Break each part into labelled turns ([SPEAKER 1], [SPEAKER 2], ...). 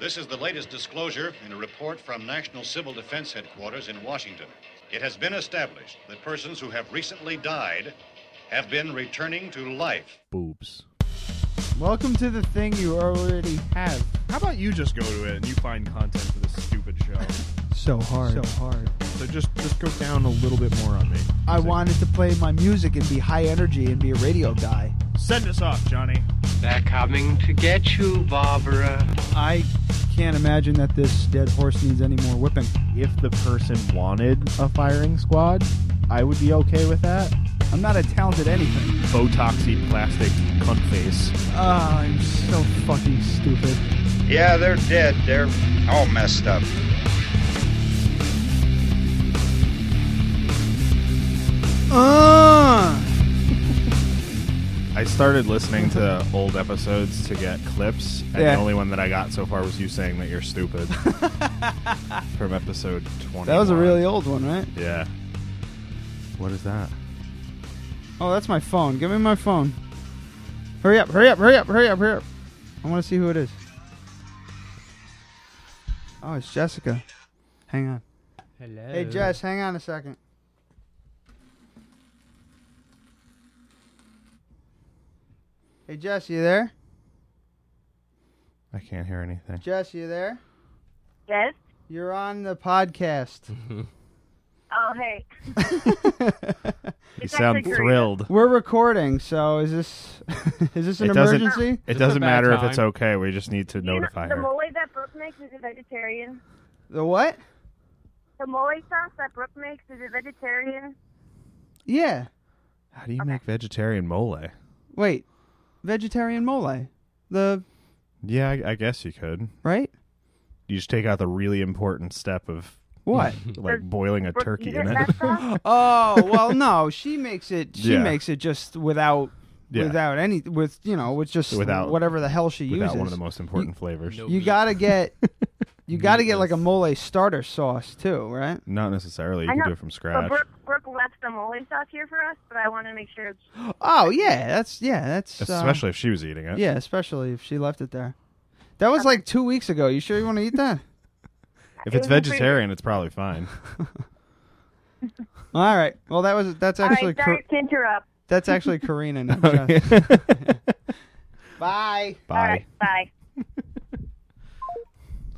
[SPEAKER 1] This is the latest disclosure in a report from National Civil Defense Headquarters in Washington. It has been established that persons who have recently died have been returning to life.
[SPEAKER 2] Boobs.
[SPEAKER 3] Welcome to the thing you already have.
[SPEAKER 4] How about you just go to it and you find content for this stupid show?
[SPEAKER 3] So hard. So hard.
[SPEAKER 4] so just just go down a little bit more on me.
[SPEAKER 3] I wanted to play my music and be high energy and be a radio guy.
[SPEAKER 4] Send us off, Johnny.
[SPEAKER 5] They're coming to get you, Barbara.
[SPEAKER 3] I can't imagine that this dead horse needs any more whipping.
[SPEAKER 2] If the person wanted a firing squad, I would be okay with that.
[SPEAKER 3] I'm not a talented anything.
[SPEAKER 2] Botoxy plastic cunt face.
[SPEAKER 3] Ah, I'm so fucking stupid.
[SPEAKER 6] Yeah, they're dead. They're all messed up.
[SPEAKER 3] Uh,
[SPEAKER 4] I started listening to old episodes to get clips, and
[SPEAKER 3] Yeah.
[SPEAKER 4] the only one that I got so far was you saying that you're stupid from episode twenty.
[SPEAKER 3] that was a really old one, right?
[SPEAKER 4] yeah. What is that?
[SPEAKER 3] Oh, that's my phone. Give me my phone. Hurry up, hurry up, hurry up, hurry up, hurry up. I want to see who it is. Oh, it's Jessica. Hang on.
[SPEAKER 5] Hello.
[SPEAKER 3] Hey, Jess, hang on a second. Hey, Jess, you there?
[SPEAKER 4] I can't hear anything.
[SPEAKER 3] Jess, you there?
[SPEAKER 7] Yes.
[SPEAKER 3] You're on the podcast.
[SPEAKER 7] Oh, hey.
[SPEAKER 4] You sound
[SPEAKER 7] actually great.
[SPEAKER 4] thrilled.
[SPEAKER 3] We're recording, so is this is this an
[SPEAKER 4] It doesn't-
[SPEAKER 3] emergency?
[SPEAKER 4] It
[SPEAKER 8] Just a
[SPEAKER 4] doesn't
[SPEAKER 8] bad
[SPEAKER 4] matter if
[SPEAKER 8] time.
[SPEAKER 4] it's okay. We just need to
[SPEAKER 7] You know,
[SPEAKER 4] notify
[SPEAKER 7] the
[SPEAKER 4] her.
[SPEAKER 7] mole that Brooke makes is a vegetarian.
[SPEAKER 3] The what?
[SPEAKER 7] The mole sauce that Brooke makes is a vegetarian.
[SPEAKER 3] Yeah.
[SPEAKER 4] How do you make vegetarian mole?
[SPEAKER 3] Wait. Vegetarian mole. The
[SPEAKER 4] Yeah, I, I guess you could.
[SPEAKER 3] right?
[SPEAKER 4] You just take out the really important step of
[SPEAKER 3] What?
[SPEAKER 4] like boiling a
[SPEAKER 7] Brooke,
[SPEAKER 4] turkey
[SPEAKER 7] you
[SPEAKER 4] in
[SPEAKER 7] get
[SPEAKER 4] it.
[SPEAKER 7] that sauce?
[SPEAKER 3] oh well, no. She makes it. She
[SPEAKER 4] Yeah.
[SPEAKER 3] makes it just without
[SPEAKER 4] Yeah.
[SPEAKER 3] without any with you know with just
[SPEAKER 4] Without-
[SPEAKER 3] whatever the hell she
[SPEAKER 4] without
[SPEAKER 3] uses.
[SPEAKER 4] one of the most important flavors.
[SPEAKER 8] No
[SPEAKER 3] you
[SPEAKER 8] meat.
[SPEAKER 3] gotta get you gotta get like a mole starter sauce too, right?
[SPEAKER 4] Not necessarily. You
[SPEAKER 7] I
[SPEAKER 4] can
[SPEAKER 7] know,
[SPEAKER 4] do it from
[SPEAKER 7] But
[SPEAKER 4] scratch.
[SPEAKER 7] Brooke, Brooke left the mole sauce here for us, but I want to make sure.
[SPEAKER 3] Oh yeah, that's yeah, that's uh,
[SPEAKER 4] Especially if she was eating it.
[SPEAKER 3] yeah, especially if she left it there. That was like two weeks ago. You sure you want to eat that?
[SPEAKER 4] If
[SPEAKER 7] It
[SPEAKER 4] it's
[SPEAKER 7] was a pretty-
[SPEAKER 4] vegetarian, it's probably fine.
[SPEAKER 3] All right. Well, that was that's
[SPEAKER 7] All
[SPEAKER 3] actually
[SPEAKER 7] right, sorry to interrupt.
[SPEAKER 3] Kar- that's actually Karina. Not Jess. Bye.
[SPEAKER 7] All
[SPEAKER 4] Bye.
[SPEAKER 7] right, bye.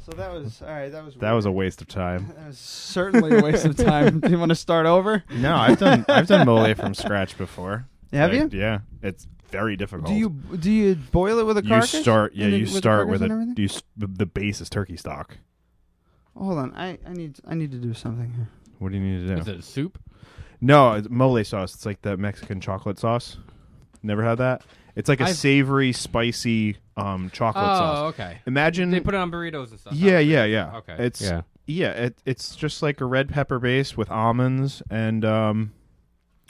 [SPEAKER 3] So that was all right. That was
[SPEAKER 4] That was a waste of time.
[SPEAKER 3] that was certainly a waste of time. Do you want to start over?
[SPEAKER 4] No, I've done I've done mole from scratch before.
[SPEAKER 3] Have
[SPEAKER 4] Like,
[SPEAKER 3] you?
[SPEAKER 4] Yeah, it's very difficult.
[SPEAKER 3] Do you do you boil it with a
[SPEAKER 4] You
[SPEAKER 3] carcass?
[SPEAKER 4] start yeah
[SPEAKER 3] And then
[SPEAKER 4] you
[SPEAKER 3] the
[SPEAKER 4] start
[SPEAKER 3] carcass
[SPEAKER 4] with
[SPEAKER 3] and
[SPEAKER 4] a
[SPEAKER 3] everything?
[SPEAKER 4] you, s- the, the base is turkey stock.
[SPEAKER 3] Hold on, I, I need I need to do something here.
[SPEAKER 4] What do you need to
[SPEAKER 8] Is
[SPEAKER 4] do?
[SPEAKER 8] it a soup?
[SPEAKER 4] No, it's mole sauce. It's like the Mexican chocolate sauce. Never had that. It's like a
[SPEAKER 8] I've-
[SPEAKER 4] savory, spicy um, chocolate
[SPEAKER 8] oh,
[SPEAKER 4] sauce.
[SPEAKER 8] okay.
[SPEAKER 4] Imagine
[SPEAKER 8] They put it on burritos and stuff.
[SPEAKER 4] Yeah, yeah, yeah.
[SPEAKER 8] Okay.
[SPEAKER 4] It's yeah,
[SPEAKER 8] Yeah.
[SPEAKER 4] it, it's just like a red pepper base with almonds and um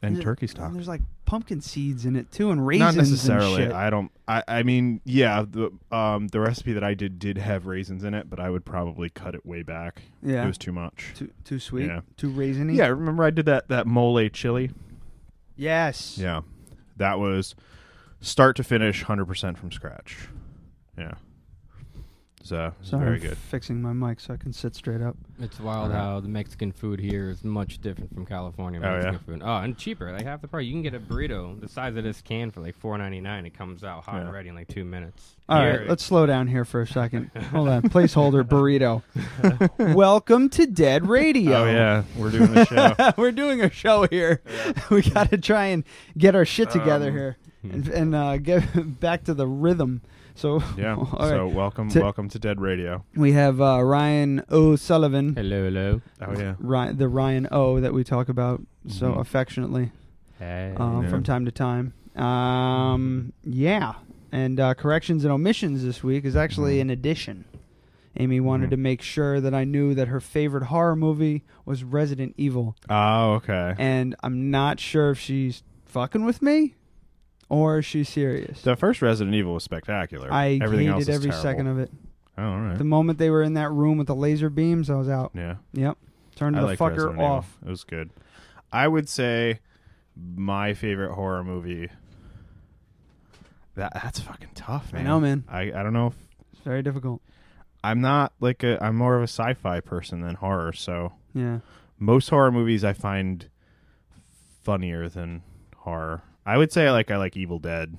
[SPEAKER 4] and
[SPEAKER 3] Yeah,
[SPEAKER 4] turkey stock.
[SPEAKER 3] And there's like pumpkin seeds in it too, and raisins.
[SPEAKER 4] Not necessarily.
[SPEAKER 3] And shit.
[SPEAKER 4] I don't. I, I mean, yeah. The um the recipe that I did did have raisins in it, but I would probably cut it way back.
[SPEAKER 3] Yeah.
[SPEAKER 4] it was too much.
[SPEAKER 3] too too sweet,
[SPEAKER 4] Yeah.
[SPEAKER 3] too raisiny.
[SPEAKER 4] Yeah, remember I did that that mole chili.
[SPEAKER 3] Yes.
[SPEAKER 4] Yeah, that was start to finish, hundred percent from scratch. Yeah. So it's
[SPEAKER 3] Sorry,
[SPEAKER 4] very
[SPEAKER 3] I'm
[SPEAKER 4] good.
[SPEAKER 3] Fixing my mic so I can sit straight up.
[SPEAKER 8] It's wild how the Mexican food here is much different from California
[SPEAKER 4] Uh-huh. Oh,
[SPEAKER 8] Mexican
[SPEAKER 4] yeah?
[SPEAKER 8] food. Oh, and cheaper, like half the price. You can get a burrito the size of this can for like four ninety nine. It comes out hot
[SPEAKER 4] Yeah.
[SPEAKER 8] and ready in like two minutes.
[SPEAKER 3] All
[SPEAKER 8] Here,
[SPEAKER 3] right, let's slow down here for a second. Hold on, placeholder burrito. Welcome to Dead Radio.
[SPEAKER 4] Oh yeah, we're doing the show.
[SPEAKER 3] We're doing a show here. we got to try and get our shit
[SPEAKER 4] Um,
[SPEAKER 3] together here
[SPEAKER 4] hmm.
[SPEAKER 3] and, and uh, get back to the rhythm. So
[SPEAKER 4] Yeah.
[SPEAKER 3] all
[SPEAKER 4] so
[SPEAKER 3] right.
[SPEAKER 4] welcome,
[SPEAKER 3] To-
[SPEAKER 4] welcome to Dead Radio.
[SPEAKER 3] we have uh, Ryan O'Sullivan,
[SPEAKER 8] Hello, hello.
[SPEAKER 4] Oh yeah.
[SPEAKER 3] Ry- the Ryan O that we talk about so
[SPEAKER 4] Mhm.
[SPEAKER 3] affectionately
[SPEAKER 8] Hey.
[SPEAKER 3] um,
[SPEAKER 4] Yeah.
[SPEAKER 3] from time to time. Um, yeah, and uh, corrections and omissions this week is
[SPEAKER 4] Mm-hmm.
[SPEAKER 3] actually an addition. Amy wanted
[SPEAKER 4] Mhm.
[SPEAKER 3] to make sure that I knew that her favorite horror movie was Resident Evil.
[SPEAKER 4] Oh okay.
[SPEAKER 3] and I'm not sure if she's fucking with me or she's serious.
[SPEAKER 4] The first Resident Evil was spectacular.
[SPEAKER 3] I
[SPEAKER 4] Everything else
[SPEAKER 3] hated
[SPEAKER 4] is
[SPEAKER 3] every
[SPEAKER 4] terrible.
[SPEAKER 3] second of it.
[SPEAKER 4] Oh, all right.
[SPEAKER 3] The moment they were in that room with the laser beams, I was out.
[SPEAKER 4] yeah,
[SPEAKER 3] Yep. Turned
[SPEAKER 4] I
[SPEAKER 3] the
[SPEAKER 4] liked
[SPEAKER 3] fucker
[SPEAKER 4] Resident Evil.
[SPEAKER 3] off.
[SPEAKER 4] It was good. I would say my favorite horror movie. That that's fucking tough,
[SPEAKER 3] I
[SPEAKER 4] man.
[SPEAKER 3] know, man.
[SPEAKER 4] I I don't know. if
[SPEAKER 3] It's very difficult.
[SPEAKER 4] I'm not like a. I'm more of a sci-fi person than horror. So
[SPEAKER 3] Yeah.
[SPEAKER 4] most horror movies I find funnier than horror. I would say like I like Evil Dead.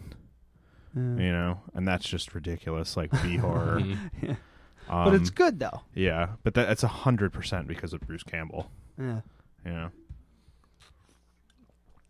[SPEAKER 3] Yeah.
[SPEAKER 4] You know, and that's just ridiculous. Like B horror.
[SPEAKER 3] Yeah.
[SPEAKER 4] Um,
[SPEAKER 3] But it's good though.
[SPEAKER 4] yeah, but that, that's a hundred percent because of Bruce Campbell.
[SPEAKER 3] Yeah.
[SPEAKER 4] You know.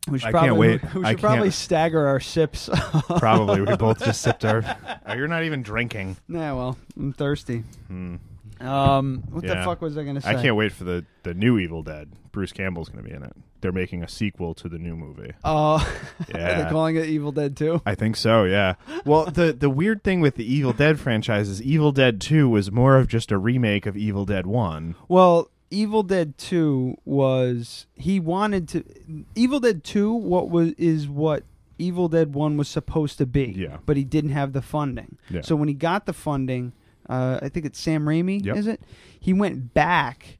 [SPEAKER 3] We should
[SPEAKER 4] I can't
[SPEAKER 3] probably
[SPEAKER 4] wait.
[SPEAKER 3] we should
[SPEAKER 4] I can't-
[SPEAKER 3] probably stagger our sips.
[SPEAKER 4] Probably we both just sipped our. Oh, you're not even drinking.
[SPEAKER 3] yeah, well, I'm thirsty.
[SPEAKER 4] Hmm.
[SPEAKER 3] Um, what the
[SPEAKER 4] Yeah.
[SPEAKER 3] fuck was I gonna say?
[SPEAKER 4] I can't wait for the the new Evil Dead. Bruce Campbell's going to be in it. They're making a sequel to the new movie.
[SPEAKER 3] Oh, are they
[SPEAKER 4] Yeah.
[SPEAKER 3] calling it Evil Dead too?
[SPEAKER 4] I think so, yeah. Well, the the weird thing with the Evil Dead franchise is Evil Dead 2 was more of just a remake of Evil Dead 1.
[SPEAKER 3] Well, Evil Dead Two was he wanted to. Evil Dead Two, what was is what Evil Dead One was supposed to be.
[SPEAKER 4] Yeah.
[SPEAKER 3] But he didn't have the funding.
[SPEAKER 4] Yeah.
[SPEAKER 3] So when he got the funding, uh, I think it's Sam Raimi,
[SPEAKER 4] Yep.
[SPEAKER 3] is it? He went back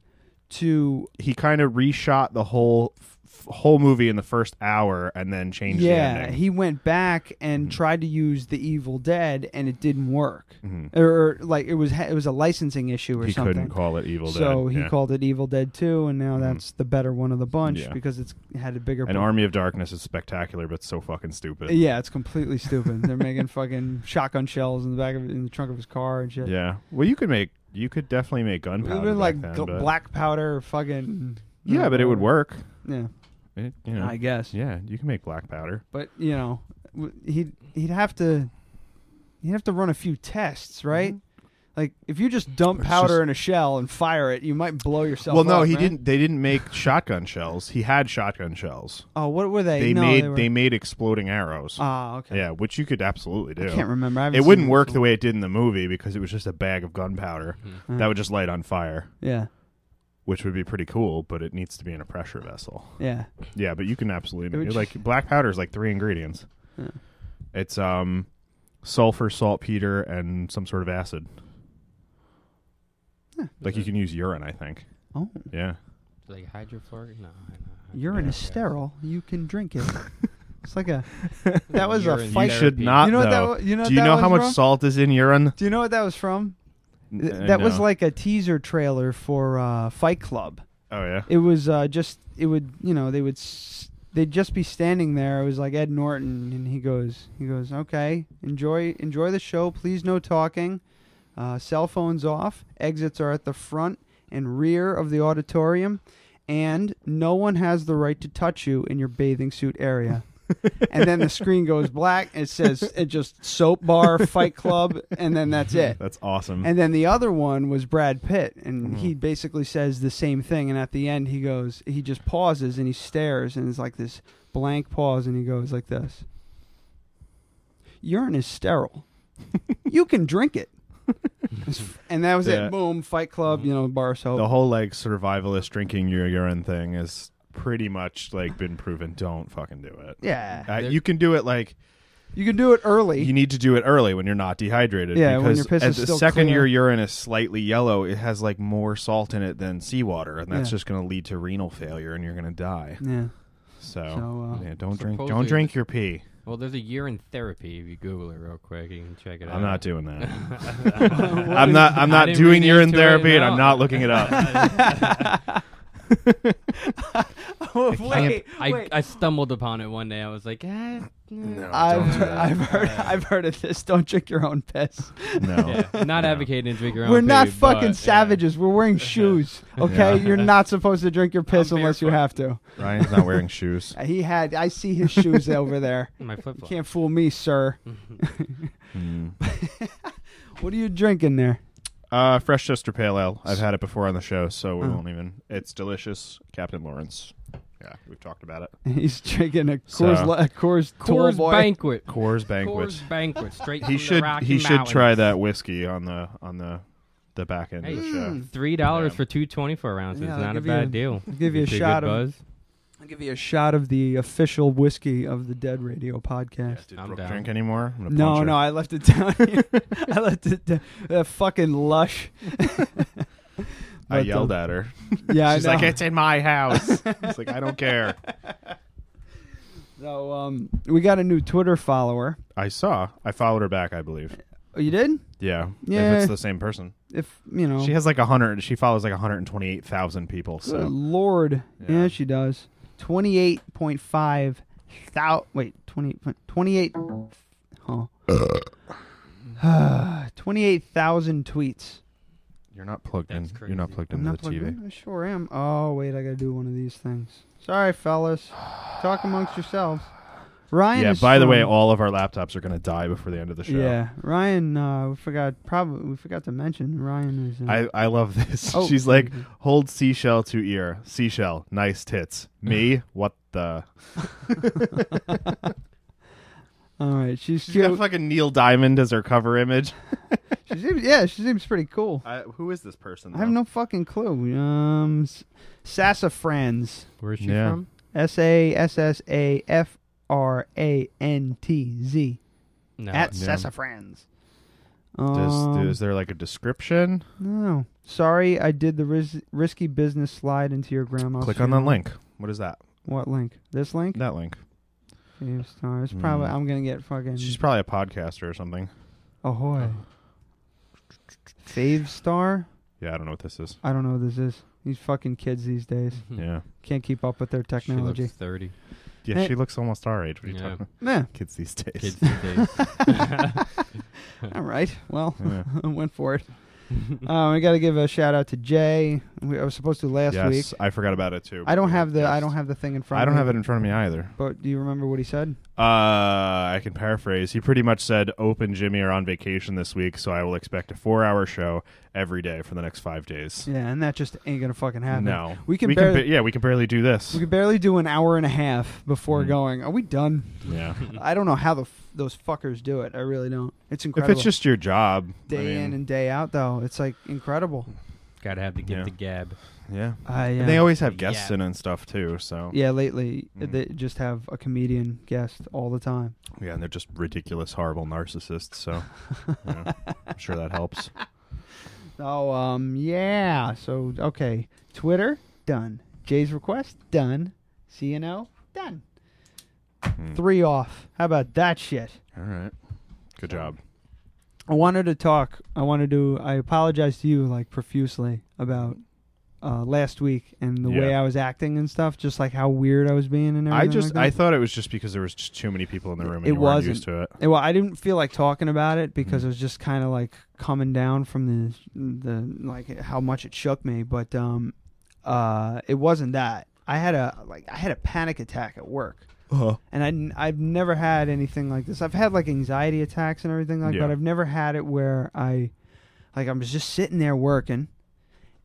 [SPEAKER 3] to
[SPEAKER 4] He kind of reshot the whole f- whole movie in the first hour and then changed the
[SPEAKER 3] yeah.
[SPEAKER 4] ending. Mm-hmm.
[SPEAKER 3] He went back and tried to use the Evil Dead, and it didn't work. Or, like it was ha- it was a licensing issue or
[SPEAKER 4] Mm-hmm. He
[SPEAKER 3] something.
[SPEAKER 4] couldn't call it Evil Dead.
[SPEAKER 3] so he
[SPEAKER 4] yeah. Mm-hmm.
[SPEAKER 3] called it Evil Dead 2, and now that's the better one of the bunch
[SPEAKER 4] Yeah.
[SPEAKER 3] because it's it had a bigger.
[SPEAKER 4] An
[SPEAKER 3] bu-
[SPEAKER 4] Army of Darkness is spectacular but so fucking stupid.
[SPEAKER 3] Yeah, it's completely stupid. They're making fucking shotgun shells in the back of in the trunk of his car and shit.
[SPEAKER 4] Yeah. Well, you could make you could definitely make
[SPEAKER 3] It
[SPEAKER 4] gunpowder
[SPEAKER 3] would've been
[SPEAKER 4] back
[SPEAKER 3] like
[SPEAKER 4] then,
[SPEAKER 3] gl-
[SPEAKER 4] but-
[SPEAKER 3] black powder, or fucking.
[SPEAKER 4] Yeah, but it would work.
[SPEAKER 3] Yeah,
[SPEAKER 4] It- you know.
[SPEAKER 3] I guess.
[SPEAKER 4] Yeah, you can make black powder.
[SPEAKER 3] But you know, w- he'd he'd have to he'd have to run a few tests, right?
[SPEAKER 4] Mm-hmm.
[SPEAKER 3] Like if you just dump
[SPEAKER 4] It's
[SPEAKER 3] powder
[SPEAKER 4] just-
[SPEAKER 3] in a shell and fire it, you might blow yourself.
[SPEAKER 4] well, no,
[SPEAKER 3] up,
[SPEAKER 4] he
[SPEAKER 3] right?
[SPEAKER 4] didn't. They didn't make shotgun shells. He had shotgun shells.
[SPEAKER 3] Oh, what were they?
[SPEAKER 4] They
[SPEAKER 3] No,
[SPEAKER 4] made
[SPEAKER 3] they,
[SPEAKER 4] they,
[SPEAKER 3] were...
[SPEAKER 4] made exploding arrows.
[SPEAKER 3] Ah, okay.
[SPEAKER 4] Yeah, which you could absolutely do.
[SPEAKER 3] I can't remember. I haven't
[SPEAKER 4] It
[SPEAKER 3] seen
[SPEAKER 4] wouldn't
[SPEAKER 3] this
[SPEAKER 4] work the
[SPEAKER 3] one.
[SPEAKER 4] way it did in the movie because it was just a bag of gunpowder
[SPEAKER 3] Hmm.
[SPEAKER 4] that would just light on fire,
[SPEAKER 3] Yeah,
[SPEAKER 4] which would be pretty cool. But it needs to be in a pressure vessel.
[SPEAKER 3] yeah.
[SPEAKER 4] Yeah, but you can absolutely
[SPEAKER 3] would
[SPEAKER 4] make like black powder is like three ingredients. It's um sulfur, saltpeter, and some sort of acid. Like you can use urine, I think.
[SPEAKER 3] Oh,
[SPEAKER 4] Yeah.
[SPEAKER 8] Like hydrofluoric? No. no
[SPEAKER 3] urine is sterile. You can drink it. it's like a. That was a
[SPEAKER 8] Urine
[SPEAKER 4] You
[SPEAKER 3] fight.
[SPEAKER 4] should
[SPEAKER 8] Therapy.
[SPEAKER 4] not.
[SPEAKER 3] You know what that
[SPEAKER 4] though.
[SPEAKER 3] wa- you know what
[SPEAKER 4] Do you
[SPEAKER 3] that
[SPEAKER 4] know
[SPEAKER 3] was
[SPEAKER 4] how much
[SPEAKER 3] from?
[SPEAKER 4] salt is in urine?
[SPEAKER 3] Do you know what that was from? Th-
[SPEAKER 4] N-
[SPEAKER 3] that was
[SPEAKER 4] Uh, no.
[SPEAKER 3] like a teaser trailer for uh, Fight Club.
[SPEAKER 4] Oh yeah.
[SPEAKER 3] It was uh, just it would you know they would s- they'd just be standing there. It was like Ed Norton, and he goes he goes okay enjoy enjoy the show. Please no talking. Uh, cell phones off. Exits are at the front and rear of the auditorium, and no one has the right to touch you in your bathing suit area. and then the screen goes black. It says it just soap bar Fight Club, and then that's it.
[SPEAKER 4] That's awesome.
[SPEAKER 3] And then the other one was Brad Pitt, and
[SPEAKER 4] Mm-hmm.
[SPEAKER 3] he basically says the same thing. And at the end, he goes, he just pauses and he stares, and it's like this blank pause, and he goes like this Urine is sterile. you can drink it. and that was
[SPEAKER 4] Yeah. Mm-hmm.
[SPEAKER 3] it. Boom, Fight Club, you know, bar soap.
[SPEAKER 4] the whole like survivalist drinking your urine thing is pretty much like been proven. Don't fucking do it.
[SPEAKER 3] yeah.
[SPEAKER 4] Uh, you can do it like
[SPEAKER 3] You can do it early.
[SPEAKER 4] you need to do it early when you're not dehydrated.
[SPEAKER 3] Yeah, when
[SPEAKER 4] because
[SPEAKER 3] your piss
[SPEAKER 4] at
[SPEAKER 3] is
[SPEAKER 4] the
[SPEAKER 3] still
[SPEAKER 4] second
[SPEAKER 3] clear.
[SPEAKER 4] your urine is slightly yellow, it has like more salt in it than seawater, and that's
[SPEAKER 3] Yeah.
[SPEAKER 4] just going to lead to renal failure, and you're going to die.
[SPEAKER 3] yeah.
[SPEAKER 4] So,
[SPEAKER 3] So, uh,
[SPEAKER 4] yeah, don't drink. Don't
[SPEAKER 8] Supposedly-
[SPEAKER 4] drink your pee.
[SPEAKER 8] Well, there's a urine therapy. If you Google it real quick, you can check it out.
[SPEAKER 4] I'm not doing that. I'm not. I'm not
[SPEAKER 8] didn't
[SPEAKER 4] doing
[SPEAKER 8] read
[SPEAKER 4] urine
[SPEAKER 8] into it,
[SPEAKER 4] therapy, and
[SPEAKER 8] no.
[SPEAKER 4] I'm not looking it up.
[SPEAKER 3] Wait,
[SPEAKER 8] I,
[SPEAKER 3] wait.
[SPEAKER 8] I stumbled upon it one day. I was like, eh, no.
[SPEAKER 3] I've, I've heard I've heard of this. Don't drink your own piss.
[SPEAKER 4] no.
[SPEAKER 8] yeah, not advocating to drink your own
[SPEAKER 3] We're not
[SPEAKER 8] pee,
[SPEAKER 3] fucking
[SPEAKER 8] but,
[SPEAKER 3] savages. We're wearing shoes. Okay,
[SPEAKER 4] Yeah.
[SPEAKER 3] you're not supposed to drink your piss
[SPEAKER 8] I'm
[SPEAKER 3] unless you have to.
[SPEAKER 4] Ryan's not wearing shoes.
[SPEAKER 3] He had. I see his shoes over there.
[SPEAKER 8] Yeah. My flip
[SPEAKER 3] You
[SPEAKER 8] flop.
[SPEAKER 3] can't fool me, sir.
[SPEAKER 4] Mm.
[SPEAKER 3] What are you drinking there?
[SPEAKER 4] Uh, Fresh Chester Pale Ale. I've had it before on the show, so we
[SPEAKER 3] Oh.
[SPEAKER 4] won't even. It's delicious, Captain Lawrence. Yeah, we've talked about it.
[SPEAKER 3] He's drinking a Coors,
[SPEAKER 4] So-
[SPEAKER 3] Li- a Coors, Tall
[SPEAKER 8] Coors
[SPEAKER 3] Boy.
[SPEAKER 8] Banquet.
[SPEAKER 4] Coors Banquet.
[SPEAKER 8] Coors Banquet. Straight
[SPEAKER 4] He
[SPEAKER 8] from
[SPEAKER 4] should
[SPEAKER 8] the Rocky
[SPEAKER 4] he should try
[SPEAKER 8] Mountains.
[SPEAKER 4] that whiskey on the on the the back end of the
[SPEAKER 8] Hey.
[SPEAKER 4] show.
[SPEAKER 3] Mm.
[SPEAKER 8] Three dollars
[SPEAKER 4] Yeah.
[SPEAKER 8] for two twenty-four ounces.
[SPEAKER 3] Yeah, I'll
[SPEAKER 8] not a
[SPEAKER 3] give you-
[SPEAKER 8] bad deal.
[SPEAKER 3] give you a
[SPEAKER 8] Get good
[SPEAKER 3] shot of-
[SPEAKER 8] buzz.
[SPEAKER 3] I'll give you a shot of the official whiskey of the Dead Radio podcast.
[SPEAKER 4] Did
[SPEAKER 8] I'm
[SPEAKER 4] Brooke
[SPEAKER 8] down.
[SPEAKER 4] drink anymore? I'm gonna punch
[SPEAKER 3] No,
[SPEAKER 4] her.
[SPEAKER 3] no, I left it down here. I left it down. That fucking lush.
[SPEAKER 4] I
[SPEAKER 3] But,
[SPEAKER 4] yelled
[SPEAKER 3] um,
[SPEAKER 4] at her.
[SPEAKER 3] Yeah,
[SPEAKER 4] She's
[SPEAKER 3] I know.
[SPEAKER 4] like, "It's in my house." It's like I don't care.
[SPEAKER 3] so um, we got a new Twitter follower.
[SPEAKER 4] I saw. I followed her back. I believe.
[SPEAKER 3] Oh, you did?
[SPEAKER 4] Yeah.
[SPEAKER 3] Yeah.
[SPEAKER 4] If it's the same person.
[SPEAKER 3] If you know,
[SPEAKER 4] She has like a hundred. She follows like hundred and twenty-eight thousand people.
[SPEAKER 3] good
[SPEAKER 4] So
[SPEAKER 3] lord, yeah.
[SPEAKER 4] Yeah.
[SPEAKER 3] she does. Twenty-eight point five thou. Wait, 28, 28 huh? Twenty-eight thousand tweets.
[SPEAKER 4] you're not plugged in.
[SPEAKER 8] That's
[SPEAKER 4] You're not
[SPEAKER 8] crazy.
[SPEAKER 4] plugged
[SPEAKER 3] I'm
[SPEAKER 4] into
[SPEAKER 3] not
[SPEAKER 4] the TV.
[SPEAKER 3] plugged in. I sure am. Oh wait, I gotta do one of these things. Sorry, fellas. Talk amongst yourselves. Ryan.
[SPEAKER 4] Yeah.
[SPEAKER 3] is
[SPEAKER 4] By the way,
[SPEAKER 3] from-
[SPEAKER 4] all of our laptops are gonna die before the end of the show.
[SPEAKER 3] Yeah, Ryan. Uh, we forgot. Probably we forgot to mention Ryan is. Uh,
[SPEAKER 4] I, I love this.
[SPEAKER 3] Oh.
[SPEAKER 4] She's like, hold seashell to ear. Seashell, nice tits. Me, what the?
[SPEAKER 3] all right, she's
[SPEAKER 4] She's
[SPEAKER 3] cute.
[SPEAKER 4] got fucking Neil Diamond as her cover image.
[SPEAKER 3] she seems, yeah, she seems pretty cool.
[SPEAKER 4] I, who is this person?
[SPEAKER 3] I have no fucking clue. Um, S- Sassafrans.
[SPEAKER 8] Where's she
[SPEAKER 4] Yeah.
[SPEAKER 8] from?
[SPEAKER 3] S A S S A F R A N T Z.
[SPEAKER 8] No.
[SPEAKER 3] At
[SPEAKER 4] yeah.
[SPEAKER 3] Sassafrans.
[SPEAKER 4] Does,
[SPEAKER 3] Um,
[SPEAKER 4] is there like a description?
[SPEAKER 3] No. Sorry, I did the ris- risky business slide into your grandma's.
[SPEAKER 4] Click on
[SPEAKER 3] funeral.
[SPEAKER 4] that link. What is that?
[SPEAKER 3] What link? This link?
[SPEAKER 4] That link.
[SPEAKER 3] Five stars. Probably. I'm gonna get fucking.
[SPEAKER 4] Hmm. She's probably a podcaster or something.
[SPEAKER 3] ahoy.
[SPEAKER 4] Oh.
[SPEAKER 3] Fave star.
[SPEAKER 4] Yeah, I don't know what this is.
[SPEAKER 3] I don't know what this is. These fucking kids these days
[SPEAKER 4] Yeah.
[SPEAKER 3] can't keep up with their
[SPEAKER 8] She
[SPEAKER 3] technology.
[SPEAKER 8] looks 30.
[SPEAKER 4] Yeah,
[SPEAKER 3] Hey.
[SPEAKER 4] she looks almost our age. What are you
[SPEAKER 8] Yeah.
[SPEAKER 4] talking about?
[SPEAKER 3] Yeah.
[SPEAKER 4] Kids these days.
[SPEAKER 8] Kids these days.
[SPEAKER 3] All right. Well,
[SPEAKER 4] Yeah.
[SPEAKER 3] I went for it. um, we got to give a shout out to Jay. We, I was supposed to last
[SPEAKER 4] yes,
[SPEAKER 3] week.
[SPEAKER 4] I forgot about it too.
[SPEAKER 3] I don't
[SPEAKER 4] Yeah,
[SPEAKER 3] have the I
[SPEAKER 4] yes.
[SPEAKER 3] don't have the thing in front.
[SPEAKER 4] I
[SPEAKER 3] of
[SPEAKER 4] don't
[SPEAKER 3] me,
[SPEAKER 4] have it in front of me either.
[SPEAKER 3] But do you remember what he said?
[SPEAKER 4] Uh, I can paraphrase. He pretty much said, "Open Jimmy are on vacation this week, so I will expect a four-hour show every day for the next five days."
[SPEAKER 3] Yeah, and that just ain't gonna fucking happen.
[SPEAKER 4] No,
[SPEAKER 3] we can
[SPEAKER 4] we
[SPEAKER 3] barely
[SPEAKER 4] ba- yeah, we can barely do this.
[SPEAKER 3] we can barely do an hour and a half before
[SPEAKER 4] Mm.
[SPEAKER 3] going. Are we done?
[SPEAKER 4] yeah,
[SPEAKER 3] I don't know how the f- those fuckers do it. I really don't. It's
[SPEAKER 4] Mm. if
[SPEAKER 3] incredible.
[SPEAKER 4] it's just your job, I
[SPEAKER 3] day in
[SPEAKER 4] mean,
[SPEAKER 3] and day out, though, it's like incredible.
[SPEAKER 8] Gotta have to get
[SPEAKER 4] Yeah.
[SPEAKER 8] the gab.
[SPEAKER 4] yeah,
[SPEAKER 3] I,
[SPEAKER 4] And
[SPEAKER 3] uh,
[SPEAKER 4] they always have guests
[SPEAKER 8] Yeah.
[SPEAKER 4] in and stuff too. So yeah.
[SPEAKER 3] yeah, lately
[SPEAKER 4] Mm.
[SPEAKER 3] they just have a comedian guest all the time.
[SPEAKER 4] and they're just ridiculous, horrible narcissists. So yeah, I'm sure that helps.
[SPEAKER 3] Oh, um, yeah. So, okay. Twitter, done. Jay's request, done. CNO, done.
[SPEAKER 4] Hmm.
[SPEAKER 3] Three off. How about that shit?
[SPEAKER 4] All right, good job.
[SPEAKER 3] I wanted to talk. I wanted to. I apologize to you, like, profusely about uh, last week and the way
[SPEAKER 4] Yeah.
[SPEAKER 3] I was acting and stuff, just like how weird I was being and everything.
[SPEAKER 4] I
[SPEAKER 3] like
[SPEAKER 4] just
[SPEAKER 3] that.
[SPEAKER 4] I thought it was just because there was just too many people in the room and
[SPEAKER 3] It
[SPEAKER 4] you weren't
[SPEAKER 3] wasn't.
[SPEAKER 4] used to it.
[SPEAKER 3] Yeah, Well, I didn't feel like talking about it because it was just kind of like coming down from the the like how much it shook me. But um, uh, it wasn't that. I had a like I had a panic attack at work,
[SPEAKER 4] Uh-huh.
[SPEAKER 3] and I n- I've never had anything like this. I've had like anxiety attacks and everything like, that.
[SPEAKER 4] Yeah.
[SPEAKER 3] but I've never had it where I like I'm just sitting there working,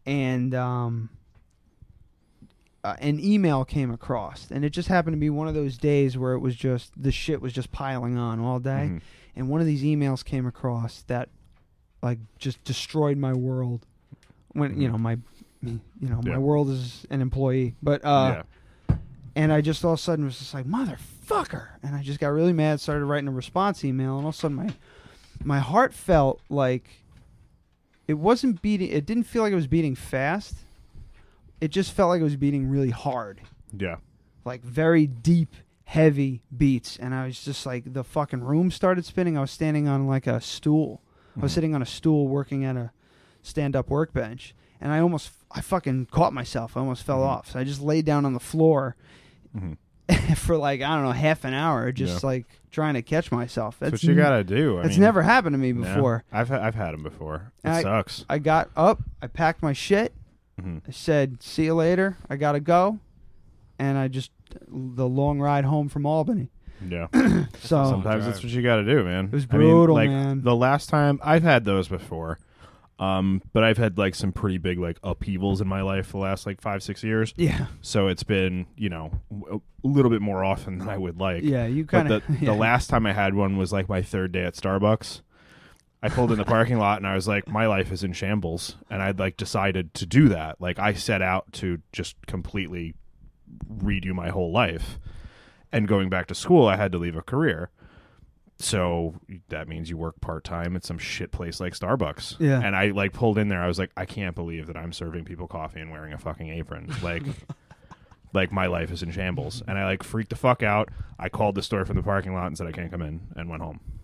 [SPEAKER 3] and um, uh, an email came across, and it just happened to be one of those days where it was just the shit was just piling on all day,
[SPEAKER 4] Mhm.
[SPEAKER 3] and one of these emails came across that like just destroyed my world. When you know my, you know my
[SPEAKER 4] Mm-hmm. Yeah.
[SPEAKER 3] world is an employee, but uh,
[SPEAKER 4] yeah.
[SPEAKER 3] and I just all of a sudden was just like motherfucker, and I just got really mad, started writing a response email, and all of a sudden my my heart felt like it wasn't beating. It didn't feel like it was beating fast. It just felt like it was beating really hard
[SPEAKER 4] Yeah.
[SPEAKER 3] like very deep, heavy beats, and I was just like the fucking room started spinning. I was standing on like a stool. I
[SPEAKER 4] Mm-hmm.
[SPEAKER 3] was sitting on a stool working at a stand-up workbench, and I almost I fucking caught myself. I almost fell
[SPEAKER 4] Mm-hmm.
[SPEAKER 3] off. So I just laid down on the floor.
[SPEAKER 4] Mhm.
[SPEAKER 3] for like I don't know half an hour, just
[SPEAKER 4] Yeah.
[SPEAKER 3] like trying to catch myself. That's
[SPEAKER 4] That's what you
[SPEAKER 3] n-
[SPEAKER 4] gotta do. I
[SPEAKER 3] That's
[SPEAKER 4] mean,
[SPEAKER 3] never happened to me
[SPEAKER 4] yeah.
[SPEAKER 3] before.
[SPEAKER 4] I've ha- I've had them before. It
[SPEAKER 3] I-
[SPEAKER 4] sucks.
[SPEAKER 3] I got up, I packed my shit,
[SPEAKER 4] Mhm.
[SPEAKER 3] I said, "See you later. I gotta go," and I just the long ride home from Albany.
[SPEAKER 4] Yeah.
[SPEAKER 3] So
[SPEAKER 4] Sometimes
[SPEAKER 8] drive.
[SPEAKER 4] that's what you gotta do, man. It
[SPEAKER 3] Oh. was brutal,
[SPEAKER 4] like,
[SPEAKER 3] man.
[SPEAKER 4] The last time I've had those before. Um, but I've had like some pretty big like upheavals in my life the last like five six years,
[SPEAKER 3] yeah,
[SPEAKER 4] so it's been you know w- a little bit more often than I would like.
[SPEAKER 3] yeah, you
[SPEAKER 4] But
[SPEAKER 3] kind
[SPEAKER 4] the,
[SPEAKER 3] of yeah.
[SPEAKER 4] the last time I had one was like my third day at Starbucks. I pulled in the parking lot and I was like, my life is in shambles. And I'd like decided to do that. Like I set out to just completely redo my whole life. And going back to school, I had to leave a career. So that means you work part time at some shit place like Starbucks.
[SPEAKER 3] Yeah.
[SPEAKER 4] And I like pulled in there. I was like, I can't believe that I'm serving people coffee and wearing a fucking apron. Like, like my life is in shambles. And I like freaked the fuck out. I called the store from the parking lot and said I can't come in and went home. Yeah.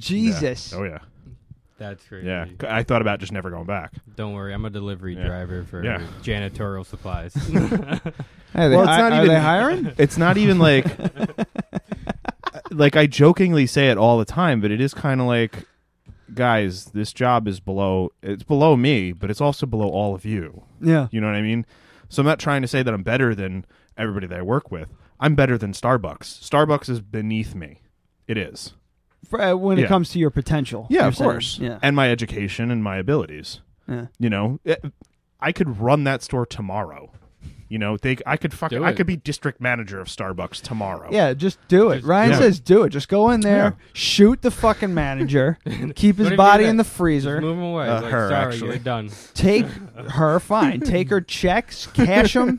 [SPEAKER 3] Jesus.
[SPEAKER 4] Oh yeah.
[SPEAKER 8] That's crazy.
[SPEAKER 4] Yeah, C- I thought about just never going back.
[SPEAKER 8] Don't worry, I'm a delivery
[SPEAKER 4] Yeah.
[SPEAKER 8] driver for
[SPEAKER 4] Yeah.
[SPEAKER 8] janitorial supplies.
[SPEAKER 3] Hey, they,
[SPEAKER 4] Well, it's
[SPEAKER 3] hi-
[SPEAKER 4] not
[SPEAKER 3] are
[SPEAKER 4] even-
[SPEAKER 3] they hiring?
[SPEAKER 4] It's not even like, like I jokingly say it all the time, but it is kind of like, guys, this job is below. It's below me, but it's also below all of you.
[SPEAKER 3] yeah.
[SPEAKER 4] You know what I mean? So I'm not trying to say that I'm better than everybody that I work with. I'm better than Starbucks. Starbucks is beneath me. It is.
[SPEAKER 3] For, uh, when
[SPEAKER 4] Yeah.
[SPEAKER 3] it comes to your potential.
[SPEAKER 4] Yeah,
[SPEAKER 3] you're
[SPEAKER 4] of
[SPEAKER 3] saying.
[SPEAKER 4] course.
[SPEAKER 3] Yeah.
[SPEAKER 4] And my education and my abilities.
[SPEAKER 3] Yeah.
[SPEAKER 4] You know, It- I could run that store tomorrow. You know, they I could fuck
[SPEAKER 8] Do
[SPEAKER 4] I
[SPEAKER 8] it.
[SPEAKER 4] could be district manager of Starbucks tomorrow.
[SPEAKER 3] yeah, just do it. Ryan
[SPEAKER 4] yeah.
[SPEAKER 3] says do it. Just go in there,
[SPEAKER 4] Yeah.
[SPEAKER 3] shoot the fucking manager, keep his
[SPEAKER 8] even
[SPEAKER 3] body
[SPEAKER 8] do
[SPEAKER 3] in
[SPEAKER 8] that.
[SPEAKER 3] the freezer.
[SPEAKER 8] Move 'em away.
[SPEAKER 4] Uh,
[SPEAKER 8] Like,
[SPEAKER 4] her,
[SPEAKER 8] Sorry,
[SPEAKER 4] actually.
[SPEAKER 8] you're done.
[SPEAKER 3] take her fine take her checks cash them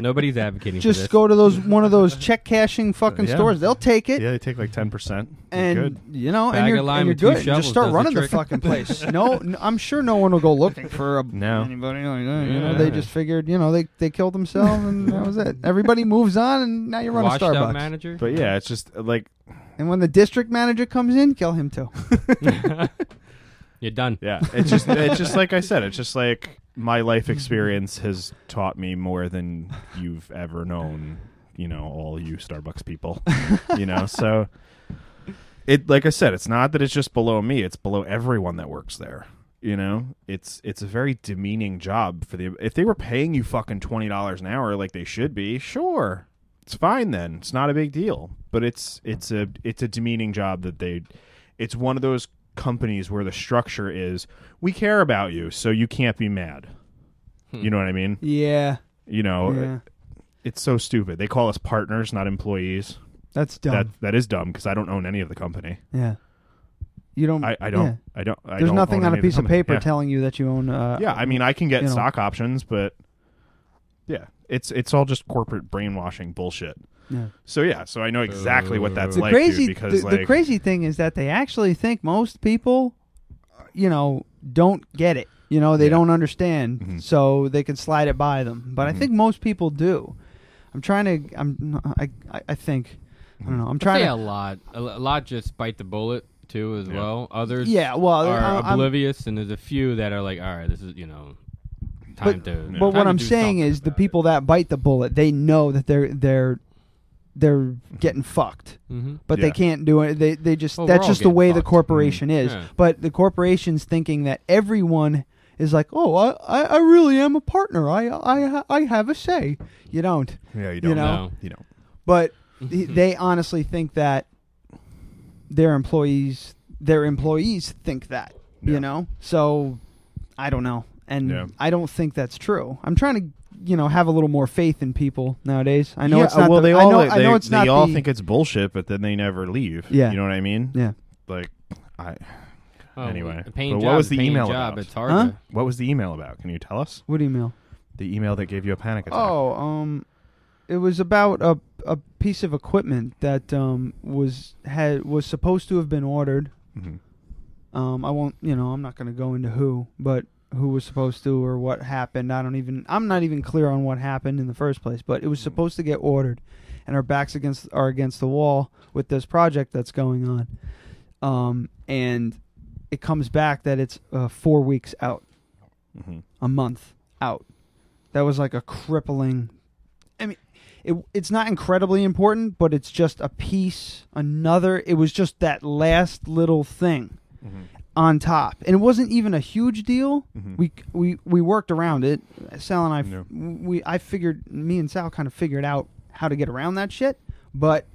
[SPEAKER 8] Nobody's advocating for this.
[SPEAKER 3] just go to those one of those check cashing fucking
[SPEAKER 4] Yeah.
[SPEAKER 3] stores they'll take it
[SPEAKER 4] Yeah, they take like 10%. You're
[SPEAKER 3] and
[SPEAKER 4] good.
[SPEAKER 3] you know
[SPEAKER 8] Bag
[SPEAKER 3] and you're,
[SPEAKER 8] of
[SPEAKER 3] and
[SPEAKER 8] lime
[SPEAKER 3] you're
[SPEAKER 8] and two
[SPEAKER 3] good and
[SPEAKER 8] shovels
[SPEAKER 3] just start
[SPEAKER 8] does the
[SPEAKER 3] running the
[SPEAKER 8] trick.
[SPEAKER 3] fucking place no n- i'm sure no one will go looking for a
[SPEAKER 4] No.
[SPEAKER 3] anybody like that you know
[SPEAKER 4] Yeah.
[SPEAKER 3] they just figured you know they, they killed themselves and that was it everybody moves on and now you run
[SPEAKER 8] Washed
[SPEAKER 3] a starbucks
[SPEAKER 8] up manager.
[SPEAKER 4] But yeah, it's just uh, like
[SPEAKER 3] and when the district manager comes in kill him too
[SPEAKER 8] You're done.
[SPEAKER 4] yeah, it's just it's just like I said, it's just like my life experience has taught me more than you've ever known, you know, all you Starbucks people. You know, so it like I said, it's not that it's just below me, it's below everyone that works there. You know, it's it's a very demeaning job for the if they were paying you fucking twenty dollars an hour like they should be, sure. It's fine then. It's not a big deal. But it's it's a it's a demeaning job that they it's one of those companies where the structure is we care about you, so you can't be mad. You know what I mean?
[SPEAKER 3] yeah
[SPEAKER 4] You know,
[SPEAKER 3] yeah
[SPEAKER 4] it's so stupid. They call us partners, not employees.
[SPEAKER 3] that's dumb
[SPEAKER 4] That that is dumb because I don't own any of the company.
[SPEAKER 3] yeah you don't
[SPEAKER 4] I, I
[SPEAKER 3] yeah.
[SPEAKER 4] don't. I don't. I
[SPEAKER 3] there's
[SPEAKER 4] don't
[SPEAKER 3] nothing
[SPEAKER 4] own
[SPEAKER 3] on
[SPEAKER 4] any
[SPEAKER 3] a piece
[SPEAKER 4] the
[SPEAKER 3] of
[SPEAKER 4] company.
[SPEAKER 3] paper
[SPEAKER 4] Yeah.
[SPEAKER 3] telling you that you own uh,
[SPEAKER 4] yeah, I mean, I can get
[SPEAKER 3] you know.
[SPEAKER 4] stock options, but yeah, it's it's all just corporate brainwashing bullshit.
[SPEAKER 3] Yeah.
[SPEAKER 4] So yeah, so I know exactly what that's
[SPEAKER 8] The
[SPEAKER 3] the
[SPEAKER 4] like,
[SPEAKER 3] crazy
[SPEAKER 4] dude, because
[SPEAKER 3] the,
[SPEAKER 4] like,
[SPEAKER 3] the crazy thing is that they actually think most people uh, you know don't get it you know they
[SPEAKER 4] Yeah.
[SPEAKER 3] don't understand
[SPEAKER 8] Mm-hmm.
[SPEAKER 4] Mhm.
[SPEAKER 3] so they can slide it by them but
[SPEAKER 4] Mhm.
[SPEAKER 3] i think most people do i'm trying to i'm i i, I think i don't know i'm
[SPEAKER 8] I'd
[SPEAKER 3] trying
[SPEAKER 8] say
[SPEAKER 3] to
[SPEAKER 8] a lot. A, l- a lot just bite the bullet too, as
[SPEAKER 4] Yeah.
[SPEAKER 8] well. Others,
[SPEAKER 3] yeah well
[SPEAKER 8] are
[SPEAKER 3] I, am
[SPEAKER 8] oblivious, and there's a few that are like, all right, this is you know, time
[SPEAKER 3] But-
[SPEAKER 8] to.
[SPEAKER 4] Yeah.
[SPEAKER 3] but
[SPEAKER 8] time
[SPEAKER 3] what
[SPEAKER 8] to
[SPEAKER 3] i'm
[SPEAKER 8] do
[SPEAKER 3] saying
[SPEAKER 8] something
[SPEAKER 3] is the
[SPEAKER 8] about it.
[SPEAKER 3] people that bite the bullet they know that they're they're they're getting fucked
[SPEAKER 8] Mhm.
[SPEAKER 3] but
[SPEAKER 4] Yeah. Oh,
[SPEAKER 3] they can't do it. They they just
[SPEAKER 8] Well, we're
[SPEAKER 3] that's
[SPEAKER 8] all
[SPEAKER 3] just the
[SPEAKER 8] getting
[SPEAKER 3] way the
[SPEAKER 8] fucked.
[SPEAKER 3] corporation
[SPEAKER 4] Mm-hmm.
[SPEAKER 3] is.
[SPEAKER 8] Yeah.
[SPEAKER 3] But the corporation's thinking that everyone is like, oh, I, I, I really am a partner. I, I I have a say. You don't.
[SPEAKER 4] yeah, you
[SPEAKER 3] you
[SPEAKER 4] don't
[SPEAKER 3] know?
[SPEAKER 8] No.
[SPEAKER 4] you don't.
[SPEAKER 3] But he-
[SPEAKER 4] Mm-hmm.
[SPEAKER 3] they honestly think that their employees their employees think that.
[SPEAKER 4] Yeah.
[SPEAKER 3] You know. So I don't know, and
[SPEAKER 4] Yeah.
[SPEAKER 3] I don't think that's true. I'm trying to you know have a little more faith in people nowadays. I know
[SPEAKER 4] yeah,
[SPEAKER 3] it's not.
[SPEAKER 4] well,
[SPEAKER 3] the-
[SPEAKER 4] they
[SPEAKER 3] I
[SPEAKER 4] all
[SPEAKER 3] know,
[SPEAKER 4] they,
[SPEAKER 3] I know it's
[SPEAKER 4] they
[SPEAKER 3] not
[SPEAKER 4] all
[SPEAKER 3] the-
[SPEAKER 4] think it's bullshit, but then they never leave.
[SPEAKER 3] Yeah.
[SPEAKER 4] you know what I mean?
[SPEAKER 3] Yeah.
[SPEAKER 4] Like, I
[SPEAKER 8] Oh,
[SPEAKER 4] Anyway.
[SPEAKER 8] a paying
[SPEAKER 4] But
[SPEAKER 8] job,
[SPEAKER 4] what was the
[SPEAKER 8] paying
[SPEAKER 4] email
[SPEAKER 8] job?
[SPEAKER 4] about?
[SPEAKER 8] It's hard.
[SPEAKER 3] Huh?
[SPEAKER 8] to-
[SPEAKER 4] what was the email about? Can you tell us
[SPEAKER 3] What email?
[SPEAKER 4] the email that gave you a panic attack?
[SPEAKER 3] Oh, um, it was about a a piece of equipment that um was had was supposed to have been ordered.
[SPEAKER 4] Mhm.
[SPEAKER 3] Um, I won't, you know, I'm not going to go into who, but who was supposed to or what happened. I don't even, I'm not even clear on what happened in the first place. But it was supposed to get ordered, and our backs against are against the wall with this project that's going on. Um, and it comes back that it's uh, four weeks out
[SPEAKER 4] Mhm.
[SPEAKER 3] a month out. That was like a crippling. I mean, it, it's not incredibly important, but it's just a piece, another. It was just that last little thing
[SPEAKER 4] Mm-hmm.
[SPEAKER 3] on top, and it wasn't even a huge deal.
[SPEAKER 4] Mhm.
[SPEAKER 3] We we we worked around it. Sal and I, f-
[SPEAKER 4] Yeah.
[SPEAKER 3] we I figured me and Sal kind of figured out how to get around that shit, but.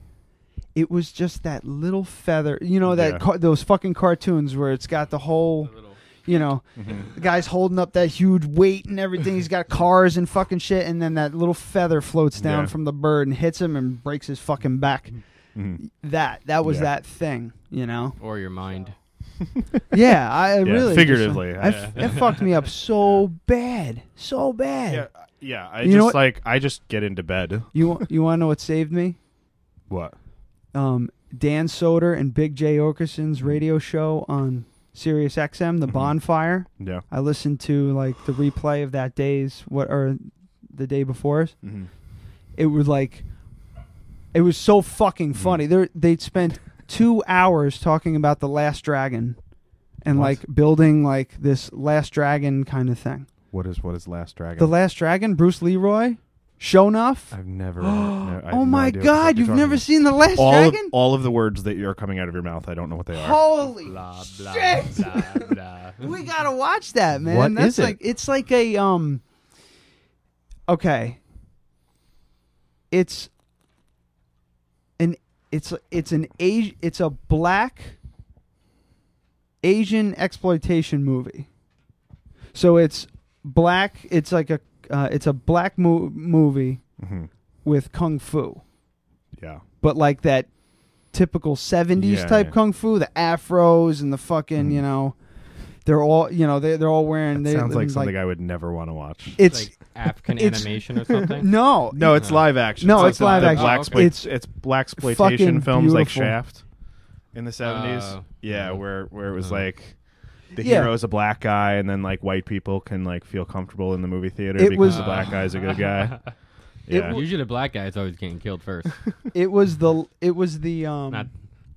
[SPEAKER 3] It was just that little feather, you know that
[SPEAKER 4] Yeah.
[SPEAKER 3] ca- those fucking cartoons where it's got the whole, you know, the
[SPEAKER 4] Mm-hmm.
[SPEAKER 3] guy's holding up that huge weight and everything. He's got cars and fucking shit, and then that little feather floats down
[SPEAKER 4] Yeah.
[SPEAKER 3] from the bird and hits him and breaks his fucking back.
[SPEAKER 4] Mhm.
[SPEAKER 3] That that was
[SPEAKER 4] Yeah.
[SPEAKER 3] that thing, you know.
[SPEAKER 8] Or your mind.
[SPEAKER 3] Yeah, I really
[SPEAKER 4] figuratively,
[SPEAKER 3] Just, I f- It fucked me up so bad, so bad.
[SPEAKER 4] Yeah, yeah. I
[SPEAKER 3] You
[SPEAKER 4] just
[SPEAKER 3] know what-
[SPEAKER 4] like I just get into bed.
[SPEAKER 3] You wa- you want to know what saved me?
[SPEAKER 4] What?
[SPEAKER 3] Um, Dan Soder and Big J Okerson's radio show on Sirius XM,
[SPEAKER 4] Mm-hmm.
[SPEAKER 3] The Bonfire.
[SPEAKER 4] Yeah.
[SPEAKER 3] I listened to like the replay of that day's what or the day before.
[SPEAKER 4] Mhm.
[SPEAKER 3] It was like it was so
[SPEAKER 4] Mm-hmm.
[SPEAKER 3] fucking funny. They they spent two hours talking about the Last Dragon and
[SPEAKER 4] What?
[SPEAKER 3] like building like this Last Dragon kind of thing.
[SPEAKER 4] What is what is Last Dragon?
[SPEAKER 3] The Last Dragon, Bruce Leroy, Shonuff.
[SPEAKER 4] I've never. no, I have
[SPEAKER 3] oh
[SPEAKER 4] no
[SPEAKER 3] my
[SPEAKER 4] idea what the fuck
[SPEAKER 3] God,
[SPEAKER 4] you're
[SPEAKER 3] you've
[SPEAKER 4] talking
[SPEAKER 3] never
[SPEAKER 4] about.
[SPEAKER 3] seen The Last
[SPEAKER 4] all of,
[SPEAKER 3] Dragon?
[SPEAKER 4] all of the words that are coming out of your mouth. I don't know what they are.
[SPEAKER 3] Holy
[SPEAKER 8] Blah blah
[SPEAKER 3] shit!
[SPEAKER 4] uh,
[SPEAKER 8] blah blah.
[SPEAKER 3] we gotta watch that, man.
[SPEAKER 4] What
[SPEAKER 3] That's
[SPEAKER 4] is it?
[SPEAKER 3] like it's like a um. Okay. It's an it's it's an Asi- it's a black Asian exploitation movie. So it's black. It's like a uh, it's a black mo- movie
[SPEAKER 4] Mhm.
[SPEAKER 3] with kung fu,
[SPEAKER 4] Yeah.
[SPEAKER 3] but like that typical 70s
[SPEAKER 4] Yeah, Mm-hmm.
[SPEAKER 3] type
[SPEAKER 4] yeah.
[SPEAKER 3] kung fu the afros and the fucking you know they're all you know they, they're all wearing they
[SPEAKER 4] Sounds like
[SPEAKER 3] it's
[SPEAKER 4] something I would never want to watch.
[SPEAKER 3] it's
[SPEAKER 8] Like African
[SPEAKER 3] it's-
[SPEAKER 8] animation or something.
[SPEAKER 3] no
[SPEAKER 4] No, it's live action.
[SPEAKER 3] No,
[SPEAKER 4] like
[SPEAKER 3] it's
[SPEAKER 4] the-
[SPEAKER 3] live
[SPEAKER 4] the
[SPEAKER 3] action.
[SPEAKER 4] Black
[SPEAKER 8] Oh,
[SPEAKER 4] exploit-
[SPEAKER 3] okay.
[SPEAKER 4] it's it's black
[SPEAKER 3] fucking
[SPEAKER 4] exploitation films like
[SPEAKER 3] beautiful.
[SPEAKER 4] Shaft in the seventies. yeah,
[SPEAKER 8] yeah.
[SPEAKER 4] where where it was
[SPEAKER 8] Uh.
[SPEAKER 4] like the
[SPEAKER 3] Yeah.
[SPEAKER 4] hero is a black guy, and then like white people can like feel comfortable in the movie theater
[SPEAKER 3] It
[SPEAKER 4] because
[SPEAKER 3] was-
[SPEAKER 4] the black guy's a good guy.
[SPEAKER 3] It
[SPEAKER 4] Yeah.
[SPEAKER 8] Usually the black guy's always getting killed first.
[SPEAKER 3] it was the it was the um
[SPEAKER 8] Not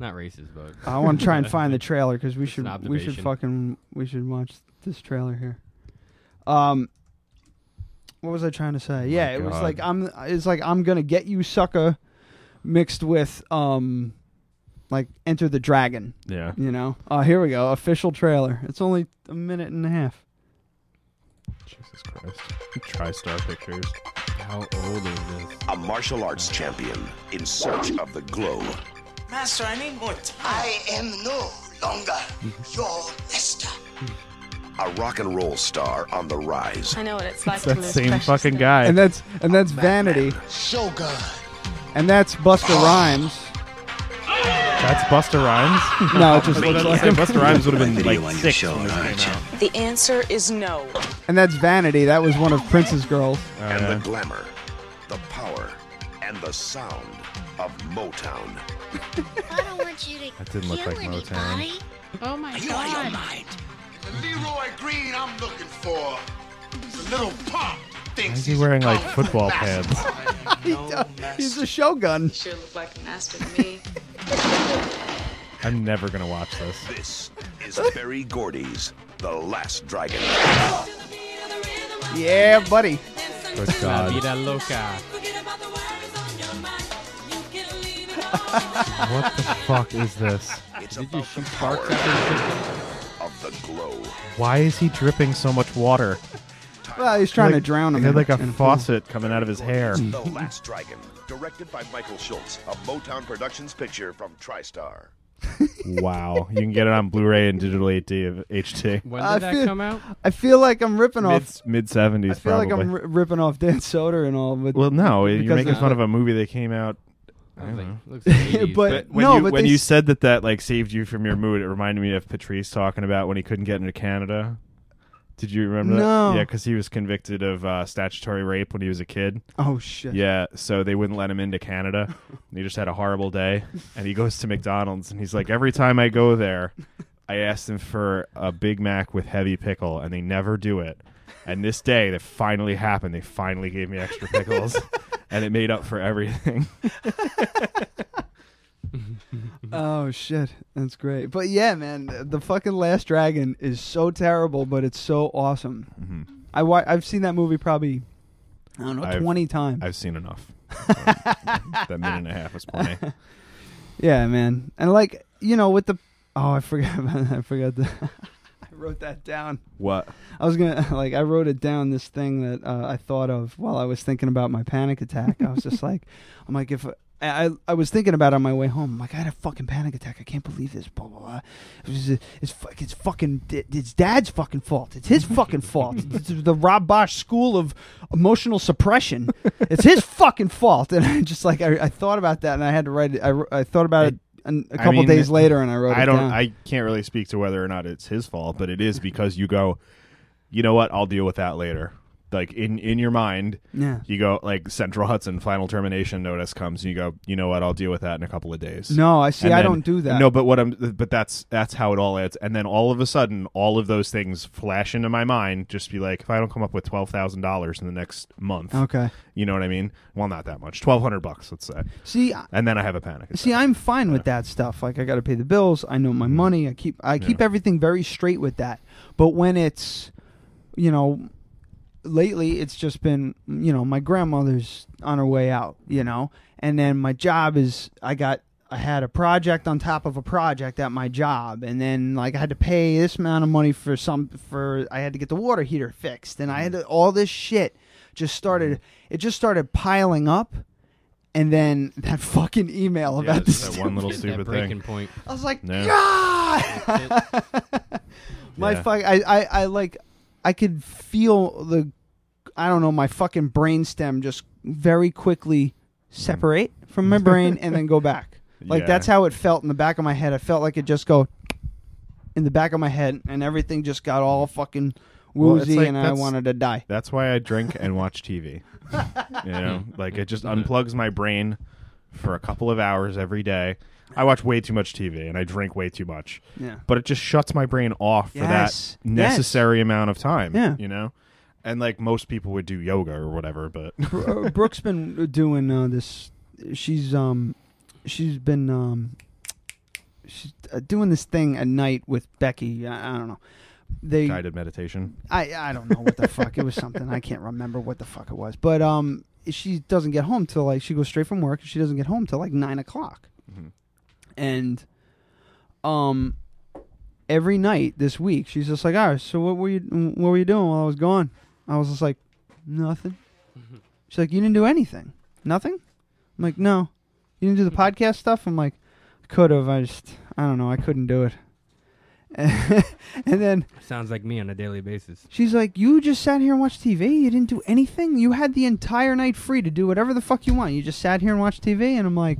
[SPEAKER 8] not racist, but
[SPEAKER 3] i want to try and find the trailer because we
[SPEAKER 8] It's an
[SPEAKER 3] should we should
[SPEAKER 8] observation.
[SPEAKER 3] fucking we should watch this trailer here um what was i trying to say yeah it was
[SPEAKER 4] Oh God.
[SPEAKER 3] like i'm it's like i'm gonna get you sucker mixed with um like enter the dragon
[SPEAKER 4] yeah.
[SPEAKER 3] You know. Oh, here we go. Official trailer. It's only a minute and a half.
[SPEAKER 4] Jesus Christ. TriStar Pictures.
[SPEAKER 8] how old is this?
[SPEAKER 9] A martial arts champion in search of the glow.
[SPEAKER 10] Master, I need more time.
[SPEAKER 9] I am no longer your master. A rock and roll star on the rise.
[SPEAKER 10] I know what it's like
[SPEAKER 4] That same fucking guy.
[SPEAKER 3] And that's and that's Vanity,
[SPEAKER 9] Shogun.
[SPEAKER 3] and that's Buster Rhymes.
[SPEAKER 4] That's Buster Rhymes.
[SPEAKER 3] No, it
[SPEAKER 4] That's
[SPEAKER 3] just looks
[SPEAKER 4] what I was
[SPEAKER 3] like
[SPEAKER 4] saying,
[SPEAKER 3] him.
[SPEAKER 4] Buster Rhymes would have been like
[SPEAKER 9] Video on your
[SPEAKER 4] six.
[SPEAKER 9] show,
[SPEAKER 4] when this
[SPEAKER 9] aren't
[SPEAKER 4] came out.
[SPEAKER 10] The answer is no.
[SPEAKER 3] And that's Vanity. That was one of Prince's girls.
[SPEAKER 9] and
[SPEAKER 4] Uh-huh.
[SPEAKER 9] the glamour, the power, and the sound of Motown.
[SPEAKER 10] I don't want you
[SPEAKER 4] That didn't look like Motown.
[SPEAKER 10] Oh my
[SPEAKER 9] You out of your mind? The Leroy Green I'm looking for is a little pop.
[SPEAKER 4] Why is he wearing like football pads?
[SPEAKER 3] He's a shogun.
[SPEAKER 10] Sure look like a master to me.
[SPEAKER 4] I'm never gonna watch this.
[SPEAKER 9] This is Barry Gordy's The Last Dragon.
[SPEAKER 3] Yeah, buddy.
[SPEAKER 4] Good
[SPEAKER 8] La
[SPEAKER 4] God.
[SPEAKER 8] vida loca.
[SPEAKER 4] What the fuck is this?
[SPEAKER 9] It's
[SPEAKER 8] Did you
[SPEAKER 9] about the
[SPEAKER 8] shoot
[SPEAKER 9] power
[SPEAKER 8] sparks at
[SPEAKER 9] of the glow.
[SPEAKER 4] Why is he dripping so much water?
[SPEAKER 3] Well, he's trying to
[SPEAKER 4] Like-
[SPEAKER 3] drown him.
[SPEAKER 4] He had like a
[SPEAKER 3] in
[SPEAKER 4] faucet coming out of his hair.
[SPEAKER 9] The Last Dragon, directed by Michael Schultz, a Motown Productions picture from TriStar.
[SPEAKER 4] Wow. You can get it on Blu-ray and digital HD. HD.
[SPEAKER 8] When
[SPEAKER 3] I
[SPEAKER 8] did that
[SPEAKER 3] feel-
[SPEAKER 8] come out?
[SPEAKER 3] I feel like I'm ripping
[SPEAKER 4] Mid
[SPEAKER 3] off.
[SPEAKER 4] mid
[SPEAKER 3] I
[SPEAKER 4] seventies
[SPEAKER 3] feel
[SPEAKER 4] probably.
[SPEAKER 3] like I'm ri ripping off Dan Soder and all. But
[SPEAKER 4] well, no,
[SPEAKER 3] because
[SPEAKER 4] you're making
[SPEAKER 3] of-
[SPEAKER 4] fun of a movie that came out.
[SPEAKER 8] I was like, looks like 80s,
[SPEAKER 3] But-
[SPEAKER 4] But when
[SPEAKER 3] No,
[SPEAKER 4] you
[SPEAKER 3] but
[SPEAKER 4] when
[SPEAKER 3] they
[SPEAKER 4] you
[SPEAKER 3] s-
[SPEAKER 4] said that that like saved you from your mood, it reminded me of Patrice talking about when he couldn't get into Canada. Did you remember
[SPEAKER 3] No.
[SPEAKER 4] that? Yeah, because he was convicted of uh, statutory rape when he was a kid.
[SPEAKER 3] oh shit.
[SPEAKER 4] Yeah, so they wouldn't let him into Canada. And he just had a horrible day. And he goes to McDonald's and he's like, every time I go there, I ask them for a Big Mac with heavy pickle, and they never do it. And this day, that finally happened. They finally gave me extra pickles, and it made up for everything.
[SPEAKER 3] Oh shit, that's great. But yeah, man, th- the fucking Last Dragon is so terrible, but it's so awesome. I wa- I've seen that movie probably I don't know
[SPEAKER 4] Mm-hmm. I've-
[SPEAKER 3] twenty times.
[SPEAKER 4] I've seen enough. that minute and a half was plenty.
[SPEAKER 3] yeah, man, and like you know with the oh I forgot about that. I forgot the I wrote that down.
[SPEAKER 4] What?
[SPEAKER 3] I was gonna like I wrote it down this thing that uh, I thought of while I was thinking about my panic attack. I was just like, I'm like if. I, I I was thinking about it on my way home. I'm like, I had a fucking panic attack. I can't believe this. Blah blah blah. It was, uh, it's fuck. It's fucking. It's dad's fucking fault. It's his fucking fault. It's the Rob Bosch School of Emotional Suppression. It's his fucking fault. And I just like I, I thought about that, and I had to write it. I, wr- I thought about it, an, a
[SPEAKER 4] I
[SPEAKER 3] couple
[SPEAKER 4] mean,
[SPEAKER 3] days later, and I wrote.
[SPEAKER 4] I
[SPEAKER 3] it
[SPEAKER 4] don't.
[SPEAKER 3] down.
[SPEAKER 4] I can't really speak to whether or not it's his fault, but it is because you go. You know what? I'll deal with that later. like in in your mind
[SPEAKER 3] Yeah.
[SPEAKER 4] you go like central hudson final termination notice comes and you go you know what i'll deal with that in a couple of days
[SPEAKER 3] No, I see.
[SPEAKER 4] And
[SPEAKER 3] I
[SPEAKER 4] then-
[SPEAKER 3] don't do that.
[SPEAKER 4] no but what i'm but that's that's how it all adds and then all of a sudden all of those things flash into my mind just be like if i don't come up with $12000 in the next month
[SPEAKER 3] Okay.
[SPEAKER 4] you know what i mean well not that much 1200 bucks let's say
[SPEAKER 3] See, I-
[SPEAKER 4] and then i have a panic attack.
[SPEAKER 3] see, I'm fine with that stuff. Like I got to pay the bills. I know my money. I keep I keep everything very straight with that. But when it's, you know, lately it's just been you know my grandmother's on her way out. You know, and then my job is I got. I had a project on top of a project at my job, and then like I had to pay this amount of money for some for I had to get the water heater fixed, and I had
[SPEAKER 4] Mm.
[SPEAKER 3] to, all this shit just started. It just started piling up, and then that fucking email
[SPEAKER 4] Yeah,
[SPEAKER 3] about
[SPEAKER 4] just
[SPEAKER 3] this
[SPEAKER 4] that one little
[SPEAKER 8] Hit
[SPEAKER 4] stupid
[SPEAKER 8] that breaking
[SPEAKER 4] thing
[SPEAKER 8] point.
[SPEAKER 3] I was like,
[SPEAKER 4] Yeah.
[SPEAKER 3] "God!" my
[SPEAKER 4] Yeah.
[SPEAKER 3] fuck, I, I, I like, I could feel the, I don't know, my fucking brainstem just very quickly separate from my brain and then go back. Like
[SPEAKER 4] Yeah.
[SPEAKER 3] that's how it felt in the back of my head. I felt like it just go in the back of my head, and everything just got all fucking
[SPEAKER 4] Well, it's
[SPEAKER 3] woozy,
[SPEAKER 4] like
[SPEAKER 3] and I
[SPEAKER 4] that's-
[SPEAKER 3] wanted to die.
[SPEAKER 4] That's why I drink and watch TV. you know, like it just unplugs my brain for a couple of hours every day. I watch way too much TV and I drink way too much.
[SPEAKER 3] Yeah.
[SPEAKER 4] But it just shuts my brain off for
[SPEAKER 3] Yes.
[SPEAKER 4] that necessary amount of time.
[SPEAKER 3] Yeah.
[SPEAKER 4] You know? And like most people would do yoga or whatever, but
[SPEAKER 3] Bro- uh, Brooke's been doing uh, this. She's um, she's been um, she's uh, doing this thing at night with Becky. I, I don't know. They
[SPEAKER 4] guided meditation.
[SPEAKER 3] I I don't know what the fuck it was something I can't remember what the fuck it was. But um, she doesn't get home till like she goes straight from work. She doesn't get home till like nine o'clock, and um, every night this week she's just like, "All right, so what were you what were you doing while I was gone?" I was just like, "Nothing." She's like, "You didn't do anything, nothing." I'm like, "No, you didn't do the podcast stuff." I'm like, "I could have. I just I don't know. I couldn't do it." and then
[SPEAKER 8] Sounds like me on a daily basis.
[SPEAKER 3] She's like, you just sat here and watched TV. You didn't do anything. You had the entire night free to do whatever the fuck you want. You just sat here and watched TV. And I'm like,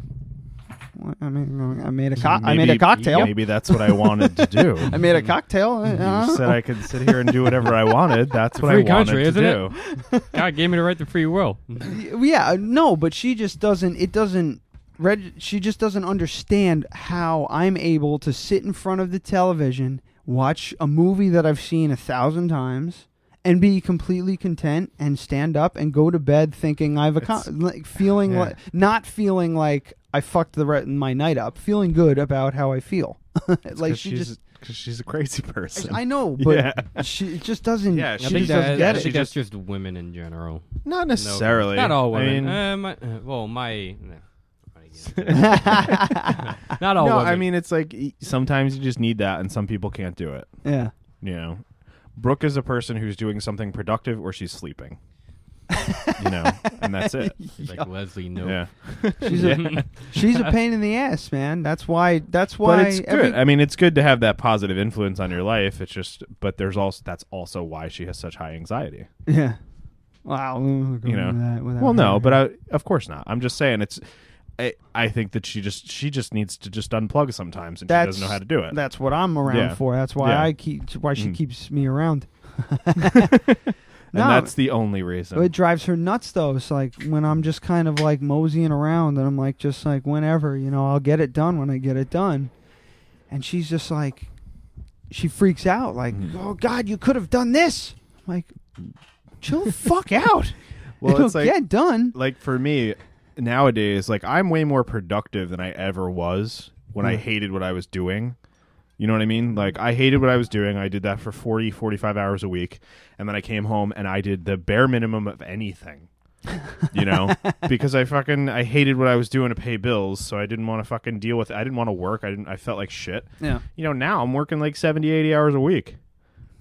[SPEAKER 3] what? I mean, I made a co- I made a
[SPEAKER 4] Maybe-
[SPEAKER 3] cocktail.
[SPEAKER 4] Maybe that's what I wanted to do.
[SPEAKER 3] I made a cocktail. uh, uh,
[SPEAKER 4] you said I could sit here and do whatever I wanted. That's what I
[SPEAKER 8] Free
[SPEAKER 4] wanted
[SPEAKER 8] country,
[SPEAKER 4] to
[SPEAKER 8] isn't
[SPEAKER 4] do.
[SPEAKER 8] it? God gave me the right to free will.
[SPEAKER 3] yeah, uh, no, but she just doesn't. It doesn't. Reg- she just doesn't understand how I'm able to sit in front of the television, watch a movie that I've seen a thousand times, and be completely content and stand up and go to bed thinking I've accomplished, like feeling
[SPEAKER 4] yeah.
[SPEAKER 3] like not feeling like I fucked the re- my night up, feeling good about how I feel. like
[SPEAKER 4] 'Cause
[SPEAKER 3] she
[SPEAKER 4] she's,
[SPEAKER 3] just,
[SPEAKER 4] 'cause she's a crazy person.
[SPEAKER 3] I know, but
[SPEAKER 4] Yeah.
[SPEAKER 3] she it just doesn't.
[SPEAKER 4] Yeah, I
[SPEAKER 3] she
[SPEAKER 8] I
[SPEAKER 4] She
[SPEAKER 8] think,
[SPEAKER 3] just doesn't
[SPEAKER 8] that-
[SPEAKER 3] get
[SPEAKER 8] I
[SPEAKER 3] it.
[SPEAKER 8] think that's just women in general.
[SPEAKER 4] Not
[SPEAKER 8] No-
[SPEAKER 4] necessarily.
[SPEAKER 8] Not all
[SPEAKER 4] I mean,
[SPEAKER 8] women. Uh, my- uh, well, my. no. not all
[SPEAKER 4] no,
[SPEAKER 8] women.
[SPEAKER 4] I mean it's like e- sometimes you just need that, and some people can't do it.
[SPEAKER 3] yeah.
[SPEAKER 4] You know, Brooke is a person who's doing something productive, or she's sleeping. you know, and that's it.
[SPEAKER 8] It's like Leslie, no.
[SPEAKER 4] Yeah,
[SPEAKER 3] She's a she's a pain in the ass, man. That's why. That's why.
[SPEAKER 4] but it's good.
[SPEAKER 3] every-
[SPEAKER 4] I mean, it's good to have that positive influence on your life. It's just, but there's also that's also why she has such high anxiety.
[SPEAKER 3] yeah. Wow. Mm,
[SPEAKER 4] you know well no but I, of course not i'm just saying it's I, I think that she just she just needs to just unplug sometimes and she doesn't know how to do it
[SPEAKER 3] That's what I'm around
[SPEAKER 4] Yeah.
[SPEAKER 3] for. That's why
[SPEAKER 4] Yeah.
[SPEAKER 3] I keep. Why she
[SPEAKER 4] Mm.
[SPEAKER 3] keeps me around.
[SPEAKER 4] and
[SPEAKER 3] no.
[SPEAKER 4] that's the only reason
[SPEAKER 3] It drives her nuts though. It's like when I'm just kind of like moseying around, and I'm like just like whenever you know I'll get it done when I get it done, and she's just like, she freaks out like,
[SPEAKER 4] Mm-hmm.
[SPEAKER 3] oh God, you could have done this. I'm like, chill the fuck out.
[SPEAKER 4] Well,
[SPEAKER 3] It'll
[SPEAKER 4] it's like-
[SPEAKER 3] get done.
[SPEAKER 4] like for me nowadays like i'm way more productive than i ever was when i
[SPEAKER 3] Yeah.
[SPEAKER 4] hated what i was doing you know what i mean like i hated what i was doing i did that for 40 45 hours a week and then i came home and i did the bare minimum of anything you know because i fucking i hated what i was doing to pay bills so i didn't want to fucking deal with it. i didn't want to work i didn't i felt like shit
[SPEAKER 3] Yeah.
[SPEAKER 4] you know now i'm working like 70 80 hours a week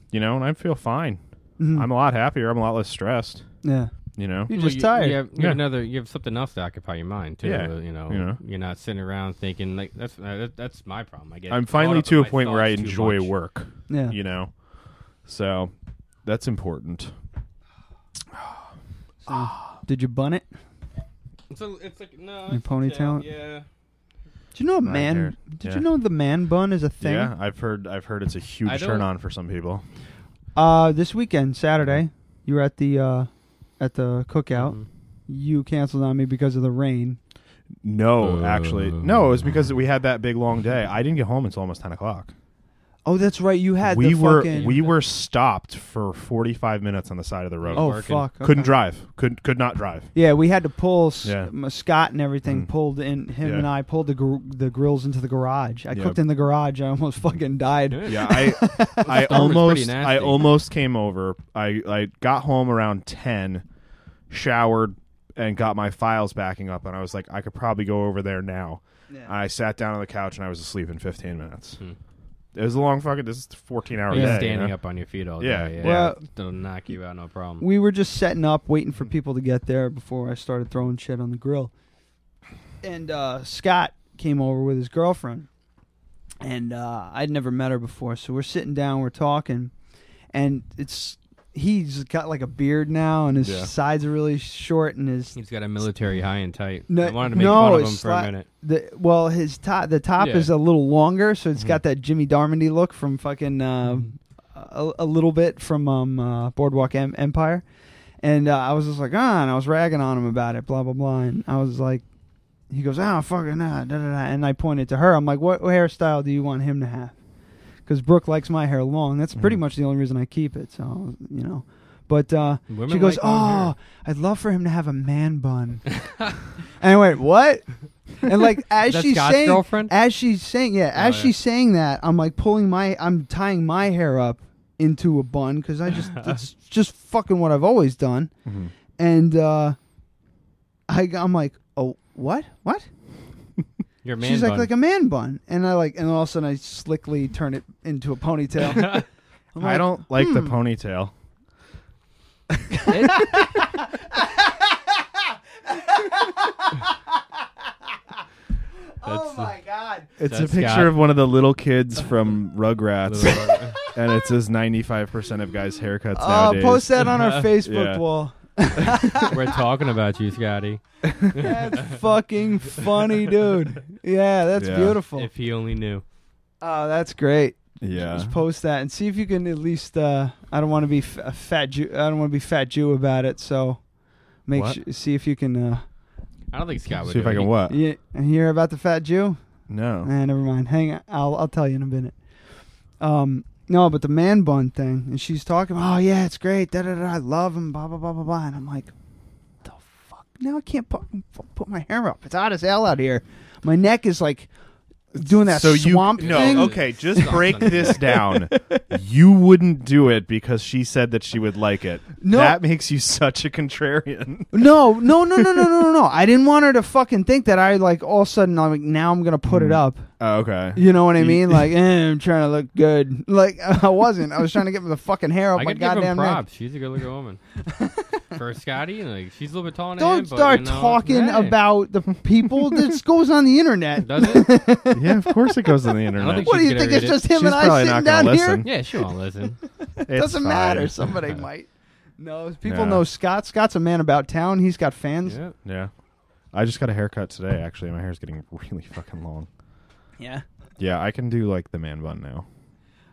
[SPEAKER 4] you know and i feel fine i'm a lot happier i'm a lot less stressed
[SPEAKER 3] Yeah.
[SPEAKER 4] you know
[SPEAKER 3] You're
[SPEAKER 8] Well,
[SPEAKER 3] just
[SPEAKER 8] you,
[SPEAKER 3] tired.
[SPEAKER 8] You have, you have
[SPEAKER 4] Yeah.
[SPEAKER 8] another. You have something else to occupy your mind too.
[SPEAKER 4] Yeah.
[SPEAKER 8] You know,
[SPEAKER 4] You know.
[SPEAKER 8] you're not sitting around thinking like that's uh, that, that's my problem. I get.
[SPEAKER 4] I'm
[SPEAKER 8] caught
[SPEAKER 4] finally
[SPEAKER 8] up in
[SPEAKER 4] to a
[SPEAKER 8] my
[SPEAKER 4] point where I
[SPEAKER 8] thoughts too
[SPEAKER 4] enjoy
[SPEAKER 8] much.
[SPEAKER 4] work,
[SPEAKER 3] Yeah.
[SPEAKER 4] you know. So that's important.
[SPEAKER 3] Did you bun it?
[SPEAKER 8] It's, a, it's like no
[SPEAKER 3] Your
[SPEAKER 8] it's like, yeah,
[SPEAKER 3] ponytail?
[SPEAKER 8] Yeah.
[SPEAKER 3] Do you know a
[SPEAKER 4] Right
[SPEAKER 3] man?
[SPEAKER 4] here.
[SPEAKER 3] Did
[SPEAKER 4] Yeah.
[SPEAKER 3] you know the man bun is a thing?
[SPEAKER 4] Yeah, I've heard I've heard it's a
[SPEAKER 8] I
[SPEAKER 4] huge
[SPEAKER 8] don't-
[SPEAKER 4] turn on for some people.
[SPEAKER 3] Uh, this weekend, Saturday, you were at the uh, at the cookout. You canceled on me because of the rain.
[SPEAKER 4] No, actually,
[SPEAKER 3] Uh.
[SPEAKER 4] no. It was because we had that big long day. I didn't get home until almost ten o'clock.
[SPEAKER 3] Oh, that's right. You had
[SPEAKER 4] we
[SPEAKER 3] the
[SPEAKER 4] were
[SPEAKER 3] fucking.
[SPEAKER 4] we were stopped for forty five minutes on the side of the road.
[SPEAKER 3] oh
[SPEAKER 8] working.
[SPEAKER 3] fuck! okay.
[SPEAKER 4] couldn't drive. Could could not drive.
[SPEAKER 3] Yeah, we had to pull S-
[SPEAKER 4] Yeah. Mm.
[SPEAKER 3] m- Scott and everything pulled in. Him
[SPEAKER 4] Yeah.
[SPEAKER 3] and I pulled the gr- the grills into the garage. I
[SPEAKER 4] Yeah.
[SPEAKER 3] cooked in the garage. I almost fucking died.
[SPEAKER 4] Yeah, I I
[SPEAKER 8] storm was
[SPEAKER 4] almost
[SPEAKER 8] pretty
[SPEAKER 4] I
[SPEAKER 8] nasty.
[SPEAKER 4] almost came over. I I got home around ten, showered, and got my files backing up, and I was like, I could probably go over there now. I sat down on the couch and I was asleep in fifteen minutes. It was a long fucking. This is a fourteen hour
[SPEAKER 8] Or you're
[SPEAKER 4] day.
[SPEAKER 8] Hmm. standing
[SPEAKER 4] you know?
[SPEAKER 8] up on your feet all day.
[SPEAKER 4] Yeah,
[SPEAKER 8] Yeah,
[SPEAKER 3] well-
[SPEAKER 8] they'll knock you out, no problem.
[SPEAKER 3] We were just setting up, waiting for people to get there before I started throwing shit on the grill. And uh, Scott came over with his girlfriend, and uh, I'd never met her before. So we're sitting down, we're talking, and it's he's got like a beard now, and his
[SPEAKER 4] Yeah.
[SPEAKER 3] sides are really short, and his
[SPEAKER 8] He's got a military high and tight.
[SPEAKER 3] No,
[SPEAKER 8] I wanted to make
[SPEAKER 3] no,
[SPEAKER 8] fun of him
[SPEAKER 3] it's
[SPEAKER 8] for
[SPEAKER 3] sli-
[SPEAKER 8] a minute.
[SPEAKER 3] The, well, his top, the top
[SPEAKER 8] Yeah. Mm-hmm.
[SPEAKER 3] is a little longer, so it's got that Jimmy Darmody look from fucking uh, a, a little bit from um, uh, Boardwalk em- Empire. And uh, I was just like, ah, and I was ragging on him about it, blah blah blah. And I was like, he goes, ah, fucking nah, da da da. And I pointed to her. I'm like, what hairstyle do you want him to have? Because Brooke likes my hair long. That's
[SPEAKER 8] Mm.
[SPEAKER 3] pretty much the only reason I keep it. So you know, but uh,
[SPEAKER 8] Women
[SPEAKER 3] she goes,
[SPEAKER 8] like long hair.
[SPEAKER 3] oh, I'd love for him to have a man bun. and I went, what? And like as
[SPEAKER 8] That's
[SPEAKER 3] she's
[SPEAKER 8] Scott's
[SPEAKER 3] saying,
[SPEAKER 8] girlfriend? Oh,
[SPEAKER 3] as she's saying, yeah, as
[SPEAKER 8] yeah.
[SPEAKER 3] she's saying that, I'm like pulling my, I'm tying my hair up into a bun because I just, it's just fucking what I've always done.
[SPEAKER 8] Mm-hmm.
[SPEAKER 3] And uh, I, I'm like, oh, what, what?
[SPEAKER 8] You're a man
[SPEAKER 3] she's
[SPEAKER 8] bun.
[SPEAKER 3] like, like a man bun, and I like, and all of a sudden I slickly turn it into a ponytail. Oh I'm
[SPEAKER 4] I
[SPEAKER 3] like,
[SPEAKER 4] don't like hmm. the ponytail.
[SPEAKER 3] Oh my god!
[SPEAKER 4] It's
[SPEAKER 8] That's
[SPEAKER 4] a picture
[SPEAKER 8] got-
[SPEAKER 4] of one of the little kids from Rugrats,
[SPEAKER 8] Little-
[SPEAKER 4] and it says ninety five percent of guys' haircuts
[SPEAKER 3] Uh,
[SPEAKER 4] nowadays.
[SPEAKER 3] post that on our Facebook
[SPEAKER 4] Yeah.
[SPEAKER 3] wall.
[SPEAKER 8] We're talking about you, Scotty.
[SPEAKER 3] That's fucking funny, dude. Yeah, that's
[SPEAKER 4] Yeah.
[SPEAKER 3] beautiful.
[SPEAKER 8] If he only knew.
[SPEAKER 3] Oh, that's great.
[SPEAKER 4] yeah,
[SPEAKER 3] Just post that and see if you can at least. Uh, I don't want to be f- a fat Jew. I don't want to be fat Jew about it. So make
[SPEAKER 4] What?
[SPEAKER 3] sure, see if you can. Uh,
[SPEAKER 8] I don't think Scott would
[SPEAKER 4] see if
[SPEAKER 8] do
[SPEAKER 4] I
[SPEAKER 8] it.
[SPEAKER 4] can what?
[SPEAKER 3] you, hear about the fat Jew?
[SPEAKER 4] No,
[SPEAKER 3] Eh, never mind. Hang. On. I'll I'll tell you in a minute. Um, no, but the man bun thing, and she's talking. Oh yeah, it's great. Da da da. I love him. Blah blah blah blah blah. And I'm like, the fuck. Now I can't put, put my hair up. It's hot as hell out here. My neck is like doing that
[SPEAKER 4] so
[SPEAKER 3] swamp
[SPEAKER 4] you no
[SPEAKER 3] thing.
[SPEAKER 4] okay just break this down you wouldn't do it because she said that she would like it
[SPEAKER 3] No.
[SPEAKER 4] that makes you such a contrarian
[SPEAKER 3] No, no, no, no, no, no, no, no. I didn't want her to fucking think that I like all of a sudden I'm like now I'm gonna put it
[SPEAKER 8] Mm.
[SPEAKER 3] up.
[SPEAKER 4] oh, okay
[SPEAKER 3] You know what I mean? Like eh, I'm trying to look good. Like I wasn't. I was trying to get the fucking hair up
[SPEAKER 8] I
[SPEAKER 3] Oh my
[SPEAKER 8] could give him
[SPEAKER 3] goddamn neck.
[SPEAKER 8] props. She's a good-looking woman. For Scotty, like she's a little bit taller than him.
[SPEAKER 3] Don't
[SPEAKER 8] but,
[SPEAKER 3] start
[SPEAKER 8] you know,
[SPEAKER 3] talking
[SPEAKER 8] hey.
[SPEAKER 3] about the people. this goes on the internet.
[SPEAKER 8] Does it?
[SPEAKER 4] yeah of course it goes on the internet
[SPEAKER 8] think
[SPEAKER 3] What do
[SPEAKER 8] She's
[SPEAKER 3] you
[SPEAKER 8] gonna
[SPEAKER 3] think? It's
[SPEAKER 8] read it.
[SPEAKER 3] just him
[SPEAKER 4] She's
[SPEAKER 3] and I
[SPEAKER 4] probably
[SPEAKER 3] sitting
[SPEAKER 4] not gonna
[SPEAKER 3] down
[SPEAKER 4] listen.
[SPEAKER 3] here.
[SPEAKER 8] Yeah, she won't listen.
[SPEAKER 4] it
[SPEAKER 3] Doesn't matter. Somebody might. No, people
[SPEAKER 4] Yeah.
[SPEAKER 3] know Scott. Scott's a man about town. He's got fans.
[SPEAKER 8] Yeah.
[SPEAKER 4] yeah i just got a haircut today actually my hair's getting really fucking long
[SPEAKER 3] Yeah.
[SPEAKER 4] yeah i can do like the man bun now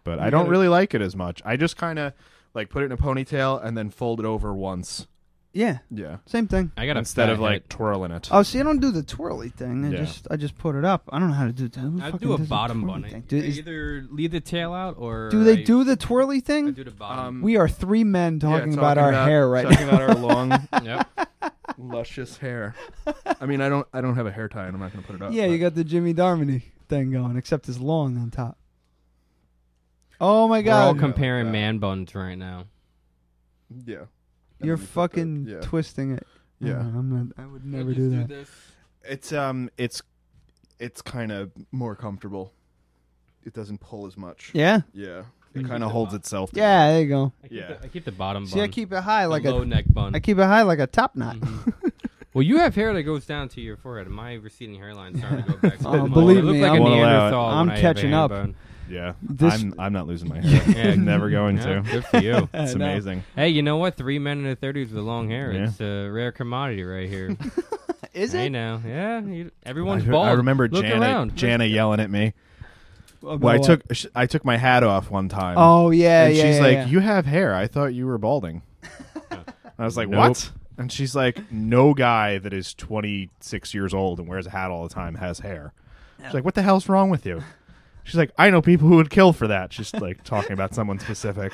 [SPEAKER 4] but i don't really like it as much i just kind of like put it in a ponytail and then fold it over once
[SPEAKER 3] Yeah.
[SPEAKER 4] yeah
[SPEAKER 3] Same thing.
[SPEAKER 8] I got a
[SPEAKER 4] instead
[SPEAKER 8] fat
[SPEAKER 4] of like
[SPEAKER 8] head.
[SPEAKER 4] twirling it
[SPEAKER 3] Oh, see, I don't do the twirly thing. I
[SPEAKER 4] Yeah.
[SPEAKER 3] just I just put it up. I don't know how to do that. Who
[SPEAKER 8] I
[SPEAKER 3] fucking
[SPEAKER 8] do a
[SPEAKER 3] does the
[SPEAKER 8] bottom
[SPEAKER 3] twirly
[SPEAKER 8] bun.
[SPEAKER 3] thing?
[SPEAKER 8] I
[SPEAKER 3] Do, is-
[SPEAKER 8] either leave the tail out or
[SPEAKER 3] do they
[SPEAKER 8] I-
[SPEAKER 3] do the twirly
[SPEAKER 8] I
[SPEAKER 3] thing?
[SPEAKER 8] do the bottom.
[SPEAKER 3] We are three men talking
[SPEAKER 4] Yeah,
[SPEAKER 3] about our hair right
[SPEAKER 4] talking about our long
[SPEAKER 8] yep.
[SPEAKER 4] luscious hair. I mean, I don't, I don't have a hair tie, and I'm not going to put it
[SPEAKER 3] now.
[SPEAKER 4] up.
[SPEAKER 3] Yeah, you got the Jimmy Darmody thing going, except it's long on top. Oh my
[SPEAKER 8] We're all
[SPEAKER 3] god,
[SPEAKER 8] comparing man buns right now.
[SPEAKER 4] yeah,
[SPEAKER 3] you're fucking
[SPEAKER 4] Yeah.
[SPEAKER 3] twisting it.
[SPEAKER 4] Yeah.
[SPEAKER 3] Uh, I'm not. I would never do that.
[SPEAKER 4] It's um, it's, it's kind of more comfortable. It doesn't pull as much.
[SPEAKER 3] Yeah,
[SPEAKER 4] yeah. It kind of holds itself.
[SPEAKER 3] yeah. There you go.
[SPEAKER 8] I keep,
[SPEAKER 4] Yeah.
[SPEAKER 8] the, I keep the bottom
[SPEAKER 3] See,
[SPEAKER 8] bun.
[SPEAKER 3] I keep it high
[SPEAKER 8] the
[SPEAKER 3] like
[SPEAKER 8] low
[SPEAKER 3] a.
[SPEAKER 8] neck bun.
[SPEAKER 3] I keep it high like a top knot.
[SPEAKER 8] Well, you have hair that goes down to your forehead. and My receding hairline starting to go back. to
[SPEAKER 3] Oh,
[SPEAKER 8] the bone.
[SPEAKER 3] believe
[SPEAKER 8] I look
[SPEAKER 3] me,
[SPEAKER 8] like
[SPEAKER 3] I'm-
[SPEAKER 8] a
[SPEAKER 4] Well, uh,
[SPEAKER 8] Neanderthal. when
[SPEAKER 3] I'm
[SPEAKER 8] I have a
[SPEAKER 3] catching
[SPEAKER 8] hand
[SPEAKER 3] up.
[SPEAKER 8] bun.
[SPEAKER 4] yeah.
[SPEAKER 3] This-
[SPEAKER 4] I'm, I'm not losing my hair.
[SPEAKER 8] Yeah.
[SPEAKER 4] I'm never going
[SPEAKER 8] Yeah,
[SPEAKER 4] to.
[SPEAKER 8] good for you.
[SPEAKER 4] It's
[SPEAKER 3] I know.
[SPEAKER 4] amazing.
[SPEAKER 8] hey, you know what? Three men in their thirties with long hair.
[SPEAKER 4] Yeah.
[SPEAKER 8] It's a rare commodity right here.
[SPEAKER 3] Is
[SPEAKER 8] hey
[SPEAKER 3] it?
[SPEAKER 8] now, yeah, you,
[SPEAKER 4] I,
[SPEAKER 8] everyone's
[SPEAKER 4] re-
[SPEAKER 8] bald.
[SPEAKER 4] I remember
[SPEAKER 8] Look
[SPEAKER 4] Jana,
[SPEAKER 8] around.
[SPEAKER 4] Jana yelling at me.
[SPEAKER 3] Well,
[SPEAKER 4] Well, I took, sh- I took my hat off one time.
[SPEAKER 3] Oh yeah,
[SPEAKER 4] and
[SPEAKER 3] yeah.
[SPEAKER 4] she's
[SPEAKER 3] yeah,
[SPEAKER 4] like,
[SPEAKER 3] yeah.
[SPEAKER 4] "You have hair. I thought you were balding." I was like,
[SPEAKER 8] Nope.
[SPEAKER 4] what? And she's like, no guy that is 26 years old and wears a hat all the time has hair. She's like, what the hell's wrong with you? She's like, I know people who would kill for that. She's like talking about someone specific.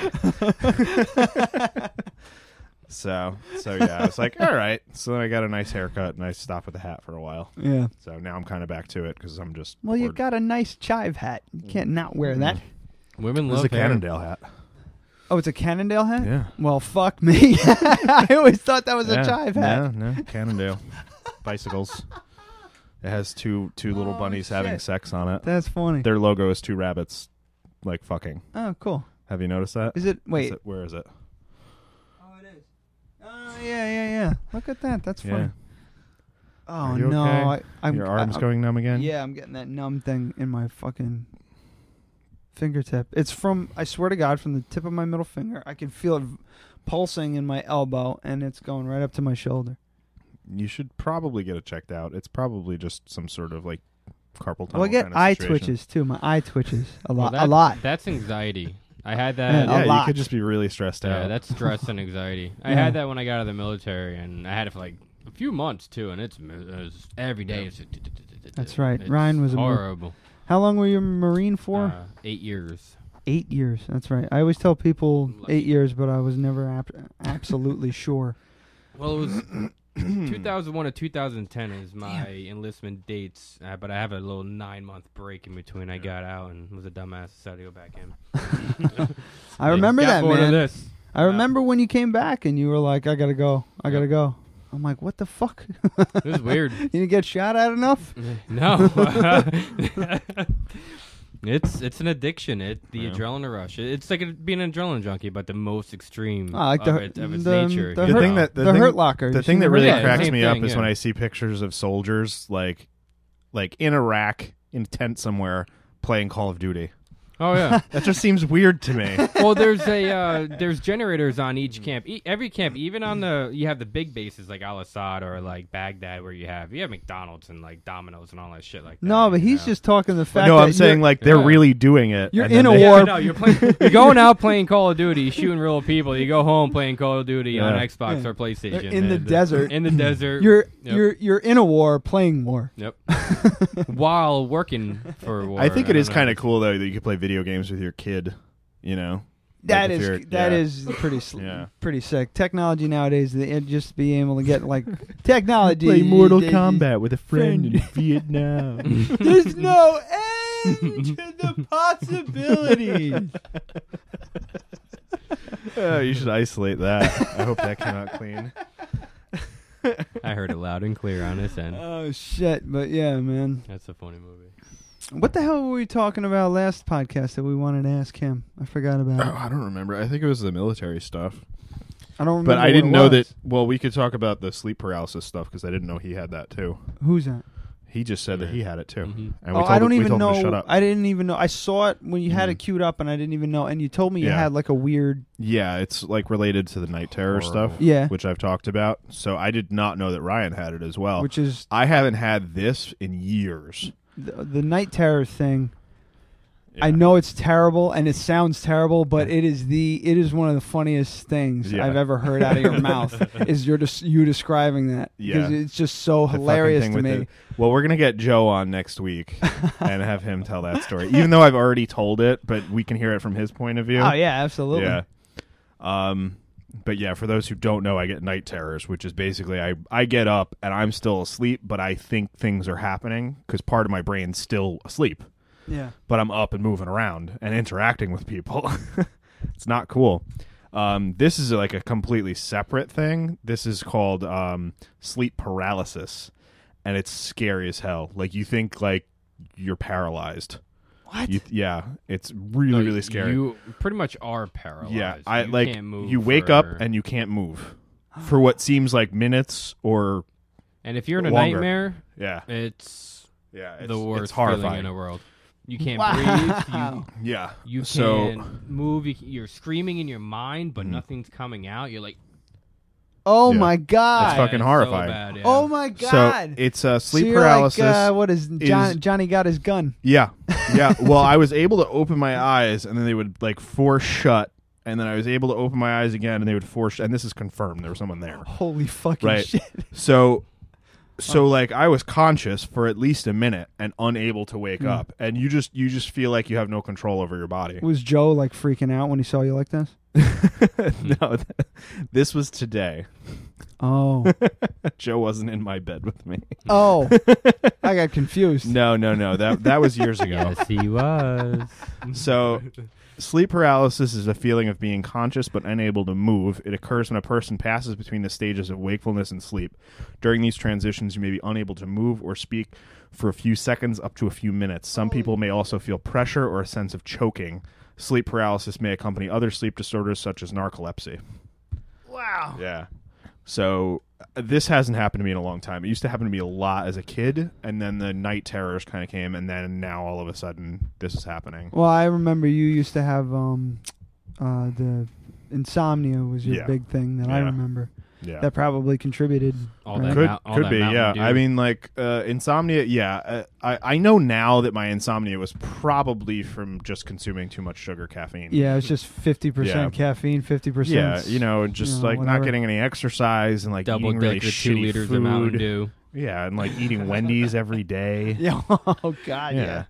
[SPEAKER 4] so, so yeah, I was like, all right. So then I got a nice haircut and I stopped with the hat for a while.
[SPEAKER 3] Yeah.
[SPEAKER 4] So now I'm kind of back to it because I'm just
[SPEAKER 3] Well, you
[SPEAKER 4] bored.
[SPEAKER 3] got a nice chive hat. You can't not wear
[SPEAKER 4] Mm-hmm.
[SPEAKER 3] that.
[SPEAKER 8] Women
[SPEAKER 4] this is
[SPEAKER 8] love
[SPEAKER 4] a
[SPEAKER 8] hair.
[SPEAKER 4] Cannondale hat.
[SPEAKER 3] Oh, it's a Cannondale hat?
[SPEAKER 4] Yeah.
[SPEAKER 3] Well, fuck me. I always thought that was a chive hat.
[SPEAKER 4] No, no, Cannondale bicycles. It has two two little
[SPEAKER 3] Oh,
[SPEAKER 4] bunnies having
[SPEAKER 3] shit.
[SPEAKER 4] sex on it.
[SPEAKER 3] That's funny.
[SPEAKER 4] Their logo is two rabbits, like fucking.
[SPEAKER 3] Oh, cool.
[SPEAKER 4] Have you noticed that?
[SPEAKER 3] Is it? Wait.
[SPEAKER 4] Is it- where is it?
[SPEAKER 3] Oh, it is. Oh, yeah, yeah, yeah. Look at that. That's
[SPEAKER 4] Yeah.
[SPEAKER 3] funny. Oh
[SPEAKER 4] Are you
[SPEAKER 3] no,
[SPEAKER 4] okay?
[SPEAKER 3] I, I'm
[SPEAKER 4] Your arm's
[SPEAKER 3] I-
[SPEAKER 4] going numb again.
[SPEAKER 3] Yeah, I'm getting that numb thing in my fucking fingertip. It's from I swear to God, from the tip of my middle finger. I can feel it v- pulsing in my elbow, and it's going right up to my shoulder.
[SPEAKER 4] You should probably get it checked out. It's probably just some sort of like carpal tunnel.
[SPEAKER 3] well, I get
[SPEAKER 4] kind of
[SPEAKER 3] eye
[SPEAKER 4] situation.
[SPEAKER 3] twitches too. My eye twitches a
[SPEAKER 8] Well,
[SPEAKER 3] lot, a
[SPEAKER 8] that-
[SPEAKER 3] lot.
[SPEAKER 8] That's anxiety. I had
[SPEAKER 4] Yeah,
[SPEAKER 8] that.
[SPEAKER 3] A
[SPEAKER 4] you
[SPEAKER 3] lot.
[SPEAKER 4] could just be really stressed out.
[SPEAKER 8] Yeah, that's stress and anxiety. I
[SPEAKER 3] Yeah.
[SPEAKER 8] had that when I got out of the military, and I had it for like a few months too. And it's, it's every day. It's,
[SPEAKER 3] That's right.
[SPEAKER 8] it's
[SPEAKER 3] Ryan was a mil-
[SPEAKER 8] horrible.
[SPEAKER 3] How long were you a Marine for?
[SPEAKER 8] Uh, eight years.
[SPEAKER 3] eight years. That's right. I always tell people
[SPEAKER 8] Lucky.
[SPEAKER 3] eight years, but I was never ab- absolutely sure.
[SPEAKER 8] Well, it was 2001 to 2010 is my enlistment dates, uh, but I have a little nine month break in between. I got out and was a dumbass, decided to go back in.
[SPEAKER 3] I remember
[SPEAKER 8] got
[SPEAKER 3] that
[SPEAKER 8] bored
[SPEAKER 3] man.
[SPEAKER 8] Of this.
[SPEAKER 3] I remember when you came back and you were like, "I gotta go. I gotta
[SPEAKER 8] Yep.
[SPEAKER 3] go." I'm like, "What the fuck?
[SPEAKER 8] It was weird.
[SPEAKER 3] you didn't get shot at enough?"
[SPEAKER 8] No, it's it's an addiction. It the
[SPEAKER 4] Yeah.
[SPEAKER 8] adrenaline rush. It- It's like a, being an adrenaline junkie, but the most extreme
[SPEAKER 3] I like
[SPEAKER 8] of,
[SPEAKER 3] the-
[SPEAKER 8] it, of its
[SPEAKER 3] the-
[SPEAKER 8] nature.
[SPEAKER 3] the
[SPEAKER 8] you
[SPEAKER 4] The
[SPEAKER 3] hurt-
[SPEAKER 4] thing
[SPEAKER 8] know?
[SPEAKER 4] that the
[SPEAKER 3] the
[SPEAKER 4] thing,
[SPEAKER 3] Hurt Locker.
[SPEAKER 4] The
[SPEAKER 3] You
[SPEAKER 4] thing
[SPEAKER 3] seen
[SPEAKER 4] that
[SPEAKER 3] the
[SPEAKER 4] really
[SPEAKER 8] Hurt Locker?
[SPEAKER 4] cracks
[SPEAKER 8] Same
[SPEAKER 4] me
[SPEAKER 8] thing,
[SPEAKER 4] up is
[SPEAKER 8] yeah.
[SPEAKER 4] when I see pictures of soldiers like like in Iraq in tent somewhere playing Call of Duty.
[SPEAKER 8] oh yeah.
[SPEAKER 4] That just seems weird to me.
[SPEAKER 8] well, there's a uh, there's generators on each camp. E- every camp, even on the you have the big bases like Al Assad or like Baghdad, where you have you have McDonald's and like Domino's and all that shit like that.
[SPEAKER 3] No, but
[SPEAKER 8] you
[SPEAKER 3] he's
[SPEAKER 8] know?
[SPEAKER 3] just talking the fact.
[SPEAKER 4] no,
[SPEAKER 3] that
[SPEAKER 4] I'm saying
[SPEAKER 3] you're-
[SPEAKER 4] like they're
[SPEAKER 8] Yeah.
[SPEAKER 4] really doing it.
[SPEAKER 3] You're
[SPEAKER 4] and then
[SPEAKER 3] in a
[SPEAKER 4] they-
[SPEAKER 8] Yeah,
[SPEAKER 3] war.
[SPEAKER 8] no, you're playing. You're going out playing Call of Duty, shooting real people. You go home playing Call of Duty on
[SPEAKER 4] Yeah.
[SPEAKER 8] Xbox or PlayStation
[SPEAKER 3] They're in the
[SPEAKER 8] and-
[SPEAKER 3] desert.
[SPEAKER 8] In the desert,
[SPEAKER 3] you're
[SPEAKER 8] Yep.
[SPEAKER 3] you're you're in a war, playing war.
[SPEAKER 8] Yep. While working for war.
[SPEAKER 4] I think it
[SPEAKER 8] don't
[SPEAKER 4] is
[SPEAKER 8] know.
[SPEAKER 4] kind of cool though that you can play video games with your kid. You know,
[SPEAKER 3] That
[SPEAKER 4] if
[SPEAKER 3] is
[SPEAKER 4] you're-
[SPEAKER 3] that
[SPEAKER 4] yeah.
[SPEAKER 3] is pretty sl-
[SPEAKER 4] Yeah.
[SPEAKER 3] pretty sick. Technology nowadays, the- it just being able to get like technology. they-
[SPEAKER 4] with a
[SPEAKER 8] Vietnam.
[SPEAKER 3] There's no end to the possibilities.
[SPEAKER 4] oh, you should isolate that. I hope that came out clean.
[SPEAKER 8] I heard it loud and clear on this end.
[SPEAKER 3] oh shit! But yeah, man.
[SPEAKER 8] That's a funny movie.
[SPEAKER 3] What the hell were we talking about last podcast that we wanted to ask him? I forgot about
[SPEAKER 4] Oh,
[SPEAKER 3] it.
[SPEAKER 4] I don't remember. I think it was the military stuff.
[SPEAKER 3] I don't remember.
[SPEAKER 4] But I
[SPEAKER 3] what
[SPEAKER 4] didn't
[SPEAKER 3] it
[SPEAKER 4] know
[SPEAKER 3] was.
[SPEAKER 4] that. Well, we could talk about the sleep paralysis stuff because I didn't know he had that too.
[SPEAKER 3] Who's that?
[SPEAKER 4] He just said that he had it too,
[SPEAKER 8] Mhm.
[SPEAKER 4] and we
[SPEAKER 3] Oh,
[SPEAKER 4] told
[SPEAKER 3] I don't
[SPEAKER 4] him, we
[SPEAKER 3] even
[SPEAKER 4] told him
[SPEAKER 3] know.
[SPEAKER 4] to shut up.
[SPEAKER 3] I didn't even know. I saw it when you had it
[SPEAKER 4] Mhm.
[SPEAKER 3] queued up, and I didn't even know. And you told me you
[SPEAKER 4] Yeah.
[SPEAKER 3] had like a weird.
[SPEAKER 4] yeah, it's like related to the night terror stuff,
[SPEAKER 8] Horrible.
[SPEAKER 3] Yeah.
[SPEAKER 4] which I've talked about. So I did not know that Ryan had it as well.
[SPEAKER 3] Which is
[SPEAKER 4] I haven't had this in years.
[SPEAKER 3] the, the night terror thing. I
[SPEAKER 4] Yeah.
[SPEAKER 3] know it's terrible and it sounds terrible, but it is the it is one of the funniest things
[SPEAKER 4] Yeah.
[SPEAKER 3] I've ever heard out of your mouth. Is your des- you describing that? 'Cause
[SPEAKER 4] Yeah.
[SPEAKER 3] it's just so
[SPEAKER 4] The fucking
[SPEAKER 3] hilarious
[SPEAKER 4] thing
[SPEAKER 3] to
[SPEAKER 4] with
[SPEAKER 3] me.
[SPEAKER 4] the- well, we're gonna get Joe on next week and have him tell that story, even though I've already told it, but we can hear it from his point of view.
[SPEAKER 3] Oh yeah, absolutely.
[SPEAKER 4] Yeah. Um, but yeah, for those who don't know, I get night terrors, which is basically I, I get up and I'm still asleep, but I think things are happening because part of my brain's still asleep,
[SPEAKER 3] Yeah.
[SPEAKER 4] but I'm up and moving around and interacting with people. it's not cool. Um, this is like a completely separate thing. This is called um, sleep paralysis, and it's scary as hell. Like you think like you're paralyzed.
[SPEAKER 3] What?
[SPEAKER 4] You, yeah, it's really really scary.
[SPEAKER 8] You pretty much are paralyzed.
[SPEAKER 4] Yeah, I
[SPEAKER 8] you
[SPEAKER 4] like
[SPEAKER 8] Can't move
[SPEAKER 4] you wake
[SPEAKER 8] for-
[SPEAKER 4] up and you can't move for what seems like minutes or
[SPEAKER 8] and if you're in a
[SPEAKER 4] longer.
[SPEAKER 8] nightmare,
[SPEAKER 4] yeah,
[SPEAKER 8] it's,
[SPEAKER 4] yeah, it's,
[SPEAKER 8] the worst
[SPEAKER 4] It's
[SPEAKER 8] feeling in
[SPEAKER 4] horrifying.
[SPEAKER 8] the world. You can't breathe.
[SPEAKER 3] Wow.
[SPEAKER 4] yeah,
[SPEAKER 8] You, you
[SPEAKER 4] so Mm.
[SPEAKER 8] can't move. You, c- you're screaming in your mind, but nothing's coming out. You're like,
[SPEAKER 3] Oh
[SPEAKER 4] Yeah.
[SPEAKER 3] my
[SPEAKER 4] That's
[SPEAKER 3] god.
[SPEAKER 4] fucking
[SPEAKER 8] "Yeah, it's so
[SPEAKER 4] horrifying."
[SPEAKER 8] bad," yeah.
[SPEAKER 3] Oh my
[SPEAKER 4] so
[SPEAKER 3] god.
[SPEAKER 4] it's uh,
[SPEAKER 3] So
[SPEAKER 4] sleep
[SPEAKER 3] you're like,
[SPEAKER 4] paralysis.
[SPEAKER 3] uh, what is, John,
[SPEAKER 4] is-
[SPEAKER 3] Johnny got his gun?
[SPEAKER 4] yeah, yeah. well, I was able to open my eyes and then they would like force shut, and then I was able to open my eyes again, and they would force. And this is confirmed. There was someone there.
[SPEAKER 3] Holy fucking
[SPEAKER 4] right.
[SPEAKER 3] shit.
[SPEAKER 4] So, so like I was conscious for at least a minute and unable to wake
[SPEAKER 3] Hmm.
[SPEAKER 4] up, and you just you just feel like you have no control over your body.
[SPEAKER 3] Was Joe like freaking out when he saw you like this?
[SPEAKER 4] no, this was today.
[SPEAKER 3] Oh.
[SPEAKER 4] Joe wasn't in my bed with me.
[SPEAKER 3] Oh. I got confused.
[SPEAKER 4] No, no, no. That that was years ago.
[SPEAKER 8] Yes, he was.
[SPEAKER 4] So, sleep paralysis is a feeling of being conscious but unable to move. It occurs when a person passes between the stages of wakefulness and sleep. During these transitions, you may be unable to move or speak for a few seconds up to a few minutes. Some people may also feel pressure or a sense of choking. Sleep paralysis may accompany other sleep disorders such as narcolepsy.
[SPEAKER 3] Wow.
[SPEAKER 4] Yeah. So uh, this hasn't happened to me in a long time. It used to happen to me a lot as a kid, and then the night terrors kind of came, and then now all of a sudden this is happening.
[SPEAKER 3] Well, I remember you used to have um, uh, the insomnia was your
[SPEAKER 4] Yeah.
[SPEAKER 3] big thing that I
[SPEAKER 4] Yeah.
[SPEAKER 3] remember.
[SPEAKER 4] Yeah.
[SPEAKER 3] That probably contributed.
[SPEAKER 8] All
[SPEAKER 3] right?
[SPEAKER 8] that
[SPEAKER 4] could
[SPEAKER 8] mou- all
[SPEAKER 4] could
[SPEAKER 8] that
[SPEAKER 4] be
[SPEAKER 8] Mountain
[SPEAKER 4] yeah
[SPEAKER 8] Dew.
[SPEAKER 4] i mean like uh insomnia yeah uh, i i know now that my insomnia was probably from just consuming too much sugar caffeine
[SPEAKER 3] Yeah, it's just fifty
[SPEAKER 4] Yeah.
[SPEAKER 3] percent caffeine, fifty percent.
[SPEAKER 4] yeah you know and just like not getting any exercise and like
[SPEAKER 8] double
[SPEAKER 4] eating
[SPEAKER 8] dick
[SPEAKER 4] really
[SPEAKER 8] with two
[SPEAKER 4] shitty
[SPEAKER 8] liters
[SPEAKER 4] food.
[SPEAKER 8] of Mountain Dew.
[SPEAKER 4] yeah and like eating wendy's every day
[SPEAKER 3] Yeah. Oh God. Yeah.
[SPEAKER 4] Yeah.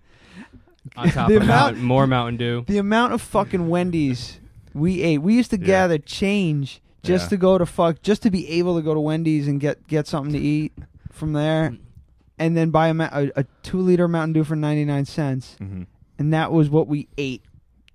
[SPEAKER 8] On top
[SPEAKER 3] The
[SPEAKER 8] of
[SPEAKER 3] amount-
[SPEAKER 8] Mountain- more Mountain Dew.
[SPEAKER 3] The amount of fucking Wendy's we ate. We used to
[SPEAKER 4] Yeah.
[SPEAKER 3] gather change just
[SPEAKER 4] Yeah.
[SPEAKER 3] to go to fuck, just to be able to go to Wendy's and get get something to eat from there,
[SPEAKER 4] Mm-hmm.
[SPEAKER 3] and then buy a, ma- a, a two liter Mountain Dew for ninety nine cents.
[SPEAKER 4] Mhm.
[SPEAKER 3] and that was what we ate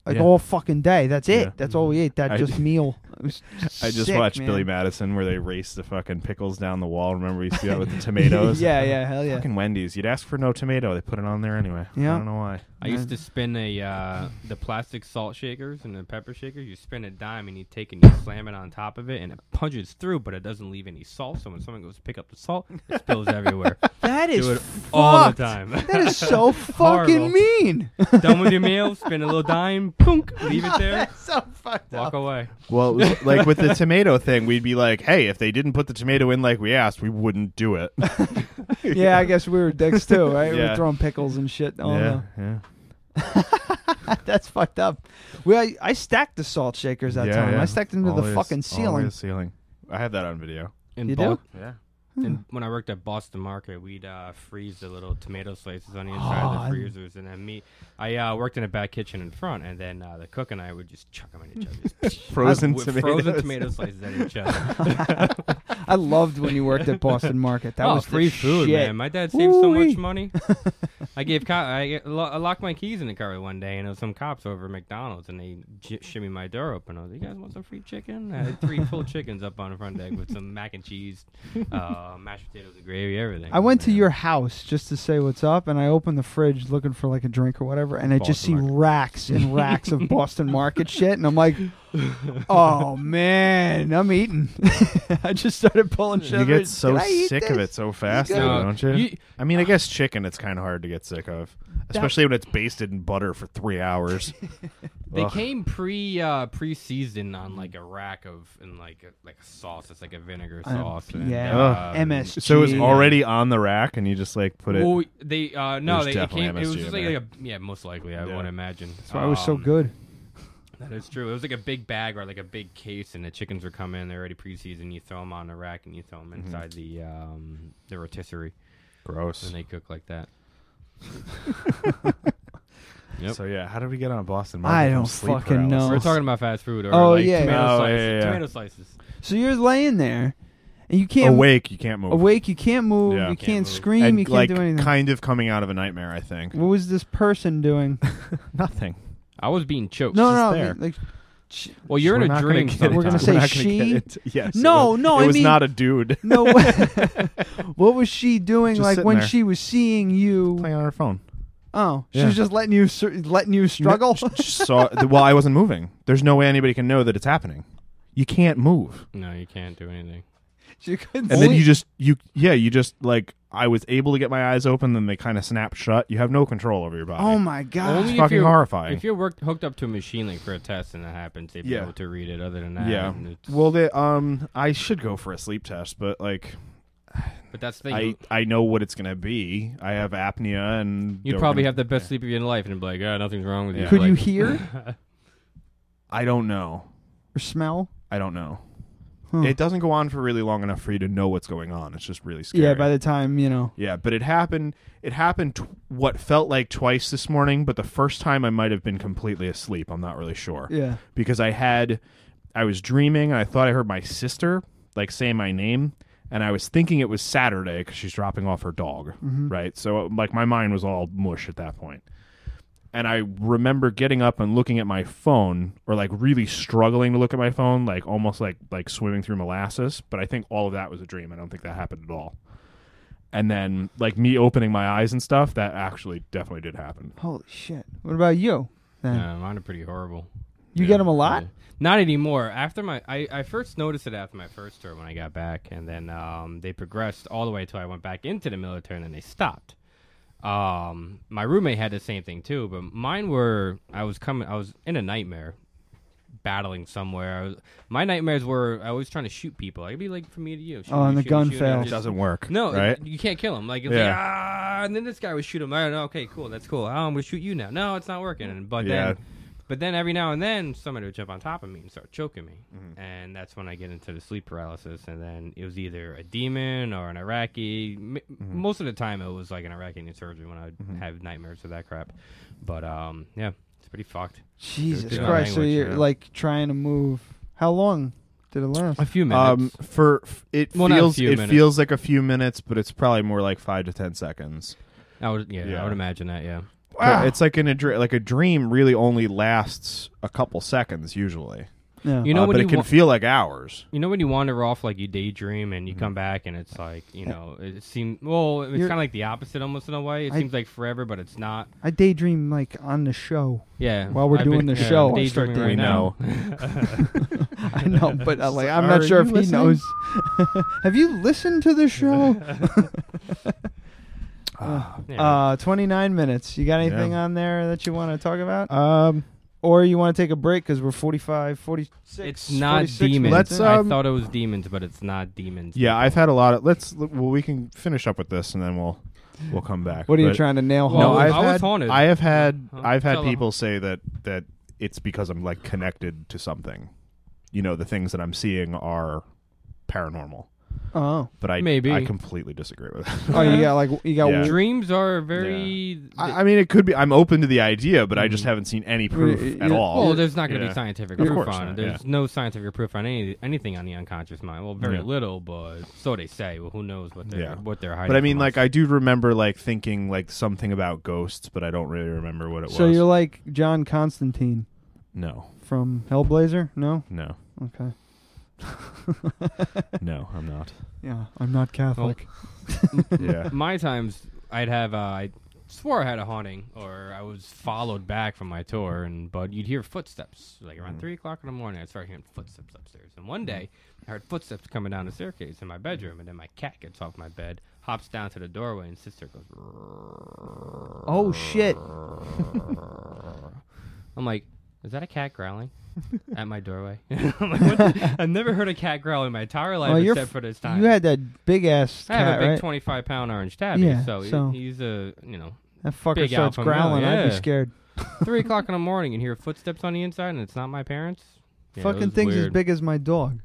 [SPEAKER 3] like
[SPEAKER 4] Yeah.
[SPEAKER 3] all fucking day. That's it.
[SPEAKER 4] Yeah. Mm-hmm.
[SPEAKER 3] That's all we ate. That
[SPEAKER 4] I-
[SPEAKER 3] just meal. It was
[SPEAKER 4] I just
[SPEAKER 3] sick,
[SPEAKER 4] watched
[SPEAKER 3] man.
[SPEAKER 4] Billy Madison where they race the fucking pickles down the wall. Remember we used to do that with the tomatoes?
[SPEAKER 3] yeah, yeah, hell yeah.
[SPEAKER 4] Fucking Wendy's. You'd ask for no tomato. They put it on there anyway.
[SPEAKER 3] Yeah.
[SPEAKER 4] I don't know why.
[SPEAKER 8] I used to spin a uh, the plastic salt shakers and the pepper shakers. You spin a dime and you take and you slam it on top of it, and it punches through, but it doesn't leave any salt. So when someone goes to pick up the salt, it spills everywhere.
[SPEAKER 3] That is
[SPEAKER 8] Do it all the
[SPEAKER 3] fucked.
[SPEAKER 8] time.
[SPEAKER 3] That is so
[SPEAKER 8] Horrible.
[SPEAKER 3] fucking mean.
[SPEAKER 8] Done with your meal, spin a little dime, punk, leave it there,
[SPEAKER 3] That's so fucked
[SPEAKER 8] walk
[SPEAKER 3] up.
[SPEAKER 8] away.
[SPEAKER 4] Well, it was like with the tomato thing, we'd be like, "Hey, if they didn't put the tomato in like we asked, we wouldn't do it."
[SPEAKER 3] Oh, Yeah, I guess we were dicks too, right? We were
[SPEAKER 4] Yeah.
[SPEAKER 3] throwing pickles and shit. Oh,
[SPEAKER 4] yeah,
[SPEAKER 3] no.
[SPEAKER 4] yeah.
[SPEAKER 3] That's fucked up. Well, I, I stacked the salt shakers that
[SPEAKER 4] yeah,
[SPEAKER 3] time.
[SPEAKER 4] yeah.
[SPEAKER 3] I stacked them to the
[SPEAKER 4] Always-
[SPEAKER 3] fucking ceiling.
[SPEAKER 4] always ceiling. I have that on video.
[SPEAKER 8] In
[SPEAKER 3] You do? Hmm.
[SPEAKER 8] bulk.
[SPEAKER 4] Yeah.
[SPEAKER 8] And when I worked at Boston Market, we'd uh, freeze the little tomato slices on the inside
[SPEAKER 3] Oh,
[SPEAKER 8] of
[SPEAKER 3] I-
[SPEAKER 8] the freezers, and then me, I uh, worked in a back kitchen in front, and then uh, the cook and I would just chuck them at each other, just
[SPEAKER 4] Frozen
[SPEAKER 8] with
[SPEAKER 4] tomatoes.
[SPEAKER 8] frozen tomato slices at each other.
[SPEAKER 3] I loved when you worked at Boston Market. That
[SPEAKER 8] oh,
[SPEAKER 3] was the
[SPEAKER 8] free food,
[SPEAKER 3] shit.
[SPEAKER 8] man. My dad saved so
[SPEAKER 3] Ooh-wee.
[SPEAKER 8] much money. I gave cop, I, lo- I locked my keys in the car one day, and it was some cops over at McDonald's, and they j- shimmy my door open. I was like, "You guys want some free chicken?" I had three full chickens up on the front deck with some mac and cheese, uh, mashed potatoes, and gravy, everything.
[SPEAKER 3] I went to
[SPEAKER 8] Man.
[SPEAKER 3] your house just to say what's up, and I opened the fridge looking for like a drink or whatever, and I just see
[SPEAKER 8] Boston Market.
[SPEAKER 3] racks and racks of Boston Market shit, and I'm like, oh man, I'm eating. I just started pulling shit.
[SPEAKER 4] You
[SPEAKER 3] over.
[SPEAKER 4] get so
[SPEAKER 3] Did I eat
[SPEAKER 4] sick of
[SPEAKER 3] this?
[SPEAKER 4] it so fast,
[SPEAKER 3] good.
[SPEAKER 4] though, don't you?
[SPEAKER 8] You-
[SPEAKER 4] I
[SPEAKER 3] Ah.
[SPEAKER 4] mean, I guess chicken. It's kind of hard to get sick of, especially when it's basted in butter for three hours.
[SPEAKER 8] They
[SPEAKER 4] Ugh.
[SPEAKER 8] came pre uh, pre seasoned on like a rack of and like a, like a sauce. It's like a vinegar
[SPEAKER 3] Um,
[SPEAKER 8] sauce. and,
[SPEAKER 3] yeah.
[SPEAKER 8] uh,
[SPEAKER 3] MSG.
[SPEAKER 4] So it's already on the rack, and you just like put it.
[SPEAKER 8] Well, they uh, no,
[SPEAKER 4] There's
[SPEAKER 8] they it
[SPEAKER 4] definitely
[SPEAKER 8] came. It was
[SPEAKER 4] MSG
[SPEAKER 8] just like,
[SPEAKER 4] in
[SPEAKER 8] a yeah, most likely. I
[SPEAKER 4] Yeah.
[SPEAKER 8] would imagine. Um, That's
[SPEAKER 3] That's why it was so
[SPEAKER 4] um,
[SPEAKER 3] good.
[SPEAKER 8] That is true. It was like a big bag or like a big case, and the chickens were coming. in. They're already pre-seasoned. You throw them on a rack, and you throw
[SPEAKER 4] Mm-hmm.
[SPEAKER 8] them inside the um, the rotisserie,
[SPEAKER 4] Gross.
[SPEAKER 8] and they cook like that. Yep.
[SPEAKER 4] So yeah, how did we get on Boston? Market
[SPEAKER 3] I
[SPEAKER 4] from
[SPEAKER 3] don't
[SPEAKER 4] sleep
[SPEAKER 3] fucking know.
[SPEAKER 4] paralysis?
[SPEAKER 8] We're talking about fast food or
[SPEAKER 3] Oh,
[SPEAKER 8] like
[SPEAKER 3] yeah.
[SPEAKER 8] tomato
[SPEAKER 4] Oh,
[SPEAKER 8] slices.
[SPEAKER 4] yeah, yeah, yeah.
[SPEAKER 8] Tomato slices.
[SPEAKER 3] So you're laying there, and you can't
[SPEAKER 4] awake. You can't move.
[SPEAKER 3] Awake, you can't move.
[SPEAKER 4] Yeah.
[SPEAKER 3] you
[SPEAKER 4] Can't
[SPEAKER 3] can't,
[SPEAKER 8] move.
[SPEAKER 3] scream.
[SPEAKER 4] and
[SPEAKER 3] you can't
[SPEAKER 4] like
[SPEAKER 3] do anything.
[SPEAKER 4] kind of coming out of a nightmare. I think
[SPEAKER 3] what was this person doing?
[SPEAKER 4] nothing.
[SPEAKER 8] I was being choked.
[SPEAKER 3] No, no,
[SPEAKER 4] there.
[SPEAKER 3] no. Like, sh-
[SPEAKER 8] Well, you're in
[SPEAKER 4] We're
[SPEAKER 8] a
[SPEAKER 4] not gonna
[SPEAKER 8] dream.
[SPEAKER 4] get
[SPEAKER 8] sometimes.
[SPEAKER 3] We're gonna
[SPEAKER 4] into-
[SPEAKER 3] say
[SPEAKER 4] not gonna
[SPEAKER 3] she?
[SPEAKER 4] get into- Yes. it
[SPEAKER 3] No,
[SPEAKER 4] was-
[SPEAKER 3] no,
[SPEAKER 4] It
[SPEAKER 3] I
[SPEAKER 4] was
[SPEAKER 3] mean-
[SPEAKER 4] not a dude
[SPEAKER 3] no. what was she doing?
[SPEAKER 4] Just
[SPEAKER 3] like
[SPEAKER 4] sitting
[SPEAKER 3] when
[SPEAKER 4] there.
[SPEAKER 3] she was seeing you?
[SPEAKER 4] playing on her phone.
[SPEAKER 3] Oh, she
[SPEAKER 4] Yeah.
[SPEAKER 3] was just letting you sur- letting you struggle.
[SPEAKER 4] No, she saw. th- Well, I wasn't moving. There's no way anybody can know that it's happening. You can't move,
[SPEAKER 8] No, you can't do anything.
[SPEAKER 3] she couldn't.
[SPEAKER 4] and then
[SPEAKER 3] sleep.
[SPEAKER 4] you just you yeah you just like I was able to get my eyes open, then they kind of snap shut. You have no control over your body.
[SPEAKER 3] oh my god!
[SPEAKER 8] Only if
[SPEAKER 4] Ah. fucking
[SPEAKER 8] you're-
[SPEAKER 4] horrifying.
[SPEAKER 8] If you're worked, hooked up to a machine like for a test and that happens, they'd be
[SPEAKER 4] Yeah.
[SPEAKER 8] able to read it. Other than that,
[SPEAKER 4] yeah.
[SPEAKER 8] and it's-
[SPEAKER 4] Well, they, um, I should go for a sleep test, but like
[SPEAKER 8] but that's the thing.
[SPEAKER 4] I I know what it's gonna be. I have apnea, and
[SPEAKER 8] You'd
[SPEAKER 4] they're
[SPEAKER 8] probably
[SPEAKER 4] gonna-
[SPEAKER 8] have the best sleep of your life, and it'd be like, "Ah, nothing's wrong with you."
[SPEAKER 4] Yeah.
[SPEAKER 3] Could you
[SPEAKER 8] Like,
[SPEAKER 3] hear?
[SPEAKER 4] I don't know.
[SPEAKER 3] or smell?
[SPEAKER 4] I don't know.
[SPEAKER 3] Huh.
[SPEAKER 4] It doesn't go on for really long enough for you to know what's going on. It's just really scary.
[SPEAKER 3] Yeah, by the time you know.
[SPEAKER 4] Yeah, but it happened. It happened tw- what felt like twice this morning, but the first time I might have been completely asleep. I'm not really sure.
[SPEAKER 3] Yeah.
[SPEAKER 4] because I had, I was dreaming and I thought I heard my sister like say my name, and I was thinking it was Saturday because she's dropping off her dog, right? So uh, like my mind was all mush at that point. And I remember getting up and looking at my phone, or like really struggling to look at my phone, like almost like like swimming through molasses. But I think all of that was a dream. I don't think that happened at all and then like me opening my eyes and stuff that actually definitely did happen
[SPEAKER 3] Holy shit! What about you? Then
[SPEAKER 8] Yeah, mine are pretty horrible.
[SPEAKER 3] you get 'em get them a lot.
[SPEAKER 8] Not anymore. After my, I, I first noticed it after my first tour when I got back, and then um, they progressed all the way till I went back into the military, and then they stopped. Um, my roommate had the same thing too, but mine were I was coming, I was in a nightmare, battling somewhere. I was, my nightmares were I was trying to shoot people. It'd be like from me to you. shoot
[SPEAKER 3] Oh, and
[SPEAKER 8] me,
[SPEAKER 3] the
[SPEAKER 8] shoot me,
[SPEAKER 3] gun
[SPEAKER 8] shoot me,
[SPEAKER 3] fails.
[SPEAKER 8] just-
[SPEAKER 4] doesn't work
[SPEAKER 8] no,
[SPEAKER 4] right
[SPEAKER 8] you can't kill him. Like, it's
[SPEAKER 4] Yeah.
[SPEAKER 8] like ah, and then this guy would shoot him. I don't know. Okay, cool. That's cool. Oh, I'm gonna shoot you now. No, it's not working. And- But
[SPEAKER 4] Yeah.
[SPEAKER 8] then, but then every now and then somebody would jump on top of me and start choking me,
[SPEAKER 4] Mm-hmm.
[SPEAKER 8] and that's when I get into the sleep paralysis. And then it was either a demon or an Iraqi. M-
[SPEAKER 4] Mm-hmm.
[SPEAKER 8] Most of the time, it was like an Iraqi insurgent when I would have nightmares of that crap. But um, yeah, it's pretty fucked.
[SPEAKER 3] Jesus
[SPEAKER 8] Yeah.
[SPEAKER 3] Christ! so
[SPEAKER 8] Language,
[SPEAKER 3] you're
[SPEAKER 8] yeah.
[SPEAKER 3] like trying to move. How long did it last?
[SPEAKER 8] A few minutes.
[SPEAKER 4] um for f- it
[SPEAKER 8] Well, not a
[SPEAKER 4] feels
[SPEAKER 8] few
[SPEAKER 4] it
[SPEAKER 8] minutes.
[SPEAKER 4] feels like a few minutes but it's probably more like five to ten seconds
[SPEAKER 8] I would, yeah,
[SPEAKER 4] yeah.
[SPEAKER 8] I would imagine that. Yeah.
[SPEAKER 4] it's like in a dr- like a dream really only lasts a couple seconds usually
[SPEAKER 3] Yeah.
[SPEAKER 8] You know
[SPEAKER 4] Uh,
[SPEAKER 8] when
[SPEAKER 4] but
[SPEAKER 8] you
[SPEAKER 4] it can
[SPEAKER 8] wa-
[SPEAKER 4] feel like hours
[SPEAKER 8] You know when you wander off like you daydream and you
[SPEAKER 4] Mm-hmm.
[SPEAKER 8] come back and it's like you know it seems well it's
[SPEAKER 3] You're-
[SPEAKER 8] kind of like the opposite almost in a way it
[SPEAKER 3] I-
[SPEAKER 8] seems like forever but it's not
[SPEAKER 3] I daydream like on the show.
[SPEAKER 8] yeah
[SPEAKER 3] While we're
[SPEAKER 8] I've been-
[SPEAKER 3] doing the
[SPEAKER 8] yeah,
[SPEAKER 3] show,
[SPEAKER 8] I'm
[SPEAKER 3] I start
[SPEAKER 4] we
[SPEAKER 8] daydreaming right
[SPEAKER 4] know
[SPEAKER 3] I know, but uh, like I'm
[SPEAKER 4] Are
[SPEAKER 3] not sure if
[SPEAKER 4] you
[SPEAKER 3] he
[SPEAKER 4] listening?
[SPEAKER 3] knows. Have you listened to the show?
[SPEAKER 8] Yeah.
[SPEAKER 3] Uh, 29 minutes. You got anything on there that you want to talk about?
[SPEAKER 4] um
[SPEAKER 3] or you want to take a break because we're 45, 46.
[SPEAKER 8] it's not
[SPEAKER 3] 46 minutes
[SPEAKER 8] demons
[SPEAKER 4] Let's,
[SPEAKER 3] in.
[SPEAKER 8] I
[SPEAKER 4] um,
[SPEAKER 8] thought it was demons but it's not demons
[SPEAKER 4] yeah i've had a lot of let's well we can finish up with this and then we'll we'll come back
[SPEAKER 3] what are you
[SPEAKER 4] But-
[SPEAKER 3] trying to nail home?
[SPEAKER 8] Well,
[SPEAKER 4] No,
[SPEAKER 8] I
[SPEAKER 4] I've
[SPEAKER 8] was
[SPEAKER 4] had,
[SPEAKER 8] haunted.
[SPEAKER 4] I have had
[SPEAKER 8] Huh?
[SPEAKER 4] I've had
[SPEAKER 8] Tell 'em.
[SPEAKER 4] people say that that it's because I'm like connected to something. You know, the things that I'm seeing are paranormal.
[SPEAKER 3] oh,
[SPEAKER 4] But I
[SPEAKER 8] Maybe.
[SPEAKER 4] I completely disagree with that.
[SPEAKER 3] oh, you got like you got
[SPEAKER 4] Yeah.
[SPEAKER 8] dreams are very
[SPEAKER 4] I, I mean, it could be. I'm open to the idea, but I
[SPEAKER 8] Mm-hmm.
[SPEAKER 4] just haven't seen any proof
[SPEAKER 3] Uh,
[SPEAKER 4] at
[SPEAKER 3] yeah.
[SPEAKER 4] all.
[SPEAKER 8] well there's not going to
[SPEAKER 4] Yeah.
[SPEAKER 8] be scientific
[SPEAKER 4] Of
[SPEAKER 8] proof
[SPEAKER 4] course
[SPEAKER 8] on it
[SPEAKER 4] not,
[SPEAKER 8] there's no scientific proof on any anything on the unconscious mind well very
[SPEAKER 4] Yeah.
[SPEAKER 8] little but so they say well who knows what they're
[SPEAKER 4] Yeah.
[SPEAKER 8] what they're hiding
[SPEAKER 4] But I mean,
[SPEAKER 8] from
[SPEAKER 4] like,
[SPEAKER 8] us.
[SPEAKER 4] I do remember like thinking like something about ghosts, but I don't really remember what it
[SPEAKER 3] So
[SPEAKER 4] was.
[SPEAKER 3] you're like John Constantine
[SPEAKER 4] no,
[SPEAKER 3] from Hellblazer? No,
[SPEAKER 4] no,
[SPEAKER 3] okay.
[SPEAKER 4] no, I'm not.
[SPEAKER 3] Yeah, I'm not Catholic.
[SPEAKER 4] yeah,
[SPEAKER 8] my times I'd have uh, I swore I had a haunting or I was followed back from my tour and but you'd hear footsteps like
[SPEAKER 3] Mm.
[SPEAKER 8] around three o'clock in the morning I'd start hearing footsteps upstairs and one day I heard footsteps coming down the staircase in my bedroom and then my cat gets off my bed hops down to the doorway and sits there and goes
[SPEAKER 3] Oh shit!
[SPEAKER 8] I'm like is that a cat growling at my doorway I'm like, what the- I've never heard a cat growl in my entire life
[SPEAKER 3] Well, you're
[SPEAKER 8] except
[SPEAKER 3] f-
[SPEAKER 8] for this time
[SPEAKER 3] You had that big ass
[SPEAKER 8] I have
[SPEAKER 3] cat,
[SPEAKER 8] a big
[SPEAKER 3] right?
[SPEAKER 8] 25 pound orange tabby,
[SPEAKER 3] Yeah,
[SPEAKER 8] so, he-
[SPEAKER 3] so-
[SPEAKER 8] he's a, you know,
[SPEAKER 3] that fucker
[SPEAKER 8] big
[SPEAKER 3] starts
[SPEAKER 8] alpha male,
[SPEAKER 3] growling. I'd be
[SPEAKER 8] yeah.
[SPEAKER 3] scared.
[SPEAKER 8] 3 o'clock in the morning and hear footsteps on the inside and it's not my parents. Yeah, it
[SPEAKER 3] Fucking
[SPEAKER 8] was
[SPEAKER 3] things as
[SPEAKER 8] weird.
[SPEAKER 3] big as my dog,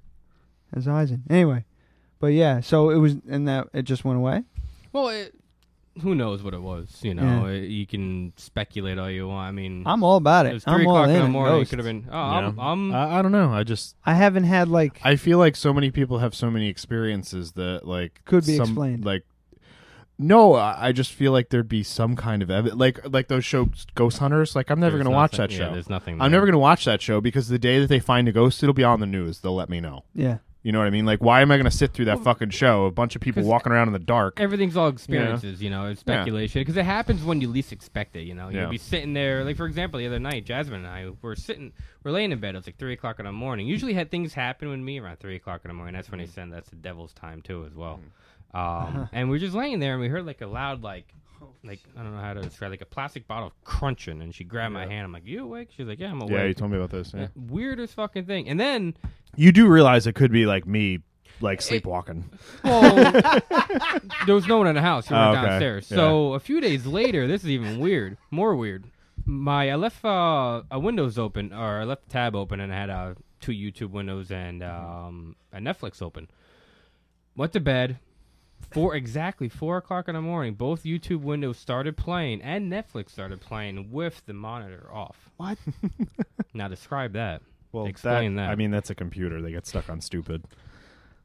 [SPEAKER 3] as Eisen. Anyway, but yeah, so it was, and that it just went away.
[SPEAKER 8] Well, it, who knows what it was, you know? It- you can speculate all you want. I mean,
[SPEAKER 3] I'm all about it.
[SPEAKER 8] it was 3
[SPEAKER 3] I'm all
[SPEAKER 8] o'clock
[SPEAKER 3] in.
[SPEAKER 8] in the
[SPEAKER 3] on
[SPEAKER 8] morning. It
[SPEAKER 3] ghosts.
[SPEAKER 8] could have been, oh, I'm, I'm
[SPEAKER 4] I, I don't know. I just
[SPEAKER 3] I haven't had like
[SPEAKER 4] I feel like so many people have so many experiences that like
[SPEAKER 3] Could be
[SPEAKER 4] some-
[SPEAKER 3] explained.
[SPEAKER 4] Like, no, I I just feel like there'd be some kind of evi- like like those shows, Ghost Hunters. Like, I'm never
[SPEAKER 8] there's
[SPEAKER 4] gonna watch
[SPEAKER 8] nothing-
[SPEAKER 4] that
[SPEAKER 8] yeah,
[SPEAKER 4] show.
[SPEAKER 8] there's nothing.
[SPEAKER 4] I'm
[SPEAKER 8] there.
[SPEAKER 4] never gonna watch that show because the day that they find a ghost, it'll be on the news. They'll let me know.
[SPEAKER 3] yeah.
[SPEAKER 4] You know what I mean? Like, why am I gonna sit through that fucking show? A bunch of people
[SPEAKER 8] 'Cause-
[SPEAKER 4] walking around in the dark.
[SPEAKER 8] Everything's all experiences, you know, it's speculation. Because it happens when you least expect it, you know.
[SPEAKER 4] Yeah.
[SPEAKER 8] You'll be sitting there, like, for example, the other night, Jasmine and I were sitting, we're laying in bed. It was like 3 o'clock in the morning. Usually had things happen with me around 3 o'clock in the morning. That's when
[SPEAKER 4] Mm.
[SPEAKER 8] they send that's the devil's time, too, as well. Um, and we're just laying there, and we heard, like, a loud, like,
[SPEAKER 4] Oh,
[SPEAKER 8] like I don't know how to describe, like a plastic bottle crunching. And she grabbed my hand. I'm like, you awake? She's like, yeah, I'm awake.
[SPEAKER 4] Yeah, you told me about this. Yeah.
[SPEAKER 8] Weirdest fucking thing. And then
[SPEAKER 4] You do realize it could be like me, like sleepwalking.
[SPEAKER 8] Well, there was no one in the house. We were
[SPEAKER 4] Oh, okay.
[SPEAKER 8] downstairs.
[SPEAKER 4] Yeah.
[SPEAKER 8] So a few days later, this is even weird, more weird. My I left uh, a windows open, or I left the tab open, and I had a two YouTube windows and um, a Netflix open. Went to bed. Four exactly four o'clock in the morning. Both YouTube windows started playing and Netflix started playing with the monitor off.
[SPEAKER 3] What?
[SPEAKER 8] now describe that.
[SPEAKER 4] Well,
[SPEAKER 8] explain that.
[SPEAKER 4] I mean, that's a computer. They get stuck on stupid.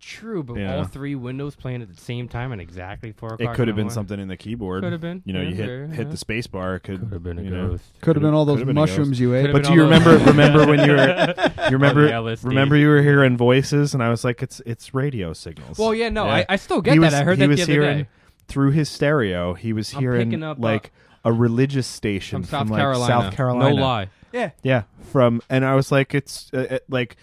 [SPEAKER 8] True, but
[SPEAKER 4] Yeah.
[SPEAKER 8] all three windows playing at the same time and exactly four o'clock.
[SPEAKER 4] It could have
[SPEAKER 8] in the
[SPEAKER 4] been
[SPEAKER 8] morning.
[SPEAKER 4] something in the keyboard.
[SPEAKER 8] Could have been.
[SPEAKER 4] You know, you
[SPEAKER 8] Yeah,
[SPEAKER 4] hit
[SPEAKER 8] fair,
[SPEAKER 4] hit
[SPEAKER 8] yeah.
[SPEAKER 4] the space bar. Could have
[SPEAKER 8] been a
[SPEAKER 4] you know,
[SPEAKER 8] ghost.
[SPEAKER 3] Could have been all
[SPEAKER 4] could
[SPEAKER 3] those
[SPEAKER 4] have been a
[SPEAKER 3] mushrooms
[SPEAKER 4] ghost.
[SPEAKER 3] you ate.
[SPEAKER 8] Could
[SPEAKER 4] But
[SPEAKER 8] have
[SPEAKER 4] do
[SPEAKER 8] been
[SPEAKER 4] you
[SPEAKER 8] all
[SPEAKER 4] remember?
[SPEAKER 8] those-
[SPEAKER 4] Remember when you were?
[SPEAKER 8] On
[SPEAKER 4] You remember?
[SPEAKER 8] the LSD.
[SPEAKER 4] Remember you were hearing voices, and I was like, "It's it's radio signals."
[SPEAKER 8] Well, yeah, no, I, I still get
[SPEAKER 4] he
[SPEAKER 8] that.
[SPEAKER 4] was,
[SPEAKER 8] I heard
[SPEAKER 4] he
[SPEAKER 8] that
[SPEAKER 4] was
[SPEAKER 8] the other
[SPEAKER 4] hearing,
[SPEAKER 8] day.
[SPEAKER 4] Through his stereo, he was
[SPEAKER 8] I'm
[SPEAKER 4] hearing
[SPEAKER 8] picking up, uh,
[SPEAKER 4] like a religious station
[SPEAKER 8] From South
[SPEAKER 4] like,
[SPEAKER 8] Carolina.
[SPEAKER 4] South Carolina.
[SPEAKER 8] No lie.
[SPEAKER 3] Yeah.
[SPEAKER 4] Yeah, from and I was like, it's uh, uh, like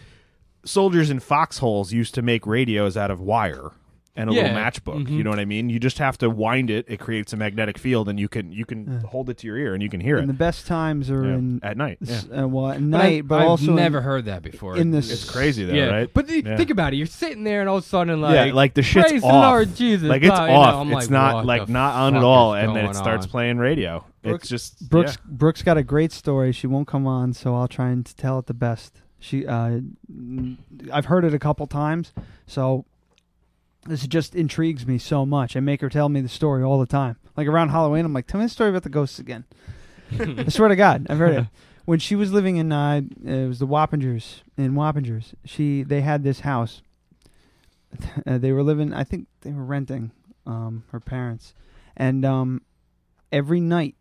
[SPEAKER 4] soldiers in foxholes used to make radios out of wire and a little
[SPEAKER 8] Yeah.
[SPEAKER 4] matchbook.
[SPEAKER 8] Mhm.
[SPEAKER 4] You know what I mean? You just have to wind it; it creates a magnetic field, and you can you can hold it to your ear and you can hear it
[SPEAKER 3] And the best times are
[SPEAKER 4] Yeah,
[SPEAKER 3] in
[SPEAKER 4] at night. Yeah.
[SPEAKER 3] s- uh, well, at
[SPEAKER 8] But I-
[SPEAKER 3] night, but
[SPEAKER 8] I've
[SPEAKER 3] also in-
[SPEAKER 8] never heard that before.
[SPEAKER 3] in the
[SPEAKER 4] It's crazy though,
[SPEAKER 8] yeah,
[SPEAKER 4] right?
[SPEAKER 8] but the,
[SPEAKER 4] Yeah.
[SPEAKER 8] think about it. You're sitting there, and all of a sudden, like,
[SPEAKER 4] yeah, like the shit's
[SPEAKER 8] praise
[SPEAKER 4] off.
[SPEAKER 8] the Lord Jesus,
[SPEAKER 4] like it's
[SPEAKER 8] blah, you know,
[SPEAKER 4] off.
[SPEAKER 8] I'm
[SPEAKER 4] it's
[SPEAKER 8] like,
[SPEAKER 4] not
[SPEAKER 8] what
[SPEAKER 4] like
[SPEAKER 8] the
[SPEAKER 4] not on
[SPEAKER 8] fuck
[SPEAKER 4] at
[SPEAKER 8] is
[SPEAKER 4] all, and then
[SPEAKER 8] going
[SPEAKER 4] it starts
[SPEAKER 8] on?
[SPEAKER 4] playing radio.
[SPEAKER 3] Brooks-
[SPEAKER 4] it's just
[SPEAKER 3] Brooks
[SPEAKER 4] yeah.
[SPEAKER 3] Brooks got a great story. She won't come on, so I'll try and tell it the best. She uh, n- I've heard it a couple times, so this just intrigues me so much. I make her tell me the story all the time. Like around Halloween, I'm like, tell me the story about the ghosts again. I swear to God, I've heard it. When she was living in uh, it was the Wappingers in Wappingers. She they had this house. Uh, they were living. I think they were renting. Um, her parents, and um, every night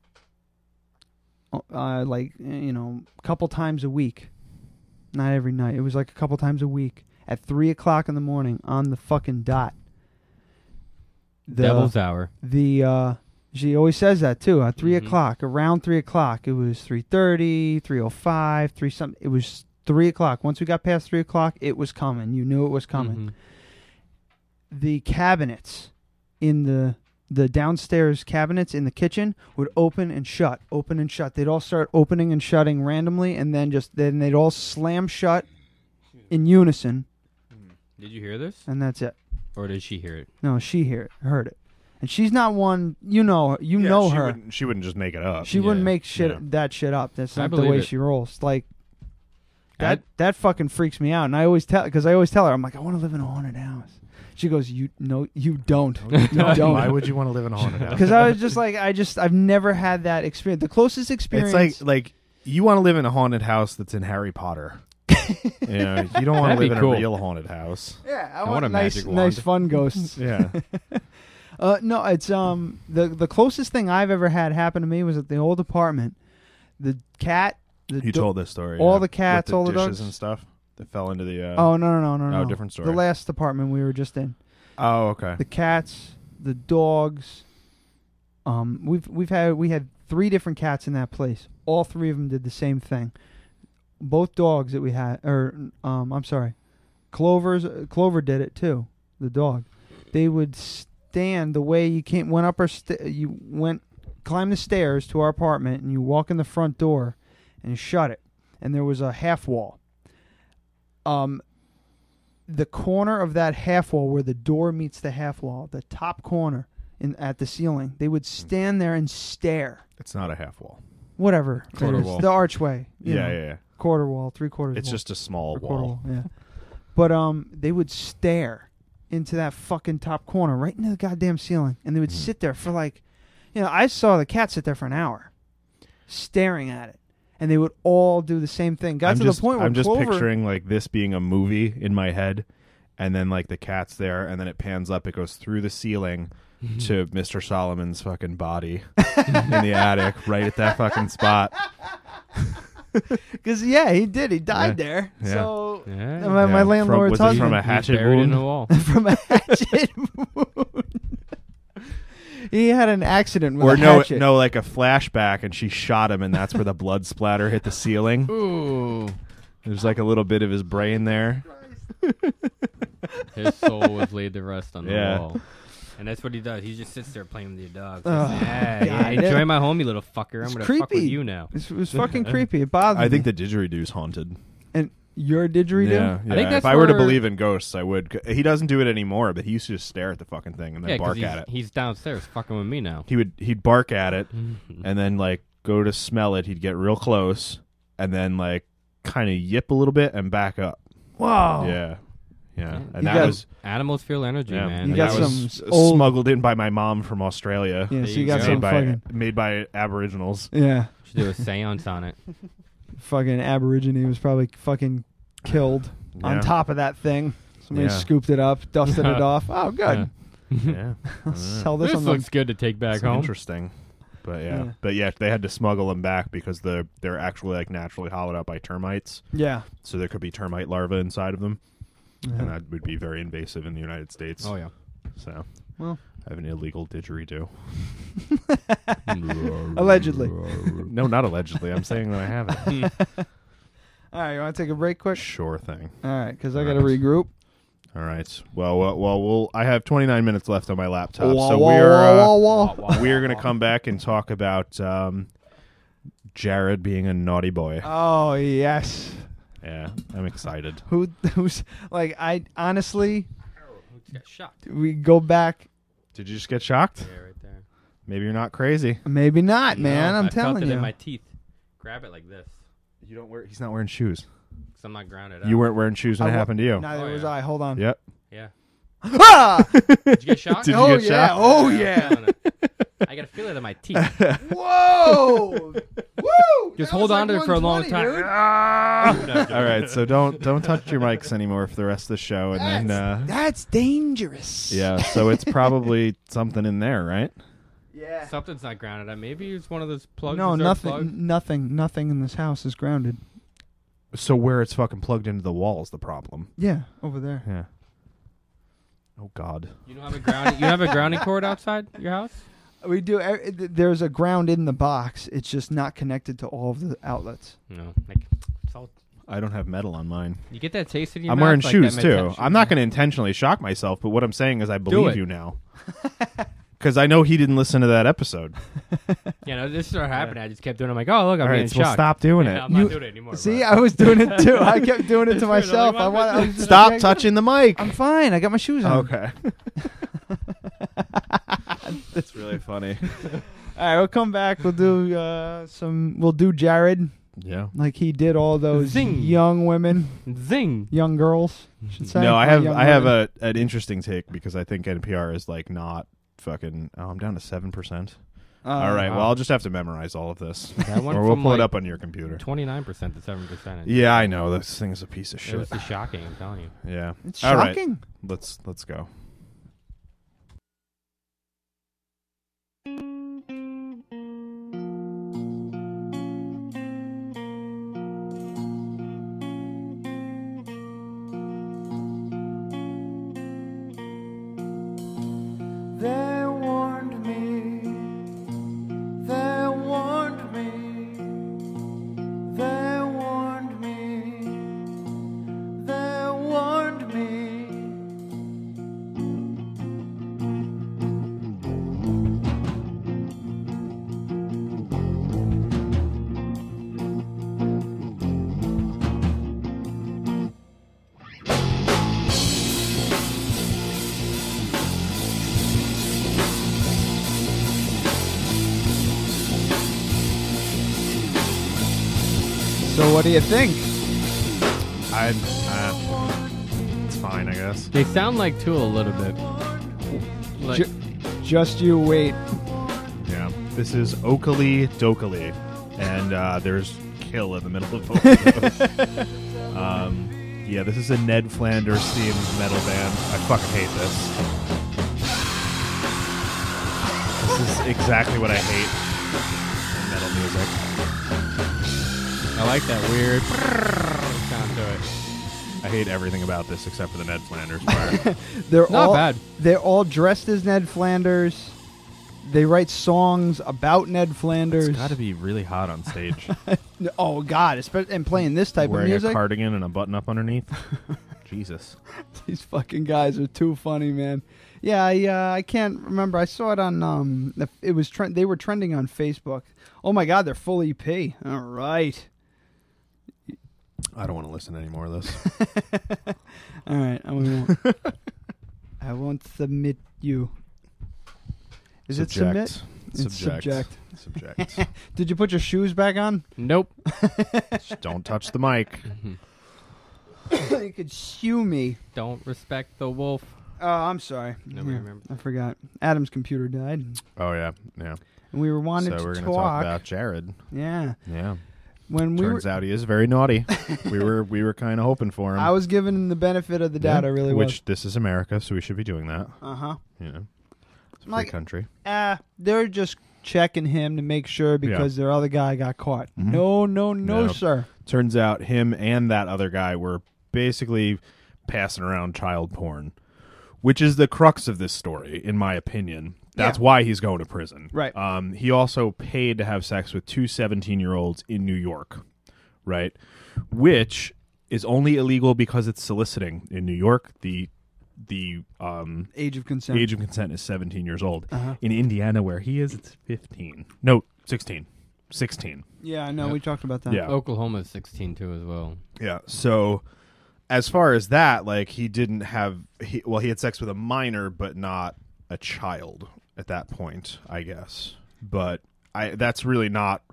[SPEAKER 3] uh, like you know, a couple times a week. Not every night. It was like a couple times a week at three o'clock in the morning on the fucking dot. The
[SPEAKER 8] Devil's hour.
[SPEAKER 3] the uh, she always says that too. At 3
[SPEAKER 4] Mm-hmm.
[SPEAKER 8] Mhm.
[SPEAKER 3] o'clock, around three oh o'clock, it was 3.30, 3.05, 3 something. It was three o'clock. Once we got past three o'clock, it was coming. You knew it was coming
[SPEAKER 4] Mm-hmm.
[SPEAKER 8] Mhm.
[SPEAKER 3] the cabinets in the the downstairs cabinets in the kitchen would open and shut, open and shut. They'd all start opening and shutting randomly, and then just then they'd all slam shut in unison,
[SPEAKER 8] Did you hear this,
[SPEAKER 3] and that's it.
[SPEAKER 8] or did she hear it?
[SPEAKER 3] No, she hear heard it, and she's not one. You know, you
[SPEAKER 4] Yeah,
[SPEAKER 3] know
[SPEAKER 4] she
[SPEAKER 3] her.
[SPEAKER 4] Wouldn't, she wouldn't just make it up.
[SPEAKER 3] she wouldn't
[SPEAKER 8] Yeah,
[SPEAKER 3] make shit
[SPEAKER 4] yeah.
[SPEAKER 3] that shit up. That's
[SPEAKER 8] I
[SPEAKER 3] not the
[SPEAKER 8] believe
[SPEAKER 3] way
[SPEAKER 8] it.
[SPEAKER 3] she rolls. Like that
[SPEAKER 8] That
[SPEAKER 3] that fucking freaks me out, and I always tell because I always tell her I'm like I want to live in a haunted house. She goes, you no, you don't, you don't.
[SPEAKER 4] Why would you want to live in a haunted house?
[SPEAKER 3] Because I was just like, I just, I've never had that experience. The closest experience,
[SPEAKER 4] It's like like you want to live in a haunted house that's in Harry Potter. you, know, you don't want
[SPEAKER 8] That'd
[SPEAKER 4] to
[SPEAKER 8] be
[SPEAKER 4] live in
[SPEAKER 8] cool.
[SPEAKER 4] a real haunted house.
[SPEAKER 3] yeah, I,
[SPEAKER 8] I
[SPEAKER 3] want,
[SPEAKER 8] want a
[SPEAKER 3] nice,
[SPEAKER 8] magic wand.
[SPEAKER 3] nice fun ghosts.
[SPEAKER 4] Yeah.
[SPEAKER 3] uh, no, it's um the the closest thing I've ever had happen to me was at the old apartment. The cat, the
[SPEAKER 4] you
[SPEAKER 3] do-
[SPEAKER 4] told this story.
[SPEAKER 3] all
[SPEAKER 4] yeah,
[SPEAKER 3] the cats,
[SPEAKER 4] with the
[SPEAKER 3] all the
[SPEAKER 4] dishes
[SPEAKER 3] dogs.
[SPEAKER 4] and stuff that fell into the. Uh,
[SPEAKER 3] Oh no no no no!
[SPEAKER 4] Oh,
[SPEAKER 3] no.
[SPEAKER 4] different story.
[SPEAKER 3] The last apartment we were just in.
[SPEAKER 4] oh, okay.
[SPEAKER 3] The cats, the dogs. Um, we've we've had we had three different cats in that place. All three of them did the same thing. Both dogs that we had, or um, I'm sorry, Clover's Clover did it too. The dog, they would stand the way you came went up our st- you went climb the stairs to our apartment and you walk in the front door and you shut it and there was a half wall. Um, the corner of that half wall where the door meets the half wall, the top corner in at the ceiling, they
[SPEAKER 4] Hmm.
[SPEAKER 3] would stand there and stare.
[SPEAKER 4] it's not a half wall.
[SPEAKER 3] Whatever.
[SPEAKER 4] Quarter
[SPEAKER 3] it is,
[SPEAKER 4] wall.
[SPEAKER 3] The archway. you
[SPEAKER 4] Yeah,
[SPEAKER 3] know,
[SPEAKER 4] yeah, yeah.
[SPEAKER 3] Quarter wall, three quarters.
[SPEAKER 4] It's
[SPEAKER 3] wall,
[SPEAKER 4] just a small
[SPEAKER 3] or quarter
[SPEAKER 4] wall.
[SPEAKER 3] wall. Yeah. But um they would stare into that fucking top corner, right into the goddamn ceiling, and
[SPEAKER 4] Hmm.
[SPEAKER 3] they would sit there for like you know, I saw the cat sit there for an hour staring at it. And they would all do the same thing. Got
[SPEAKER 4] I'm
[SPEAKER 3] to
[SPEAKER 4] just,
[SPEAKER 3] the point where
[SPEAKER 4] I'm just
[SPEAKER 3] Clover,
[SPEAKER 4] picturing like this being a movie in my head, and then like the cat's there, and then it pans up, it goes through the ceiling
[SPEAKER 3] Mm-hmm.
[SPEAKER 4] to Mr. Solomon's fucking body in the attic, right at that fucking spot.
[SPEAKER 3] Because yeah, he did. He died
[SPEAKER 4] Yeah.
[SPEAKER 3] there.
[SPEAKER 4] Yeah.
[SPEAKER 3] So
[SPEAKER 8] Yeah.
[SPEAKER 3] my, my
[SPEAKER 4] Yeah. From-
[SPEAKER 3] landlord's
[SPEAKER 4] was it
[SPEAKER 3] husband
[SPEAKER 4] from a
[SPEAKER 8] He was
[SPEAKER 4] hatchet
[SPEAKER 8] buried in
[SPEAKER 4] wound.
[SPEAKER 8] the wall.
[SPEAKER 3] from a hatchet wound. he had an accident with
[SPEAKER 4] or
[SPEAKER 3] a
[SPEAKER 4] no,
[SPEAKER 3] hatchet.
[SPEAKER 4] no, like a flashback, and she shot him, and that's where the blood splatter hit the ceiling.
[SPEAKER 8] Ooh,
[SPEAKER 4] There's like a little bit of his brain there.
[SPEAKER 8] his soul was laid to rest on the
[SPEAKER 4] Yeah.
[SPEAKER 8] wall. And that's what he does. He just sits there playing with your dogs.
[SPEAKER 3] Oh,
[SPEAKER 8] yeah, yeah,
[SPEAKER 3] God.
[SPEAKER 8] enjoy my homie, little fucker.
[SPEAKER 3] It's
[SPEAKER 8] I'm gonna fuck with
[SPEAKER 3] creepy.
[SPEAKER 8] you now.
[SPEAKER 3] This was fucking creepy. It bothered
[SPEAKER 4] I think
[SPEAKER 3] me.
[SPEAKER 4] the didgeridoo's haunted.
[SPEAKER 3] and your didgeridoo.
[SPEAKER 4] Yeah,
[SPEAKER 8] I think
[SPEAKER 4] yeah.
[SPEAKER 8] that's
[SPEAKER 4] if I were to
[SPEAKER 8] where-
[SPEAKER 4] believe in ghosts, I would. He doesn't do it anymore, but he used to just stare at the fucking thing and then
[SPEAKER 8] Yeah, 'cause
[SPEAKER 4] bark
[SPEAKER 8] he's,
[SPEAKER 4] at it.
[SPEAKER 8] he's downstairs fucking with me now.
[SPEAKER 4] He would he'd
[SPEAKER 8] Mm-hmm.
[SPEAKER 4] bark at it and then like go to smell it. He'd get real close and then like kind of yip a little bit and back up.
[SPEAKER 3] Wow.
[SPEAKER 4] Yeah. Yeah.
[SPEAKER 8] Oh. You
[SPEAKER 4] And that
[SPEAKER 8] got-
[SPEAKER 4] was
[SPEAKER 8] animals feel energy,
[SPEAKER 4] yeah.
[SPEAKER 8] man.
[SPEAKER 4] And
[SPEAKER 8] got
[SPEAKER 4] that was
[SPEAKER 3] some
[SPEAKER 4] s-
[SPEAKER 3] old-
[SPEAKER 4] smuggled in by my mom from Australia.
[SPEAKER 3] Yeah, so
[SPEAKER 8] you got
[SPEAKER 4] made
[SPEAKER 3] some
[SPEAKER 4] by
[SPEAKER 3] fucking-
[SPEAKER 4] made by Aboriginals.
[SPEAKER 3] Yeah.
[SPEAKER 8] Should do a seance on it.
[SPEAKER 3] Fucking Aborigine was probably fucking killed on
[SPEAKER 4] Yeah.
[SPEAKER 3] top of that thing. Somebody
[SPEAKER 4] Yeah.
[SPEAKER 3] scooped it up, dusted it off. Oh, good.
[SPEAKER 4] Yeah.
[SPEAKER 3] I'll Sell this,
[SPEAKER 8] This
[SPEAKER 3] on
[SPEAKER 8] looks
[SPEAKER 3] the
[SPEAKER 8] good to take back
[SPEAKER 4] It's
[SPEAKER 8] home.
[SPEAKER 4] Interesting. But yeah.
[SPEAKER 3] Yeah.
[SPEAKER 4] but yeah, they had to smuggle them back because they're they're actually like naturally hollowed out by termites,
[SPEAKER 3] yeah.
[SPEAKER 4] so there could be termite larvae inside of them,
[SPEAKER 3] Yeah.
[SPEAKER 4] and that would be very invasive in the United States.
[SPEAKER 8] Oh yeah.
[SPEAKER 4] So,
[SPEAKER 3] Well.
[SPEAKER 4] I have an illegal didgeridoo.
[SPEAKER 3] Allegedly.
[SPEAKER 4] no, not allegedly. I'm saying that I have it.
[SPEAKER 3] All right, you want to take a break quick?
[SPEAKER 4] sure thing.
[SPEAKER 3] All right, because I got to
[SPEAKER 4] All right.
[SPEAKER 3] regroup.
[SPEAKER 4] All right. Well, well, well, we'll I have 29 minutes left on my laptop,
[SPEAKER 3] Wah,
[SPEAKER 4] so
[SPEAKER 3] wah,
[SPEAKER 4] we're
[SPEAKER 3] wah,
[SPEAKER 4] uh,
[SPEAKER 3] wah, wah.
[SPEAKER 4] we're gonna come back and talk about um, Jared being a naughty boy.
[SPEAKER 3] Oh yes.
[SPEAKER 4] Yeah, I'm excited.
[SPEAKER 3] Who who's like I honestly
[SPEAKER 8] Got shocked.
[SPEAKER 3] we go back.
[SPEAKER 4] Did you just get shocked?
[SPEAKER 8] Yeah, right there.
[SPEAKER 4] Maybe you're not crazy.
[SPEAKER 3] Maybe not, man.
[SPEAKER 8] No,
[SPEAKER 3] I'm
[SPEAKER 8] I felt
[SPEAKER 3] telling
[SPEAKER 8] it
[SPEAKER 3] you.
[SPEAKER 8] in my teeth. Grab it like this.
[SPEAKER 4] You don't wear. He's not wearing shoes.
[SPEAKER 8] 'cause I'm not grounded.
[SPEAKER 4] You
[SPEAKER 8] up.
[SPEAKER 4] weren't wearing shoes when
[SPEAKER 3] I
[SPEAKER 4] it
[SPEAKER 3] wa-
[SPEAKER 4] happened to you.
[SPEAKER 3] Neither
[SPEAKER 8] Oh,
[SPEAKER 3] was
[SPEAKER 8] yeah.
[SPEAKER 3] I. Hold on.
[SPEAKER 4] Yep.
[SPEAKER 8] Yeah.
[SPEAKER 3] Ah!
[SPEAKER 8] Did you get shocked?
[SPEAKER 4] Did you
[SPEAKER 3] oh
[SPEAKER 4] get
[SPEAKER 3] yeah.
[SPEAKER 4] shocked?
[SPEAKER 3] Oh yeah.
[SPEAKER 8] No, no. I got to feel it in my teeth.
[SPEAKER 3] Whoa. Woo. That
[SPEAKER 8] Just
[SPEAKER 3] was
[SPEAKER 8] hold on
[SPEAKER 3] like
[SPEAKER 8] to it for a long
[SPEAKER 3] 120, dude.
[SPEAKER 8] time. Ah!
[SPEAKER 4] All right, so don't don't touch your mics anymore for the rest of the show, and then uh,
[SPEAKER 3] That's dangerous.
[SPEAKER 4] yeah. So it's probably something in there, right?
[SPEAKER 3] Yeah.
[SPEAKER 8] Something's not grounded. up. Maybe it's one of those plugs.
[SPEAKER 3] No,
[SPEAKER 8] is there a
[SPEAKER 3] nothing,
[SPEAKER 8] plug?
[SPEAKER 3] nothing, nothing in this house is grounded.
[SPEAKER 4] So where it's fucking plugged into the wall is the problem.
[SPEAKER 3] Yeah, over there.
[SPEAKER 4] Yeah. Oh God.
[SPEAKER 8] You don't have a grounding. You don't have a grounding cord outside your house.
[SPEAKER 3] We do. e- th- There's a ground in the box. It's just not connected to all of the outlets.
[SPEAKER 8] No. Like, it's all,
[SPEAKER 4] I don't have metal on mine.
[SPEAKER 8] you get that taste in your
[SPEAKER 4] I'm
[SPEAKER 8] mouth.
[SPEAKER 4] wearing
[SPEAKER 8] like
[SPEAKER 4] shoes
[SPEAKER 8] that
[SPEAKER 4] too.
[SPEAKER 8] Metallica
[SPEAKER 4] I'm not going to intentionally shock myself, but what I'm saying is I believe
[SPEAKER 8] it.
[SPEAKER 4] you now. Because I know he didn't listen to that episode.
[SPEAKER 8] You know, this started happening. I just kept doing. it. I'm like, oh look, I'm
[SPEAKER 4] All right,
[SPEAKER 8] getting
[SPEAKER 4] so
[SPEAKER 8] shocked.
[SPEAKER 4] stop doing
[SPEAKER 8] Yeah,
[SPEAKER 4] it.
[SPEAKER 8] I'm not
[SPEAKER 3] You-
[SPEAKER 8] doing it anymore.
[SPEAKER 3] See,
[SPEAKER 8] bro.
[SPEAKER 3] I was doing it too. I kept doing it to
[SPEAKER 8] You're the
[SPEAKER 3] myself.
[SPEAKER 8] only
[SPEAKER 3] I
[SPEAKER 8] one
[SPEAKER 3] want. I was-
[SPEAKER 4] Stop touching the mic.
[SPEAKER 3] I'm fine. I got my shoes on.
[SPEAKER 4] Okay. That's really funny.
[SPEAKER 3] All right, we'll come back. We'll do uh, some. We'll do Jared
[SPEAKER 4] Yeah.
[SPEAKER 3] like he did all those
[SPEAKER 8] Zing.
[SPEAKER 3] young women,
[SPEAKER 8] Zing.
[SPEAKER 3] young girls. I Should say.
[SPEAKER 4] No, I
[SPEAKER 3] Or
[SPEAKER 4] have
[SPEAKER 3] young
[SPEAKER 4] I have
[SPEAKER 3] women.
[SPEAKER 4] a an interesting take because I think NPR is like not fucking. Oh, I'm down to seven percent.
[SPEAKER 3] Uh,
[SPEAKER 4] all right. Well,
[SPEAKER 8] wow.
[SPEAKER 4] I'll just have to memorize all of this,
[SPEAKER 8] That went
[SPEAKER 4] or we'll
[SPEAKER 8] from,
[SPEAKER 4] pull
[SPEAKER 8] like,
[SPEAKER 4] it up on your computer.
[SPEAKER 8] 29 percent to seven percent.
[SPEAKER 4] Yeah, I know this thing's a piece of
[SPEAKER 8] It was
[SPEAKER 4] shit.
[SPEAKER 8] just shocking. I'm telling you.
[SPEAKER 4] Yeah.
[SPEAKER 3] It's
[SPEAKER 4] All right.
[SPEAKER 3] shocking.
[SPEAKER 4] Let's let's go.
[SPEAKER 11] They warned me. They warned me. They warned me. They warned me.
[SPEAKER 3] So, what do you think?
[SPEAKER 4] I uh, it's fine, I guess.
[SPEAKER 8] They sound like Tool a little bit. Like,
[SPEAKER 3] Ju- just you wait.
[SPEAKER 4] Yeah. This is Oakley Dokley, and uh, there's kill in the middle of both. of those. um, yeah, this is a Ned Flanders themed metal band. I fucking hate this. This is exactly what I hate in metal music.
[SPEAKER 8] I like that weird sound to it.
[SPEAKER 4] I hate everything about this except for the Ned Flanders part.
[SPEAKER 3] They're
[SPEAKER 8] Not
[SPEAKER 3] all
[SPEAKER 8] bad.
[SPEAKER 3] They're all dressed as Ned Flanders. They write songs about Ned Flanders.
[SPEAKER 4] it's got to be really hot on stage.
[SPEAKER 3] Oh God! espe- And playing this type
[SPEAKER 4] Wearing
[SPEAKER 3] of music,
[SPEAKER 4] a cardigan and a button up underneath. Jesus.
[SPEAKER 3] these fucking guys are too funny, man. Yeah, I, uh, I can't remember. I saw it on um, the- it was trend. They were trending on Facebook. Oh my God, they're full EP. All right,
[SPEAKER 4] I don't want to listen to any more of this.
[SPEAKER 3] all right. I won't. I won't submit you. Is it submit? It's subject.
[SPEAKER 4] Subject.
[SPEAKER 3] Did you put your shoes back on?
[SPEAKER 8] Nope.
[SPEAKER 4] Just don't touch the mic.
[SPEAKER 3] you could sue me.
[SPEAKER 8] Don't respect the wolf.
[SPEAKER 3] Oh, I'm sorry.
[SPEAKER 8] Nobody
[SPEAKER 3] Yeah,
[SPEAKER 8] remembers.
[SPEAKER 3] I forgot. Adam's computer died.
[SPEAKER 4] Oh yeah, yeah.
[SPEAKER 3] And we were wanted
[SPEAKER 4] so
[SPEAKER 3] to
[SPEAKER 4] we're gonna
[SPEAKER 3] talk.
[SPEAKER 4] talk about Jared.
[SPEAKER 3] Yeah.
[SPEAKER 4] Yeah.
[SPEAKER 3] When we
[SPEAKER 4] Turns
[SPEAKER 3] were,
[SPEAKER 4] out he is very naughty. we were we were kind of hoping for him.
[SPEAKER 3] I was giving him the benefit of the doubt. I really
[SPEAKER 4] Which
[SPEAKER 3] was.
[SPEAKER 4] this is America, so we should be doing that.
[SPEAKER 3] Uh huh.
[SPEAKER 4] You know, it's a free
[SPEAKER 3] Like-
[SPEAKER 4] country.
[SPEAKER 3] Ah, they're just checking him to make sure because their other guy got caught. No, no, no,
[SPEAKER 4] Mm-hmm. Yeah.
[SPEAKER 3] sir.
[SPEAKER 4] Turns out him and that other guy were basically passing around child porn, which is the crux of this story, in my opinion. That's
[SPEAKER 3] Yeah.
[SPEAKER 4] why he's going to prison.
[SPEAKER 3] Right.
[SPEAKER 4] Um, he also paid to have sex with two 17 year olds in New York, right? Which is only illegal because it's soliciting in New York. The the um,
[SPEAKER 3] Age of consent.
[SPEAKER 4] age of consent is 17 years old.
[SPEAKER 3] Uh-huh.
[SPEAKER 4] In Indiana, where he is, it's 15. No, 16. 16.
[SPEAKER 3] Yeah, I know. We talked about that.
[SPEAKER 4] Yeah.
[SPEAKER 8] Oklahoma's 16 too as well.
[SPEAKER 4] Yeah. So as far as that, like he didn't have he well, he had sex with a minor but not a child at that point, I guess. But I that's really not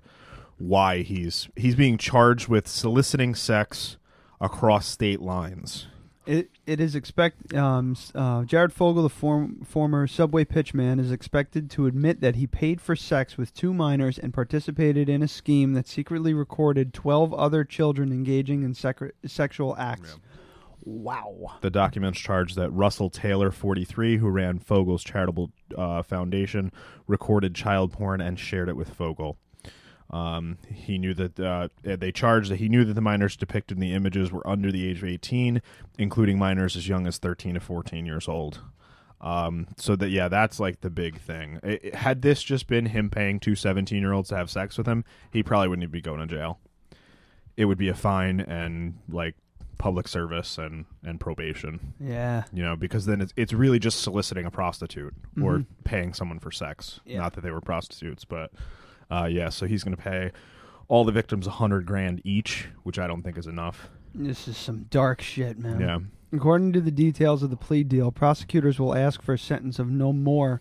[SPEAKER 4] why he's he's being charged with soliciting sex across state lines.
[SPEAKER 3] It it is expect um, s- uh, Jared Fogle, the form, former subway pitchman, is expected to admit that he paid for sex with two minors and participated in a scheme that secretly recorded twelve other children engaging in secre- sexual acts. Wow.
[SPEAKER 4] The documents charge that Russell Taylor, 43, who ran Fogel's charitable uh, foundation, recorded child porn and shared it with Fogel. Um, he knew that uh, they charged that he knew that the minors depicted in the images were under the age of 18, including minors as young as 13 to 14 years old. Um, so that yeah, that's like the big thing. It- it- had this just been him paying two 17 year olds to have sex with him, he probably wouldn't even be going to jail it would be a fine and like public service and and probation
[SPEAKER 3] Yeah.
[SPEAKER 4] you know because then it's, it's really just soliciting a prostitute or paying someone for sex
[SPEAKER 3] Mm-hmm. Yeah.
[SPEAKER 4] not that they were prostitutes but uh yeah so he's gonna pay all the victims a hundred grand each which i don't think is enough
[SPEAKER 3] This is some dark shit, man.
[SPEAKER 4] yeah
[SPEAKER 3] According to the details of the plea deal, prosecutors will ask for a sentence of no more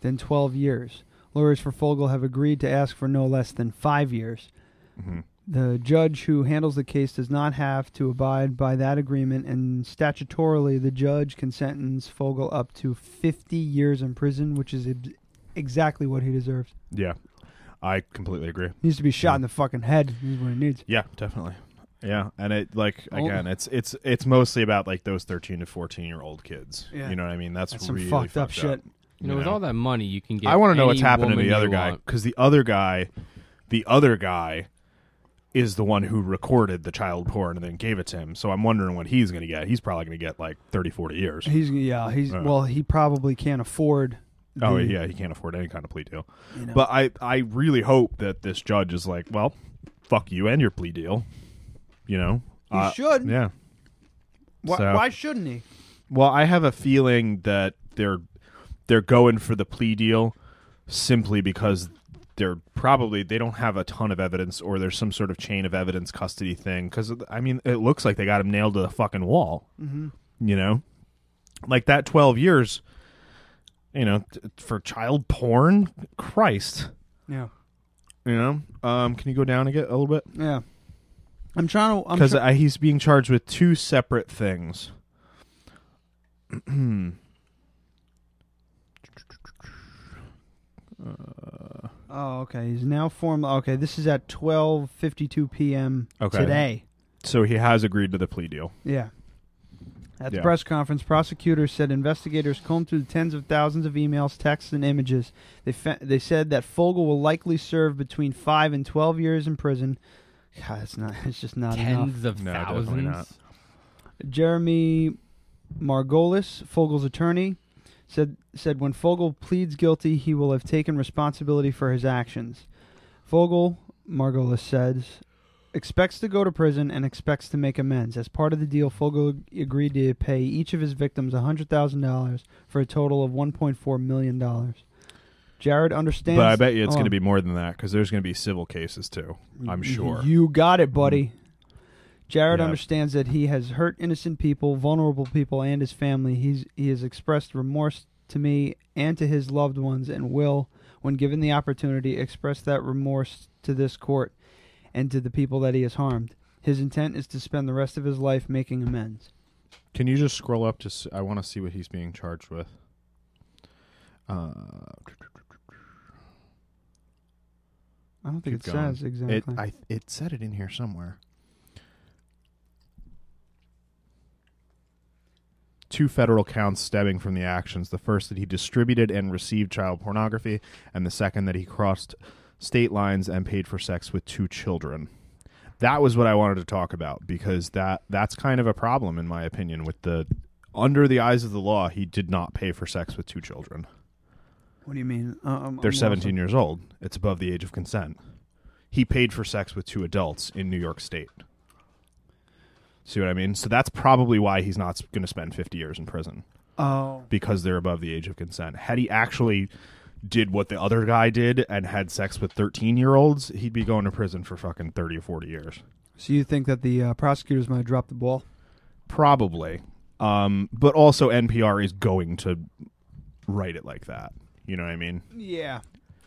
[SPEAKER 3] than 12 years. Lawyers for Fogel have agreed to ask for no less than five years. The judge who handles the case does not have to abide by that agreement, and statutorily, the judge can sentence Fogel up to 50 years in prison, which is ex- exactly what he deserves.
[SPEAKER 4] yeah i completely agree
[SPEAKER 3] He needs to be shot in the fucking head, is what he needs.
[SPEAKER 4] yeah definitely yeah and it like
[SPEAKER 3] Oh.
[SPEAKER 4] again it's it's it's mostly about like those 13 to 14 year old kids
[SPEAKER 3] Yeah.
[SPEAKER 4] you know what i mean that's,
[SPEAKER 3] That's some
[SPEAKER 4] really
[SPEAKER 3] fucked up shit.
[SPEAKER 8] You know, with
[SPEAKER 4] know?
[SPEAKER 8] all that money, you can get.
[SPEAKER 4] I want to know what's
[SPEAKER 8] any
[SPEAKER 4] happened to
[SPEAKER 8] woman
[SPEAKER 4] the other
[SPEAKER 8] you
[SPEAKER 4] guy
[SPEAKER 8] want.
[SPEAKER 4] because the other guy, the other guy, is the one who recorded the child porn and then gave it to him. So I'm wondering what he's going to get. He's probably going to get like 30, 40 years.
[SPEAKER 3] He's, yeah, he's,
[SPEAKER 4] Uh.
[SPEAKER 3] well, he probably can't afford.
[SPEAKER 4] oh
[SPEAKER 3] the-
[SPEAKER 4] yeah, he can't afford any kind of plea deal.
[SPEAKER 3] You know.
[SPEAKER 4] But I, I really hope that this judge is like, well, fuck you and your plea deal. You know,
[SPEAKER 3] He
[SPEAKER 4] Uh,
[SPEAKER 3] should.
[SPEAKER 4] Yeah.
[SPEAKER 3] Why,
[SPEAKER 4] So-
[SPEAKER 3] why shouldn't he?
[SPEAKER 4] Well, I have a feeling that they're they're going for the plea deal simply because they're probably they don't have a ton of evidence or there's some sort of chain of evidence custody thing cuz I mean it looks like they got him nailed to the fucking wall. You know? Like that 12 years you know t- for child porn, Christ,
[SPEAKER 3] Yeah.
[SPEAKER 4] you know? Um can you go down and get a little bit?
[SPEAKER 3] Yeah. I'm trying to. I'm
[SPEAKER 4] Cuz
[SPEAKER 3] try-
[SPEAKER 4] he's being charged with two separate things.
[SPEAKER 3] oh, okay. He's now formal. Okay, this is at 12:52 p.m.
[SPEAKER 4] Okay.
[SPEAKER 3] today.
[SPEAKER 4] So he has agreed to the plea deal.
[SPEAKER 3] Yeah. At the
[SPEAKER 4] Yeah.
[SPEAKER 3] press conference, prosecutors said investigators combed through tens of thousands of emails, texts, and images. They fa- they said that Fogel will likely serve between five and 12 years in prison. God, it's not. It's just not enough.
[SPEAKER 8] Tens of
[SPEAKER 4] No, definitely
[SPEAKER 8] thousands.
[SPEAKER 4] not.
[SPEAKER 3] Jeremy Margolis, Fogel's attorney, said said when Fogel pleads guilty, he will have taken responsibility for his actions. Fogel, Margolis says, expects to go to prison and expects to make amends. As part of the deal, Fogel agreed to pay each of his victims $100,000 for a total of $1.4 million. Jared understands.
[SPEAKER 4] But I bet you it's
[SPEAKER 3] Oh,
[SPEAKER 4] going to be more than that because there's going to be civil cases too. I'm sure. Mm.
[SPEAKER 3] You got it, buddy. Jared
[SPEAKER 4] Yeah.
[SPEAKER 3] understands that he has hurt innocent people, vulnerable people, and his family. He's he has expressed remorse to me and to his loved ones, and will when given the opportunity, express that remorse to this court and to the people that he has harmed. His intent is to spend the rest of his life making amends.
[SPEAKER 4] Can you just scroll up to? s I I want to see what he's being charged with. Uh,
[SPEAKER 3] I don't think
[SPEAKER 4] keep
[SPEAKER 3] it
[SPEAKER 4] going.
[SPEAKER 3] says exactly.
[SPEAKER 4] It, I, it said it in here somewhere. Two federal counts stemming from the actions: the first that he distributed and received child pornography, and the second that he crossed state lines and paid for sex with two children. That was what I wanted to talk about because that that's kind of a problem, in my opinion, with the under the eyes of the law, he did not pay for sex with two children.
[SPEAKER 3] what do you mean? Uh, I'm-
[SPEAKER 4] They're
[SPEAKER 3] I'm
[SPEAKER 4] 17 years old. It's above the age of consent. He paid for sex with two adults in New York State. See what I mean? So that's probably why he's not going to spend 50 years in prison.
[SPEAKER 3] Oh.
[SPEAKER 4] Because they're above the age of consent. Had he actually did what the other guy did and had sex with 13 year olds, he'd be going to prison for fucking 30 or 40 years.
[SPEAKER 3] So you think that the uh, prosecutors might have dropped the ball?
[SPEAKER 4] Probably. Um, but also, NPR is going to write it like that. You know what I mean?
[SPEAKER 3] Yeah.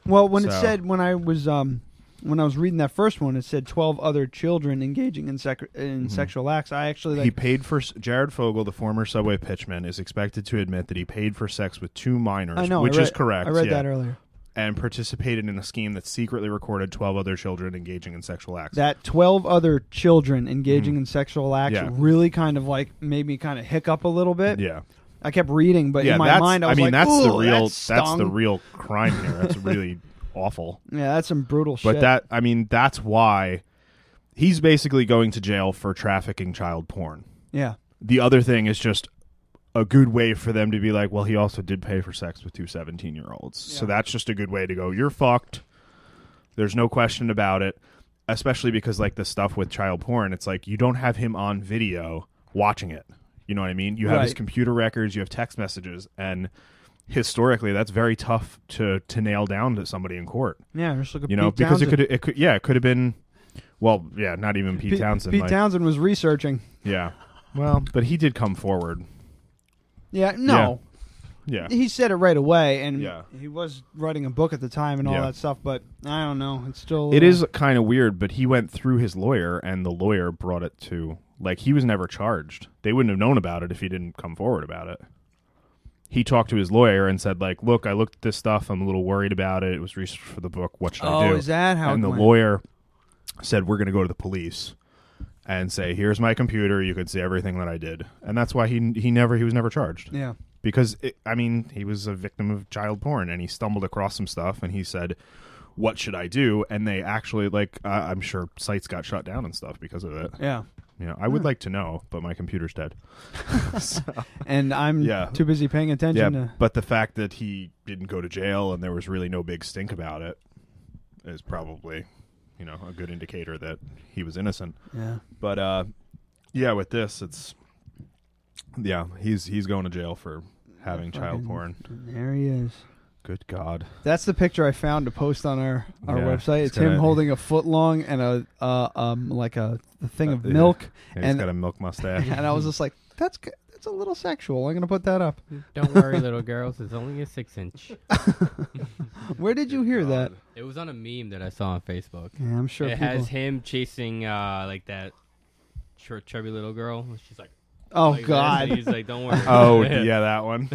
[SPEAKER 3] Well, when
[SPEAKER 4] So-
[SPEAKER 3] it said when I was um when I was reading that first one, it said twelve other children engaging in sec- in sexual acts. I actually
[SPEAKER 4] Mm-hmm. he
[SPEAKER 3] like
[SPEAKER 4] paid for Jared Fogle, the former subway pitchman, is expected to admit that he paid for sex with two minors,
[SPEAKER 3] I know, I
[SPEAKER 4] which is
[SPEAKER 3] read-
[SPEAKER 4] correct.
[SPEAKER 3] I read
[SPEAKER 4] yeah,
[SPEAKER 3] that earlier.
[SPEAKER 4] And participated in a scheme that secretly recorded twelve other children engaging in sexual acts.
[SPEAKER 3] that twelve other children engaging in sexual acts
[SPEAKER 4] Mm. Yeah.
[SPEAKER 3] really kind of like made me kind of hiccup a little bit.
[SPEAKER 4] Yeah.
[SPEAKER 3] I kept reading, but
[SPEAKER 4] yeah,
[SPEAKER 3] in my
[SPEAKER 4] that's,
[SPEAKER 3] mind, I was
[SPEAKER 4] mean,
[SPEAKER 3] like,
[SPEAKER 4] that's the
[SPEAKER 3] "Ooh,
[SPEAKER 4] real
[SPEAKER 3] that stung."
[SPEAKER 4] the real crime here. That's really awful.
[SPEAKER 3] Yeah, that's some brutal shit.
[SPEAKER 4] But that I mean, that's why he's basically going to jail for trafficking child porn.
[SPEAKER 3] Yeah.
[SPEAKER 4] The other thing is just a good way for them to be like, well, he also did pay for sex with two 17 year olds. So that's just a good way to go, you're fucked. There's no question about it. Especially because like the stuff with child porn, it's like you don't have him on video watching it. You know what I mean? You have his
[SPEAKER 12] Right.
[SPEAKER 4] computer records, you have text messages, and historically that's very tough to to nail down to somebody in court
[SPEAKER 3] Yeah, just look at
[SPEAKER 4] you know
[SPEAKER 3] Pete
[SPEAKER 4] because it
[SPEAKER 3] Townsend.
[SPEAKER 4] could it could yeah it could have been well yeah not even Pete,
[SPEAKER 3] Pete
[SPEAKER 4] Townsend
[SPEAKER 3] Pete
[SPEAKER 4] like-
[SPEAKER 3] Townsend was researching.
[SPEAKER 4] yeah well but he did come forward
[SPEAKER 3] Yeah, no.
[SPEAKER 4] Yeah.
[SPEAKER 3] He said it right away, and
[SPEAKER 4] Yeah.
[SPEAKER 3] he was writing a book at the time and all
[SPEAKER 4] Yeah.
[SPEAKER 3] that stuff, but I don't know. It's still.
[SPEAKER 4] it
[SPEAKER 3] uh,
[SPEAKER 4] is kind of weird but he went through his lawyer and the lawyer brought it to like he was never charged they wouldn't have known about it if he didn't come forward about it he talked to his lawyer and said like look I looked at this stuff I'm a little worried about it it was research for the book what should I
[SPEAKER 3] Oh,
[SPEAKER 4] do
[SPEAKER 3] is that how
[SPEAKER 4] and
[SPEAKER 3] it
[SPEAKER 4] the
[SPEAKER 3] went?
[SPEAKER 4] lawyer said we're going to go to the police and say here's my computer you can see everything that I did and that's why he he never he was never charged
[SPEAKER 3] Yeah.
[SPEAKER 4] because it, I mean he was a victim of child porn and he stumbled across some stuff and he said, "What should I do?" And they actually like uh, I'm sure sites got shut down and stuff because of it.
[SPEAKER 3] Yeah.
[SPEAKER 4] you know I would
[SPEAKER 3] Yeah.
[SPEAKER 4] like to know, but my computer's dead. So-
[SPEAKER 3] And I'm
[SPEAKER 4] yeah.
[SPEAKER 3] too busy paying attention
[SPEAKER 4] Yeah,
[SPEAKER 3] to-
[SPEAKER 4] but the fact that he didn't go to jail and there was really no big stink about it is probably you know a good indicator that he was innocent.
[SPEAKER 3] Yeah.
[SPEAKER 4] but uh, yeah, with this it's. Yeah, he's he's going to jail for having child
[SPEAKER 3] Fucking-
[SPEAKER 4] porn.
[SPEAKER 3] There he is.
[SPEAKER 4] Good God.
[SPEAKER 3] That's the picture I found to post on our, our
[SPEAKER 4] Yeah,
[SPEAKER 3] website.
[SPEAKER 4] it's
[SPEAKER 3] It's, him
[SPEAKER 4] gonna-
[SPEAKER 3] holding a foot long and a uh, um like a, a thing of
[SPEAKER 4] Uh, yeah.
[SPEAKER 3] milk.
[SPEAKER 4] Yeah, he's
[SPEAKER 3] and
[SPEAKER 4] got a milk mustache.
[SPEAKER 3] and I was just like, that's g- that's a little sexual. I'm gonna put that up.
[SPEAKER 8] Don't worry, little girls. It's only a six inch.
[SPEAKER 3] Where did you hear that?
[SPEAKER 8] It was on a meme that I saw on Facebook.
[SPEAKER 3] Yeah, I'm sure
[SPEAKER 8] it
[SPEAKER 3] people-
[SPEAKER 8] has him chasing uh, like that chur- chubby little girl. and She's like,
[SPEAKER 3] Oh,
[SPEAKER 8] like this,
[SPEAKER 3] God.
[SPEAKER 8] and he's like, don't worry.
[SPEAKER 4] Oh, yeah, that one.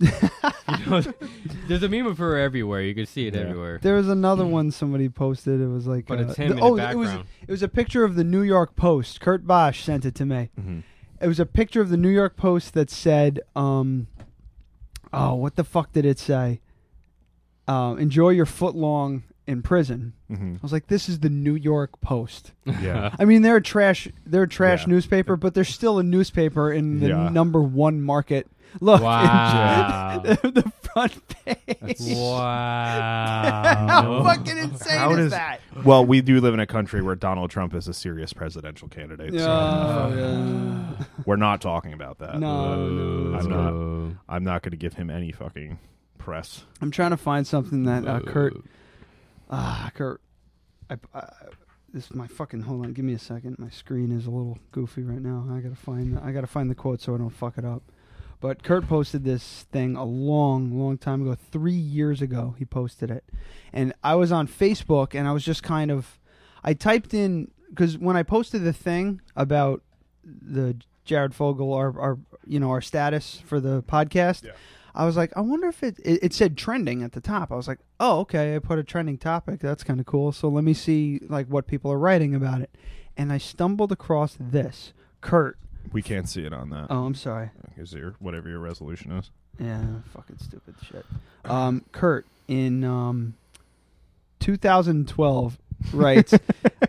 [SPEAKER 8] You know, there's a meme of her everywhere. You can see it everywhere.
[SPEAKER 3] There was another one somebody posted. It was like,
[SPEAKER 8] Hmm. But
[SPEAKER 3] uh,
[SPEAKER 8] it's him
[SPEAKER 3] the-
[SPEAKER 8] in the
[SPEAKER 3] oh, it was
[SPEAKER 8] background.
[SPEAKER 3] it was a picture of the New York Post. Kurt Bosch sent it to me.
[SPEAKER 8] Mm-hmm.
[SPEAKER 3] It was a picture of the New York Post that said, um, "Oh, what the fuck did it say? Um, enjoy your foot long in prison."
[SPEAKER 4] Mhm.
[SPEAKER 8] Mm-hmm.
[SPEAKER 3] I was like, "This is the New York Post."
[SPEAKER 4] Yeah.
[SPEAKER 3] I mean, they're a trash. They're a trash
[SPEAKER 4] Yeah.
[SPEAKER 3] newspaper, but they're still a newspaper in the
[SPEAKER 4] Yeah.
[SPEAKER 3] number one market. Look, enjoy-
[SPEAKER 8] Wow.
[SPEAKER 3] the front page.
[SPEAKER 8] Wow.
[SPEAKER 4] Oh.
[SPEAKER 3] How fucking insane
[SPEAKER 4] How
[SPEAKER 3] is
[SPEAKER 4] does-
[SPEAKER 3] that?
[SPEAKER 4] Well, we do live in a country where Donald Trump is a serious presidential candidate. so uh,
[SPEAKER 3] Oh,
[SPEAKER 4] We're not talking about that.
[SPEAKER 3] No,
[SPEAKER 4] I'm not. I'm not going to give him any fucking press.
[SPEAKER 3] I'm trying to find something that uh, Kurt. Ah, Kurt. I, I, this is my fucking. Hold on, give me a second. My screen is a little goofy right now. I gotta find. The, I gotta find the quote so I don't fuck it up. But Kurt posted this thing a long, long time ago. Three years ago, he posted it. And I was on Facebook and I was just kind of. I typed in. Because when I posted the thing about the Jared Fogle, our, our you know, our status for the podcast, I was like, I wonder if it, it. It said trending at the top. I was like, oh, okay. I put a trending topic. That's kind of cool. So let me see like what people are writing about it. And I stumbled across this. Kurt.
[SPEAKER 4] We can't see it on that.
[SPEAKER 3] Oh, I'm sorry.
[SPEAKER 4] Is your whatever your resolution is?
[SPEAKER 3] Yeah, fucking stupid shit. Um, Kurt in um, 2012 writes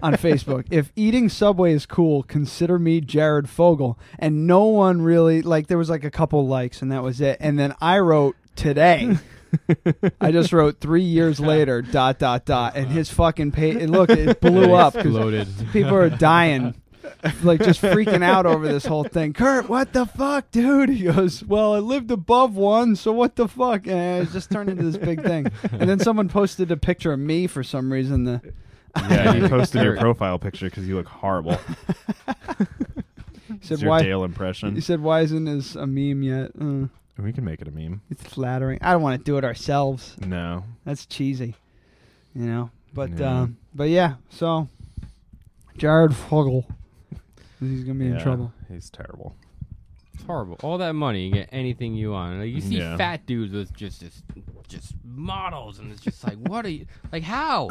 [SPEAKER 3] on Facebook, "If eating Subway is cool, consider me Jared Fogle." And no one really like. There was like a couple likes, and that was it. And then I wrote today. I just wrote three years later. Dot dot dot. And his fucking page. Look, it blew
[SPEAKER 12] It
[SPEAKER 3] up. 'cause
[SPEAKER 12] exploded.
[SPEAKER 3] People are dying like just freaking out over this whole thing. Kurt, what the fuck, dude? He goes, Well, I lived above one, so what the fuck? And it just turned into this big thing. And then someone posted a picture of me for some reason. The
[SPEAKER 4] Yeah, you posted your profile picture because you look horrible.
[SPEAKER 3] He
[SPEAKER 4] It's your Dale impression.
[SPEAKER 3] He said, Why isn't this a meme yet? Uh,
[SPEAKER 4] We can make it a meme.
[SPEAKER 3] it's flattering. I don't want to do it ourselves.
[SPEAKER 4] No.
[SPEAKER 3] That's cheesy. You know? But
[SPEAKER 4] Yeah.
[SPEAKER 3] um but yeah, so Jared Fogle. He's gonna be in
[SPEAKER 8] Yeah.
[SPEAKER 3] trouble.
[SPEAKER 4] He's terrible.
[SPEAKER 8] It's horrible. All that money, you get anything you want. Like you see
[SPEAKER 4] Yeah.
[SPEAKER 8] fat dudes with just this, just models, and it's just like, what are you? Like how?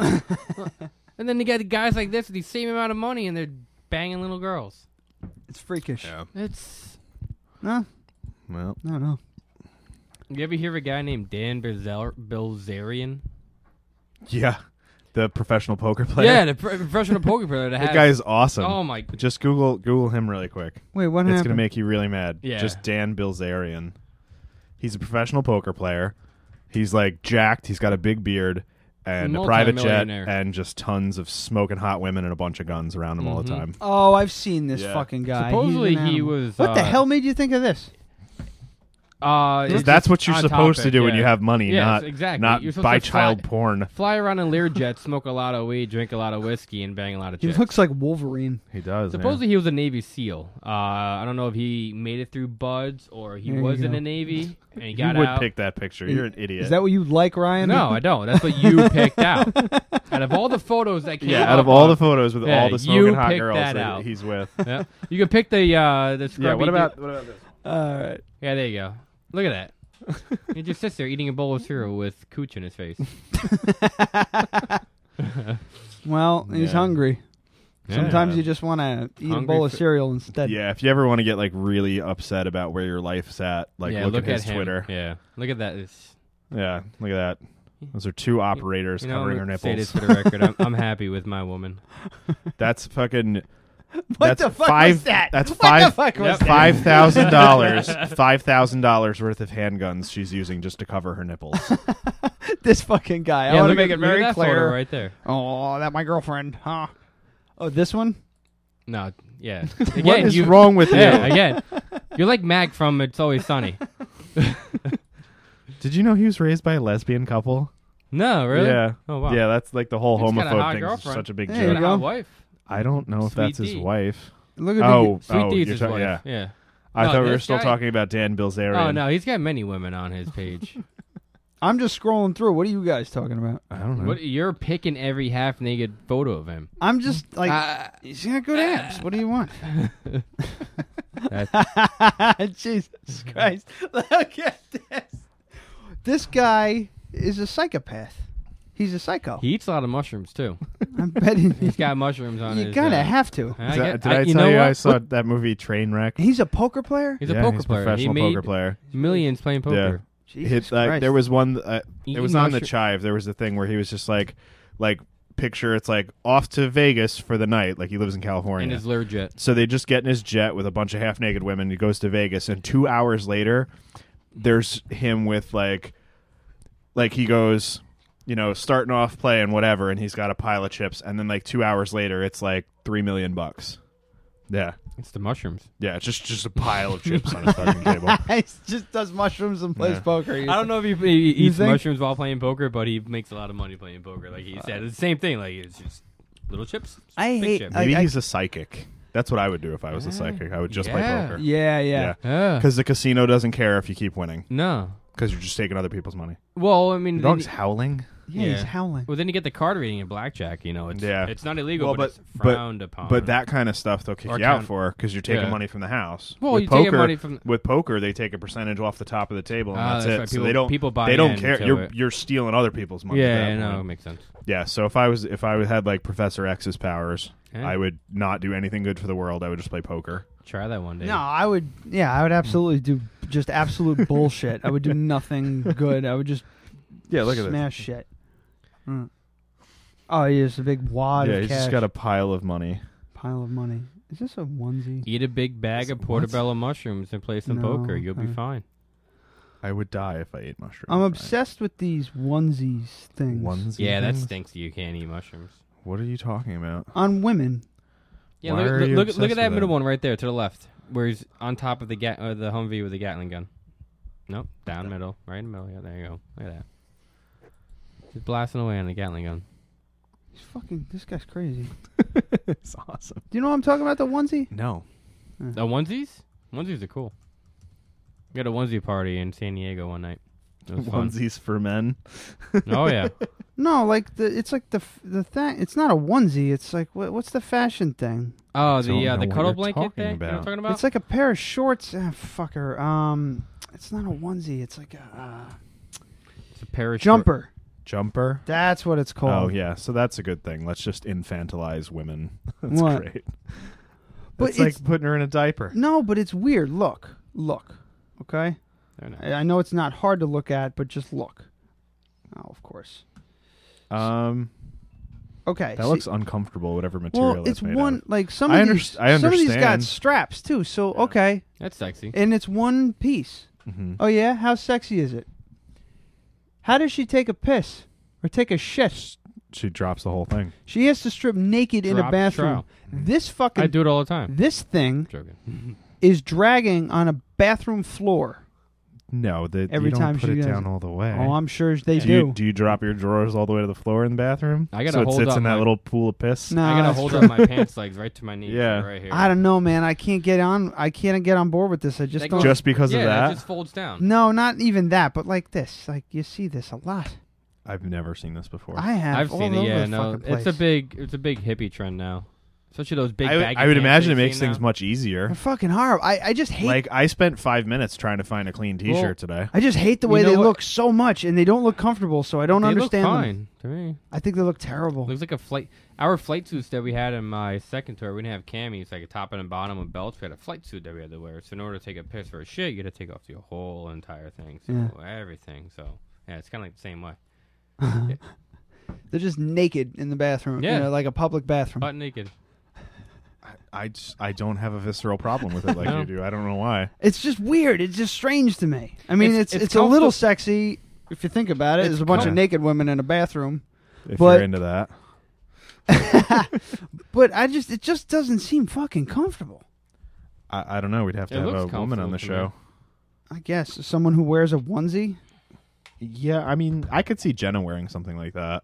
[SPEAKER 8] and then you get guys like this with the same amount of money, and they're banging little girls.
[SPEAKER 3] It's freakish.
[SPEAKER 4] Yeah.
[SPEAKER 8] It's.
[SPEAKER 3] No.
[SPEAKER 4] Well.
[SPEAKER 3] No, no.
[SPEAKER 8] You ever hear of a guy named Dan Bilzer- Bilzerian?
[SPEAKER 4] Yeah. The professional poker player.
[SPEAKER 8] Yeah, the pro- professional poker player that
[SPEAKER 4] That
[SPEAKER 8] has-
[SPEAKER 4] guy's awesome.
[SPEAKER 8] Oh, my-
[SPEAKER 4] Just Google Google him really quick.
[SPEAKER 3] Wait, what
[SPEAKER 4] It's
[SPEAKER 3] happened?
[SPEAKER 4] gonna make you really mad.
[SPEAKER 8] Yeah.
[SPEAKER 4] Just Dan Bilzerian. He's a professional poker player. He's like jacked. He's got a big beard and a private jet
[SPEAKER 8] Multi-millionaire.
[SPEAKER 4] and just tons of smoking hot women and a bunch of guns around him all the
[SPEAKER 8] Mhm.
[SPEAKER 4] time.
[SPEAKER 3] Oh, I've seen this
[SPEAKER 4] Yeah.
[SPEAKER 3] fucking guy. He's
[SPEAKER 8] Supposedly
[SPEAKER 3] an
[SPEAKER 8] he
[SPEAKER 3] animal.
[SPEAKER 8] was,
[SPEAKER 3] What the
[SPEAKER 8] uh,
[SPEAKER 3] hell made you think of this?
[SPEAKER 8] Uh,
[SPEAKER 4] Because
[SPEAKER 8] it's
[SPEAKER 4] that's
[SPEAKER 8] just
[SPEAKER 4] what you're
[SPEAKER 8] on
[SPEAKER 4] supposed to
[SPEAKER 8] topic,
[SPEAKER 4] do when
[SPEAKER 8] yeah.
[SPEAKER 4] you have money,
[SPEAKER 8] Yes,
[SPEAKER 4] not
[SPEAKER 8] exactly.
[SPEAKER 4] not
[SPEAKER 8] You're supposed
[SPEAKER 4] buy
[SPEAKER 8] to
[SPEAKER 4] child
[SPEAKER 8] fly-
[SPEAKER 4] porn.
[SPEAKER 8] Fly around in Learjet, smoke a lot of weed, drink a lot of whiskey, and bang a lot of
[SPEAKER 3] He
[SPEAKER 8] chicks.
[SPEAKER 3] looks like Wolverine.
[SPEAKER 4] He does.
[SPEAKER 8] Supposedly he was a Navy SEAL. Uh, I don't know if he made it through buds or he
[SPEAKER 3] There you
[SPEAKER 8] was in
[SPEAKER 3] go.
[SPEAKER 8] the Navy and he
[SPEAKER 4] You
[SPEAKER 8] got
[SPEAKER 4] would
[SPEAKER 8] out.
[SPEAKER 4] pick that picture. You're an idiot.
[SPEAKER 3] Is that what you like, Ryan?
[SPEAKER 8] No, I don't. That's what you picked out. Out of all the photos that came
[SPEAKER 4] Yeah, out of
[SPEAKER 8] up
[SPEAKER 4] all
[SPEAKER 8] on-
[SPEAKER 4] the photos with
[SPEAKER 8] Yeah,
[SPEAKER 4] all the
[SPEAKER 8] you
[SPEAKER 4] smoking hot
[SPEAKER 8] picked
[SPEAKER 4] girls
[SPEAKER 8] that
[SPEAKER 4] that
[SPEAKER 8] out.
[SPEAKER 4] he's with.
[SPEAKER 8] Yeah. You can pick the uh, the scrubby
[SPEAKER 4] Yeah, what about-
[SPEAKER 8] dude-
[SPEAKER 4] what about this?
[SPEAKER 3] All right.
[SPEAKER 8] Yeah, there you go. Look at that. he just sits there eating a bowl of cereal with cooch in his face.
[SPEAKER 3] Well, he's
[SPEAKER 4] Yeah.
[SPEAKER 3] hungry.
[SPEAKER 4] Yeah.
[SPEAKER 3] Sometimes you just want to eat a
[SPEAKER 4] Hungry
[SPEAKER 3] bowl of
[SPEAKER 4] for-
[SPEAKER 3] cereal instead.
[SPEAKER 4] Yeah, if you ever want to get like really upset about where your life's at, like
[SPEAKER 8] yeah,
[SPEAKER 4] look,
[SPEAKER 8] look
[SPEAKER 4] at his
[SPEAKER 8] him.
[SPEAKER 4] Twitter.
[SPEAKER 8] Yeah, look at that. It's-
[SPEAKER 4] Yeah, look at that. Those are two operators
[SPEAKER 8] you know,
[SPEAKER 4] covering
[SPEAKER 8] I'm
[SPEAKER 4] her
[SPEAKER 8] gonna
[SPEAKER 4] nipples.
[SPEAKER 8] Say this for the record. I'm, I'm happy with my woman.
[SPEAKER 4] That's fucking. What
[SPEAKER 8] the fuck was
[SPEAKER 4] five,
[SPEAKER 8] that?
[SPEAKER 4] That's
[SPEAKER 8] What the
[SPEAKER 4] five.
[SPEAKER 8] fuck was Yep. that?
[SPEAKER 4] Five thousand dollars. Five thousand dollars worth of handguns she's using just to cover her nipples.
[SPEAKER 3] This fucking guy. I
[SPEAKER 8] Yeah,
[SPEAKER 3] want to
[SPEAKER 8] look at-
[SPEAKER 3] make it
[SPEAKER 8] look at
[SPEAKER 3] very
[SPEAKER 8] that photo
[SPEAKER 3] clear.
[SPEAKER 8] right there.
[SPEAKER 3] Oh, that my girlfriend, huh? Oh, this one?
[SPEAKER 8] No, yeah.
[SPEAKER 3] What
[SPEAKER 8] Again,
[SPEAKER 3] is
[SPEAKER 8] you,
[SPEAKER 3] wrong with
[SPEAKER 8] yeah,
[SPEAKER 3] you?
[SPEAKER 8] Again, you're like Mac from It's Always Sunny.
[SPEAKER 4] Did you know he was raised by a lesbian couple?
[SPEAKER 8] No, really?
[SPEAKER 4] Yeah.
[SPEAKER 8] Oh, wow.
[SPEAKER 4] Yeah, that's like the whole
[SPEAKER 8] He's got a
[SPEAKER 4] homophobe
[SPEAKER 8] hot
[SPEAKER 4] thing. is
[SPEAKER 8] girlfriend.
[SPEAKER 4] Such a big
[SPEAKER 8] There
[SPEAKER 4] joke.
[SPEAKER 8] you go. Hot wife.
[SPEAKER 4] I don't know if
[SPEAKER 8] Sweet
[SPEAKER 4] that's his
[SPEAKER 8] D.
[SPEAKER 4] wife.
[SPEAKER 8] Look at
[SPEAKER 4] oh,
[SPEAKER 8] the- Sweet
[SPEAKER 4] oh,
[SPEAKER 8] D's
[SPEAKER 4] you're
[SPEAKER 8] his
[SPEAKER 4] talking-
[SPEAKER 8] wife.
[SPEAKER 4] Yeah.
[SPEAKER 8] Yeah.
[SPEAKER 4] I
[SPEAKER 8] No,
[SPEAKER 4] thought we were
[SPEAKER 8] this
[SPEAKER 4] still
[SPEAKER 8] guy-
[SPEAKER 4] talking about Dan Bilzerian.
[SPEAKER 8] Oh no, he's got many women on his page.
[SPEAKER 3] I'm just scrolling through. What are you guys talking about?
[SPEAKER 4] I don't
[SPEAKER 8] what you're picking every half naked photo of him.
[SPEAKER 3] I'm just like, he's got good abs. What do you want?
[SPEAKER 8] Mm-hmm.
[SPEAKER 3] Jesus Christ. Look at this. This guy is a psychopath. He's a psycho.
[SPEAKER 8] He eats a lot of mushrooms too.
[SPEAKER 3] I'm betting
[SPEAKER 8] he's got mushrooms on
[SPEAKER 3] You
[SPEAKER 8] his.
[SPEAKER 3] gotta
[SPEAKER 8] uh,
[SPEAKER 3] have to.
[SPEAKER 8] I
[SPEAKER 4] Is that-
[SPEAKER 8] get-
[SPEAKER 4] did I,
[SPEAKER 8] you
[SPEAKER 4] tell
[SPEAKER 8] know
[SPEAKER 4] you I
[SPEAKER 8] what?
[SPEAKER 4] saw that movie Trainwreck?
[SPEAKER 3] He's a poker player?
[SPEAKER 8] He's a
[SPEAKER 4] Yeah,
[SPEAKER 8] poker
[SPEAKER 4] he's a
[SPEAKER 8] player.
[SPEAKER 4] professional
[SPEAKER 8] he
[SPEAKER 4] poker
[SPEAKER 8] made
[SPEAKER 4] player.
[SPEAKER 8] Millions playing poker.
[SPEAKER 4] Yeah. Hit, like,
[SPEAKER 8] Christ.
[SPEAKER 4] there was one. Uh, it
[SPEAKER 8] Eating
[SPEAKER 4] was on the
[SPEAKER 8] mushroom-
[SPEAKER 4] chive. There was a thing where he was just like, like picture. It's like off to Vegas for the night. Like he lives in California.
[SPEAKER 8] In his Learjet.
[SPEAKER 4] So they just get in his jet with a bunch of half naked women. He goes to Vegas, and two hours later, there's him with like, like he goes, you know, starting off playing whatever, and he's got a pile of chips, and then like two hours later, it's like three million bucks. Yeah,
[SPEAKER 8] it's the mushrooms.
[SPEAKER 4] Yeah, it's just just a pile of chips on his fucking table.
[SPEAKER 3] he just does mushrooms and plays
[SPEAKER 4] Yeah.
[SPEAKER 3] poker. You
[SPEAKER 8] I don't know
[SPEAKER 3] think?
[SPEAKER 8] if he, he
[SPEAKER 3] You
[SPEAKER 8] eats
[SPEAKER 3] think?
[SPEAKER 8] mushrooms while playing poker, but he makes a lot of money playing poker. Like he said, it's the same thing. Like it's just little chips.
[SPEAKER 3] I
[SPEAKER 8] big
[SPEAKER 3] hate-
[SPEAKER 4] uh,
[SPEAKER 8] chips.
[SPEAKER 3] I- Maybe I- he's
[SPEAKER 4] a psychic. That's what I would do if I was a psychic. I would just
[SPEAKER 3] Yeah.
[SPEAKER 4] play poker.
[SPEAKER 3] Yeah, yeah. Yeah.
[SPEAKER 4] Because the casino doesn't care if you keep winning.
[SPEAKER 8] No.
[SPEAKER 4] Because you're just taking other people's money.
[SPEAKER 8] Well, I mean,
[SPEAKER 4] Your
[SPEAKER 8] then
[SPEAKER 4] dog's
[SPEAKER 8] you-
[SPEAKER 4] howling.
[SPEAKER 3] Yeah, he's howling.
[SPEAKER 8] Well, then you get the card reading in blackjack. You know, it's
[SPEAKER 4] Yeah,
[SPEAKER 8] it's not illegal,
[SPEAKER 4] Well,
[SPEAKER 8] but, it's frowned upon.
[SPEAKER 4] But that kind of stuff they'll kick
[SPEAKER 8] Or
[SPEAKER 4] you out
[SPEAKER 8] count-
[SPEAKER 4] for because you're taking
[SPEAKER 8] Yeah.
[SPEAKER 4] money from the house.
[SPEAKER 8] Well,
[SPEAKER 4] with
[SPEAKER 8] you
[SPEAKER 4] poker,
[SPEAKER 8] take money from-
[SPEAKER 4] with poker. They take a percentage off the top of the table, and
[SPEAKER 8] Ah,
[SPEAKER 4] that's,
[SPEAKER 8] that's
[SPEAKER 4] it.
[SPEAKER 8] right.
[SPEAKER 4] So
[SPEAKER 8] People-
[SPEAKER 4] they don't.
[SPEAKER 8] people buy
[SPEAKER 4] They don't
[SPEAKER 8] into
[SPEAKER 4] care. You're
[SPEAKER 8] it.
[SPEAKER 4] you're stealing other people's money.
[SPEAKER 8] Yeah,
[SPEAKER 4] at that
[SPEAKER 8] yeah, no,
[SPEAKER 4] point.
[SPEAKER 8] it makes sense.
[SPEAKER 4] Yeah. So if I was if I had like Professor X's powers,
[SPEAKER 8] Yeah.
[SPEAKER 4] I would not do anything good for the world. I would just play poker.
[SPEAKER 8] Try that one day.
[SPEAKER 3] No, I would. Yeah, I would absolutely do just absolute bullshit. I would do nothing good. I would just
[SPEAKER 4] Yeah, look at this.
[SPEAKER 3] smash shit. Mm. Oh, yeah, it's a big wad
[SPEAKER 4] yeah,
[SPEAKER 3] of
[SPEAKER 4] he's
[SPEAKER 3] cash,
[SPEAKER 4] just got a pile of money.
[SPEAKER 3] pile of money. Is this a onesie?
[SPEAKER 8] Eat a big bag of portobello mushrooms and play some
[SPEAKER 3] No,
[SPEAKER 8] poker. You'll be
[SPEAKER 3] uh,
[SPEAKER 8] fine.
[SPEAKER 4] I would die if I ate mushrooms.
[SPEAKER 3] I'm obsessed with these onesies things.
[SPEAKER 4] Onesie
[SPEAKER 8] Yeah, that
[SPEAKER 4] things?
[SPEAKER 8] stinks. that You can't eat mushrooms.
[SPEAKER 4] What are you talking about?
[SPEAKER 3] on women.
[SPEAKER 8] Yeah,
[SPEAKER 4] Why
[SPEAKER 8] look,
[SPEAKER 4] are
[SPEAKER 8] look,
[SPEAKER 4] you
[SPEAKER 8] look, look
[SPEAKER 4] obsessed
[SPEAKER 8] at that
[SPEAKER 4] with
[SPEAKER 8] middle
[SPEAKER 4] it?
[SPEAKER 8] one right there to the left, where he's on top of the ga- uh, the Humvee with the Gatling gun. Nope, down middle, right in the middle. Yeah, there you go. Look at that. Just blasting away on the Gatling gun.
[SPEAKER 3] He's fucking. This guy's crazy.
[SPEAKER 4] it's awesome.
[SPEAKER 3] Do you know what I'm talking about? The onesie.
[SPEAKER 4] No.
[SPEAKER 8] The onesies? Onesies are cool. We had a onesie party in San Diego one night. It was fun.
[SPEAKER 4] Onesies for men.
[SPEAKER 8] Oh yeah.
[SPEAKER 3] No, like the it's like the f- the thing. It's not a onesie. It's like what, what's the fashion thing?
[SPEAKER 8] Oh,
[SPEAKER 4] Don't
[SPEAKER 8] the uh,
[SPEAKER 4] know
[SPEAKER 8] the
[SPEAKER 4] what
[SPEAKER 8] cuddle
[SPEAKER 4] you're
[SPEAKER 8] blanket
[SPEAKER 4] talking
[SPEAKER 8] thing. You know what I'm
[SPEAKER 4] about.
[SPEAKER 8] talking about?
[SPEAKER 3] It's like a pair of shorts. Ah, fucker. Um, it's not a onesie. It's like a uh,
[SPEAKER 8] It's a pair of short-
[SPEAKER 3] jumper.
[SPEAKER 4] Jumper.
[SPEAKER 3] That's what it's
[SPEAKER 4] Oh
[SPEAKER 3] called.
[SPEAKER 4] yeah, so that's a good thing. Let's just infantilize women. That's
[SPEAKER 3] What?
[SPEAKER 4] great.
[SPEAKER 3] But
[SPEAKER 4] it's like
[SPEAKER 3] it's-
[SPEAKER 4] putting her in a diaper.
[SPEAKER 3] No, but it's weird. Look, look. Okay,
[SPEAKER 8] They're not-
[SPEAKER 3] I, I know it's not hard to look at, but just look. Oh, of course.
[SPEAKER 4] Um,
[SPEAKER 3] Okay,
[SPEAKER 4] that
[SPEAKER 3] see-
[SPEAKER 4] looks uncomfortable. Whatever material.
[SPEAKER 3] well.
[SPEAKER 4] that's
[SPEAKER 3] It's
[SPEAKER 4] made
[SPEAKER 3] one
[SPEAKER 4] Out of.
[SPEAKER 3] like some.
[SPEAKER 4] I
[SPEAKER 3] of
[SPEAKER 4] underst-
[SPEAKER 3] these,
[SPEAKER 4] I
[SPEAKER 3] Some of these got
[SPEAKER 4] understand.
[SPEAKER 3] straps too. So okay,
[SPEAKER 8] That's sexy.
[SPEAKER 3] and it's one piece.
[SPEAKER 4] Mhm.
[SPEAKER 3] Oh yeah, how sexy is it? How does she take a piss or take a shit?
[SPEAKER 4] She drops the whole thing.
[SPEAKER 3] She has to strip naked in a
[SPEAKER 8] Drop
[SPEAKER 3] bathroom. This fucking
[SPEAKER 8] I do it all the time.
[SPEAKER 3] this thing
[SPEAKER 8] Joking.
[SPEAKER 3] is dragging on a bathroom floor.
[SPEAKER 4] No, that
[SPEAKER 3] Every
[SPEAKER 4] you don't
[SPEAKER 3] time
[SPEAKER 4] put
[SPEAKER 3] she
[SPEAKER 4] it
[SPEAKER 3] does
[SPEAKER 4] down
[SPEAKER 3] it.
[SPEAKER 4] all the way.
[SPEAKER 3] Oh, I'm sure they
[SPEAKER 4] do,
[SPEAKER 3] do.
[SPEAKER 4] you do you drop your drawers all the way to the floor in the bathroom?
[SPEAKER 8] I gotta
[SPEAKER 4] so it
[SPEAKER 8] hold
[SPEAKER 4] sits
[SPEAKER 8] up
[SPEAKER 4] in that
[SPEAKER 8] my-
[SPEAKER 4] little pool of piss.
[SPEAKER 3] No,
[SPEAKER 8] I gotta
[SPEAKER 3] that's
[SPEAKER 8] hold
[SPEAKER 3] true.
[SPEAKER 8] up my pants legs right to my knees.
[SPEAKER 4] Yeah.
[SPEAKER 8] right here.
[SPEAKER 3] I don't know, man. I can't get on. I can't get on board with this. I just
[SPEAKER 8] That
[SPEAKER 3] don't.
[SPEAKER 8] goes-
[SPEAKER 4] Just because of
[SPEAKER 8] yeah, that
[SPEAKER 4] that?
[SPEAKER 8] just folds down.
[SPEAKER 3] no, not even that. But like this, like you see this a lot.
[SPEAKER 4] I've never seen this before.
[SPEAKER 3] I have.
[SPEAKER 8] I've
[SPEAKER 3] all
[SPEAKER 8] seen it.
[SPEAKER 3] over
[SPEAKER 8] Yeah,
[SPEAKER 3] the
[SPEAKER 8] no,
[SPEAKER 3] fucking
[SPEAKER 8] it's
[SPEAKER 3] place.
[SPEAKER 8] a big, it's a big hippie trend now, especially those big.
[SPEAKER 4] I would-
[SPEAKER 8] baggy
[SPEAKER 4] I would
[SPEAKER 8] pants
[SPEAKER 4] imagine it
[SPEAKER 8] they've
[SPEAKER 4] makes
[SPEAKER 8] seen
[SPEAKER 4] things
[SPEAKER 8] now.
[SPEAKER 4] much easier.
[SPEAKER 3] They're fucking horrible. I, I just hate.
[SPEAKER 4] Like I spent five minutes trying to find a clean T-shirt today.
[SPEAKER 3] I just hate the way
[SPEAKER 8] know
[SPEAKER 3] they
[SPEAKER 8] what?
[SPEAKER 3] look so much, and they don't look comfortable. So I don't
[SPEAKER 8] They
[SPEAKER 3] understand.
[SPEAKER 8] look
[SPEAKER 3] them.
[SPEAKER 8] fine to me.
[SPEAKER 3] I think they look terrible.
[SPEAKER 8] Looks like a flight. Our flight suits that we had in my second tour, we didn't have camis, like a top and a bottom and belts. We had a flight suit that we had to wear. So in order to take a piss or a shit, you had to take off the whole entire thing, so everything. So yeah, it's kind of like the same way.
[SPEAKER 3] They're just naked in the bathroom. you
[SPEAKER 8] Yeah.
[SPEAKER 3] know, like a public bathroom.
[SPEAKER 8] Butt naked.
[SPEAKER 4] I just, I don't have a visceral problem with it like
[SPEAKER 8] No.
[SPEAKER 4] you do. I don't know why.
[SPEAKER 3] It's just weird. It's just strange to me. I mean,
[SPEAKER 8] It's-
[SPEAKER 3] it's it's,
[SPEAKER 8] it's
[SPEAKER 3] a little
[SPEAKER 8] comfort-
[SPEAKER 3] sexy if you think about it.
[SPEAKER 8] It's
[SPEAKER 3] There's a bunch of
[SPEAKER 8] com-
[SPEAKER 3] naked women in a bathroom,
[SPEAKER 4] If
[SPEAKER 3] But-
[SPEAKER 4] you're into that,
[SPEAKER 3] but I just it just doesn't seem fucking comfortable.
[SPEAKER 4] I, I don't know. We'd have to
[SPEAKER 8] It looks
[SPEAKER 4] have a woman on the
[SPEAKER 8] comfortable to me.
[SPEAKER 4] show.
[SPEAKER 3] I guess someone who wears a onesie.
[SPEAKER 4] Yeah, I mean, I could see Jenna wearing something like that,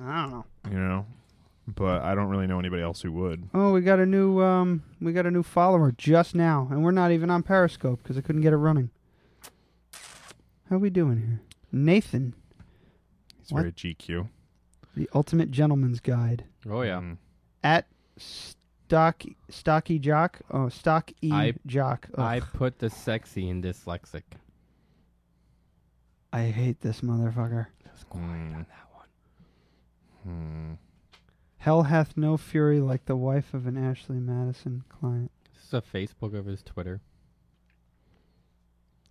[SPEAKER 3] I don't know.
[SPEAKER 4] you know, but I don't really know anybody else who would.
[SPEAKER 3] Oh, we got a new um, we got a new follower just now, and we're not even on Periscope because I couldn't get it running. How we doing here, Nathan,
[SPEAKER 4] He's
[SPEAKER 3] What?
[SPEAKER 4] very GQ.
[SPEAKER 3] the ultimate gentleman's guide
[SPEAKER 8] Oh yeah.
[SPEAKER 4] Mm.
[SPEAKER 3] at Stocky Stocky Jock? Oh, Stock E
[SPEAKER 8] I-
[SPEAKER 3] Jock. Ugh.
[SPEAKER 8] I put the sexy in dyslexic.
[SPEAKER 3] I hate this motherfucker.
[SPEAKER 4] Mm.
[SPEAKER 8] that one.
[SPEAKER 4] Hmm.
[SPEAKER 3] Hell hath no fury like the wife of an Ashley Madison client.
[SPEAKER 8] This is a Facebook of his Twitter.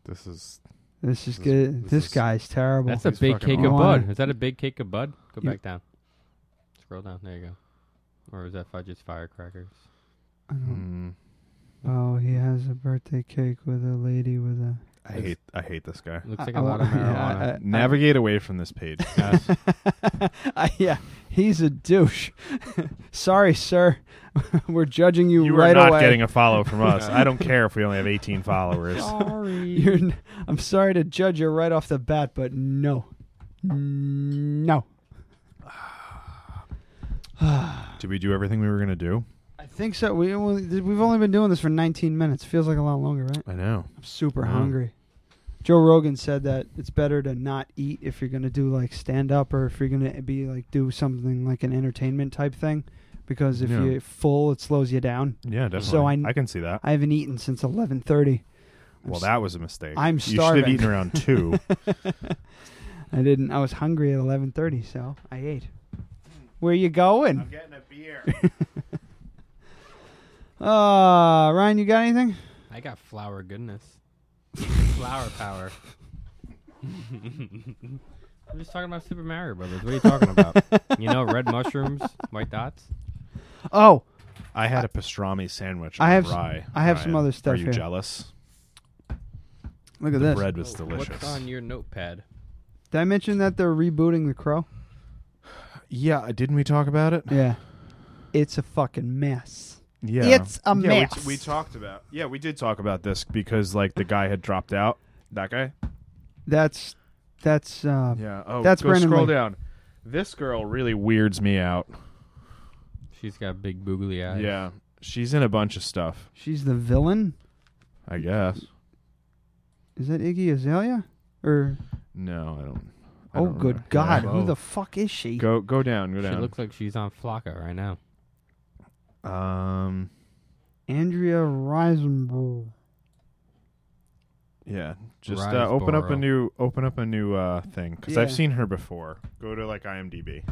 [SPEAKER 4] This is
[SPEAKER 3] This is
[SPEAKER 4] This-
[SPEAKER 3] good. This,
[SPEAKER 4] this is-
[SPEAKER 3] guy's terrible.
[SPEAKER 8] That's a
[SPEAKER 4] he's
[SPEAKER 8] big
[SPEAKER 4] fucking
[SPEAKER 8] cake
[SPEAKER 3] awesome.
[SPEAKER 8] of bud. Is that a big cake of bud? Go
[SPEAKER 3] You-
[SPEAKER 8] back down. Scroll down. There you go. Or is that Fudge's firecrackers?
[SPEAKER 3] I don't-
[SPEAKER 4] Hmm.
[SPEAKER 3] oh, he has a birthday cake with a lady with a.
[SPEAKER 4] I hate I hate this guy.
[SPEAKER 8] Looks
[SPEAKER 3] I-
[SPEAKER 8] like
[SPEAKER 3] I
[SPEAKER 8] a lot of
[SPEAKER 3] want- Uh, oh, yeah, uh,
[SPEAKER 8] marijuana.
[SPEAKER 3] I- I-
[SPEAKER 4] Navigate away from this page. Yes.
[SPEAKER 3] I, yeah, he's a douche. Sorry, sir. We're judging you,
[SPEAKER 4] you
[SPEAKER 3] right
[SPEAKER 4] are not
[SPEAKER 3] away.
[SPEAKER 4] getting a follow from us. I don't care if we only have 18 followers.
[SPEAKER 3] You're n- I'm sorry to judge you right off the bat, but no, no.
[SPEAKER 4] Did we do everything we were going to do?
[SPEAKER 3] think so. We we- we've only been doing this for 19 minutes. Feels like a lot longer, right?
[SPEAKER 4] I know.
[SPEAKER 3] I'm super
[SPEAKER 4] I know.
[SPEAKER 3] hungry. Joe Rogan said that it's better to not eat if you're going to do like stand up or if you're going to be like do something like an entertainment type thing because if
[SPEAKER 4] Yeah.
[SPEAKER 3] you're full it slows you down.
[SPEAKER 4] Yeah, definitely.
[SPEAKER 3] So I,
[SPEAKER 4] I can see that.
[SPEAKER 3] I haven't eaten since 11:30. I'm
[SPEAKER 4] Well,
[SPEAKER 3] s-
[SPEAKER 4] that was a mistake.
[SPEAKER 3] I'm
[SPEAKER 4] You should have
[SPEAKER 3] starving.
[SPEAKER 4] eaten around two.
[SPEAKER 3] I didn't. I was hungry at 11:30, so I ate. Where you going? I'm
[SPEAKER 4] getting a beer.
[SPEAKER 3] uh, Ryan, you got anything?
[SPEAKER 8] I got flower goodness. flower power. We're just talking about Super Mario Brothers. What are you talking about? you know, red mushrooms, white dots.
[SPEAKER 3] Oh,
[SPEAKER 4] I had a pastrami sandwich.
[SPEAKER 3] I
[SPEAKER 4] on
[SPEAKER 3] have s-
[SPEAKER 4] rye.
[SPEAKER 3] I have some
[SPEAKER 4] Ryan,
[SPEAKER 3] other stuff
[SPEAKER 4] Are you
[SPEAKER 3] here.
[SPEAKER 4] jealous?
[SPEAKER 3] Look
[SPEAKER 4] the
[SPEAKER 3] at this.
[SPEAKER 4] bread was delicious.
[SPEAKER 8] What's on your notepad?
[SPEAKER 3] Did I mention that they're rebooting The Crow?
[SPEAKER 4] Yeah, uh, didn't we talk about it?
[SPEAKER 3] Yeah. It's a fucking mess.
[SPEAKER 4] Yeah,
[SPEAKER 3] It's a
[SPEAKER 4] Yeah, we-
[SPEAKER 3] mess.
[SPEAKER 4] We, talked about. Yeah, we did talk about this because like the guy had dropped out. That guy.
[SPEAKER 3] That's that's uh
[SPEAKER 4] yeah. Oh,
[SPEAKER 3] that's
[SPEAKER 4] go
[SPEAKER 3] Brandon
[SPEAKER 4] scroll
[SPEAKER 3] Lee.
[SPEAKER 4] down. This girl really weirds me out.
[SPEAKER 8] She's got big boogly eyes.
[SPEAKER 4] Yeah, she's in a bunch of stuff.
[SPEAKER 3] She's the villain?
[SPEAKER 4] I guess.
[SPEAKER 3] Is that Iggy Azalea? Or
[SPEAKER 4] No, I don't. I
[SPEAKER 3] Oh
[SPEAKER 4] don't
[SPEAKER 3] good
[SPEAKER 4] remember.
[SPEAKER 3] god,
[SPEAKER 4] Yeah.
[SPEAKER 3] who the fuck is she?
[SPEAKER 4] Go go down. Go
[SPEAKER 8] She
[SPEAKER 4] down.
[SPEAKER 8] looks like she's on Flocka right now.
[SPEAKER 4] um.
[SPEAKER 3] Andrea Risenborough.
[SPEAKER 4] Yeah. Just uh, open up a
[SPEAKER 8] Riseborough.
[SPEAKER 4] new open up a new uh, thing because I've
[SPEAKER 8] Yeah.
[SPEAKER 4] seen her before. Go to like IMDb.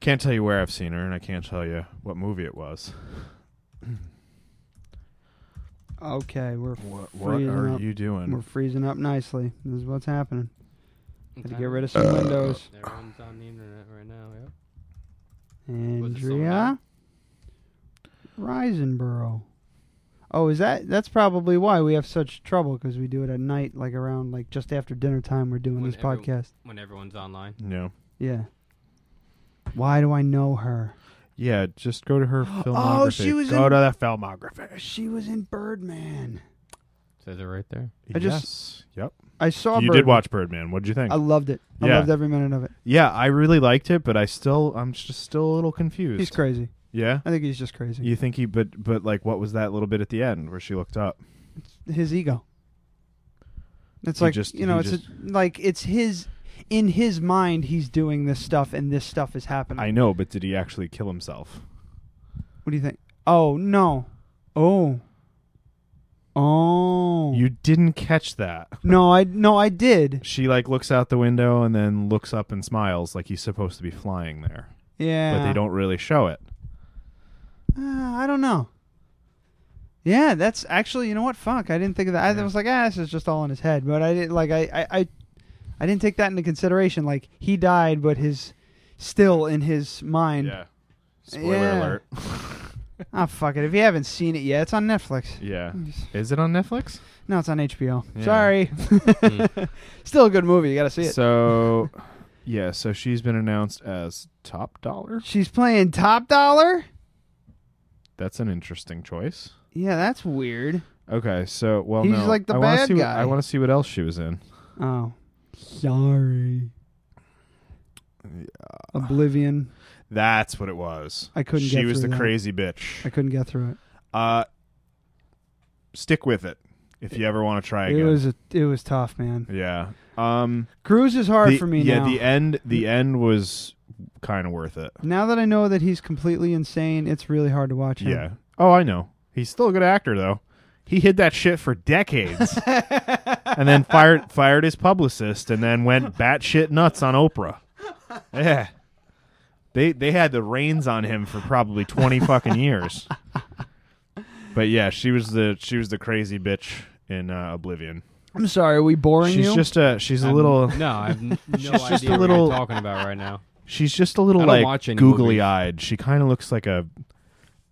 [SPEAKER 4] Can't tell you where I've seen her, and I can't tell you what movie it was.
[SPEAKER 3] Okay, we're
[SPEAKER 4] What, what
[SPEAKER 3] freezing
[SPEAKER 4] are
[SPEAKER 3] up.
[SPEAKER 4] you doing?
[SPEAKER 3] We're freezing up nicely. This is what's happening. Had to
[SPEAKER 8] Okay.
[SPEAKER 3] get rid of some
[SPEAKER 4] Uh,
[SPEAKER 3] windows.
[SPEAKER 8] Everyone's on the internet right now. Yep.
[SPEAKER 3] Andrea Risenborough. Oh, is that that's probably why we have such trouble because we do it at night, like around like just after dinner time. We're doing this
[SPEAKER 8] every-
[SPEAKER 3] podcast.
[SPEAKER 8] When everyone's online.
[SPEAKER 4] No.
[SPEAKER 3] Yeah. Why do I know her?
[SPEAKER 4] Yeah, just go to her filmography.
[SPEAKER 3] Oh, she was
[SPEAKER 4] go
[SPEAKER 3] in-
[SPEAKER 4] to the filmography.
[SPEAKER 3] She was in Birdman.
[SPEAKER 8] Says it right there.
[SPEAKER 3] I just-
[SPEAKER 4] yes. Yep.
[SPEAKER 3] I saw.
[SPEAKER 4] you did
[SPEAKER 3] Birdman.
[SPEAKER 4] watch Birdman. What did you think?
[SPEAKER 3] I loved it. I
[SPEAKER 4] Yeah.
[SPEAKER 3] loved every minute of it.
[SPEAKER 4] Yeah, I really liked it, but I still I'm just still a little confused.
[SPEAKER 3] He's crazy.
[SPEAKER 4] Yeah.
[SPEAKER 3] I think he's just crazy.
[SPEAKER 4] You think he but but like what was that little bit at the end where she looked up?
[SPEAKER 3] His ego. It's
[SPEAKER 4] He
[SPEAKER 3] like
[SPEAKER 4] just-
[SPEAKER 3] you know,
[SPEAKER 4] he
[SPEAKER 3] it's
[SPEAKER 4] just-
[SPEAKER 3] a, like it's his in his mind. He's doing this stuff, and this stuff is happening.
[SPEAKER 4] I know, but did he actually kill himself?
[SPEAKER 3] What do you think? Oh no. Oh. Oh.
[SPEAKER 4] You didn't catch that.
[SPEAKER 3] No, I no I did.
[SPEAKER 4] She like looks out the window and then looks up and smiles like he's supposed to be flying there.
[SPEAKER 3] Yeah.
[SPEAKER 4] But they don't really show it.
[SPEAKER 3] Uh, I don't know. Yeah, that's actually you know what? Fuck, I didn't think of that. I was like, ah, this is just all in his head. But I didn't like I I, I I didn't take that into consideration. Like he died, but his still in his mind.
[SPEAKER 4] Yeah. Spoiler
[SPEAKER 3] Yeah.
[SPEAKER 4] alert.
[SPEAKER 3] Ah, fuck it. If you haven't seen it yet, it's on Netflix.
[SPEAKER 4] yeah. Is it on Netflix?
[SPEAKER 3] No, it's on HBO.
[SPEAKER 4] Yeah. Hmm.
[SPEAKER 3] Sorry. still a good movie. You got to see it.
[SPEAKER 4] So yeah, so she's been announced as top dollar.
[SPEAKER 3] She's playing Top Dollar.
[SPEAKER 4] That's an interesting choice.
[SPEAKER 3] Yeah, that's weird.
[SPEAKER 4] Okay, so well,
[SPEAKER 3] He's
[SPEAKER 4] no,
[SPEAKER 3] like the
[SPEAKER 4] I wanna
[SPEAKER 3] bad
[SPEAKER 4] see what-
[SPEAKER 3] guy.
[SPEAKER 4] I want to see what else she was in.
[SPEAKER 3] Oh, sorry. Oblivion.
[SPEAKER 4] That's what it was.
[SPEAKER 3] I couldn't
[SPEAKER 4] She
[SPEAKER 3] get
[SPEAKER 4] was
[SPEAKER 3] through
[SPEAKER 4] the
[SPEAKER 3] that.
[SPEAKER 4] crazy bitch.
[SPEAKER 3] I couldn't get through it.
[SPEAKER 4] Uh, stick with it if you ever want to try
[SPEAKER 3] It
[SPEAKER 4] again.
[SPEAKER 3] was a, it was tough, man.
[SPEAKER 4] yeah. Um,
[SPEAKER 3] Cruise is hard
[SPEAKER 4] the-
[SPEAKER 3] for me
[SPEAKER 4] Yeah,
[SPEAKER 3] now.
[SPEAKER 4] the e- end. The end was kind of worth it.
[SPEAKER 3] now that I know that he's completely insane, it's really hard to watch him.
[SPEAKER 4] Yeah. Oh, I know. He's still a good actor though. He hid that shit for decades, and then fired fired his publicist, and then went batshit nuts on Oprah. Yeah. They they had the reins on him for probably twenty fucking years. But yeah, she was the she was the crazy bitch in uh, Oblivion.
[SPEAKER 3] I'm sorry, are we boring
[SPEAKER 4] she's
[SPEAKER 3] you?
[SPEAKER 4] just a she's a
[SPEAKER 8] I'm-
[SPEAKER 4] little
[SPEAKER 8] No, I have n- no
[SPEAKER 4] she's
[SPEAKER 8] idea
[SPEAKER 4] just a
[SPEAKER 8] what
[SPEAKER 4] little
[SPEAKER 8] you're talking about right now.
[SPEAKER 4] She's just a
[SPEAKER 8] I
[SPEAKER 4] little
[SPEAKER 8] don't
[SPEAKER 4] like
[SPEAKER 8] watch any
[SPEAKER 4] googly
[SPEAKER 8] movies.
[SPEAKER 4] eyed. She kind of looks like a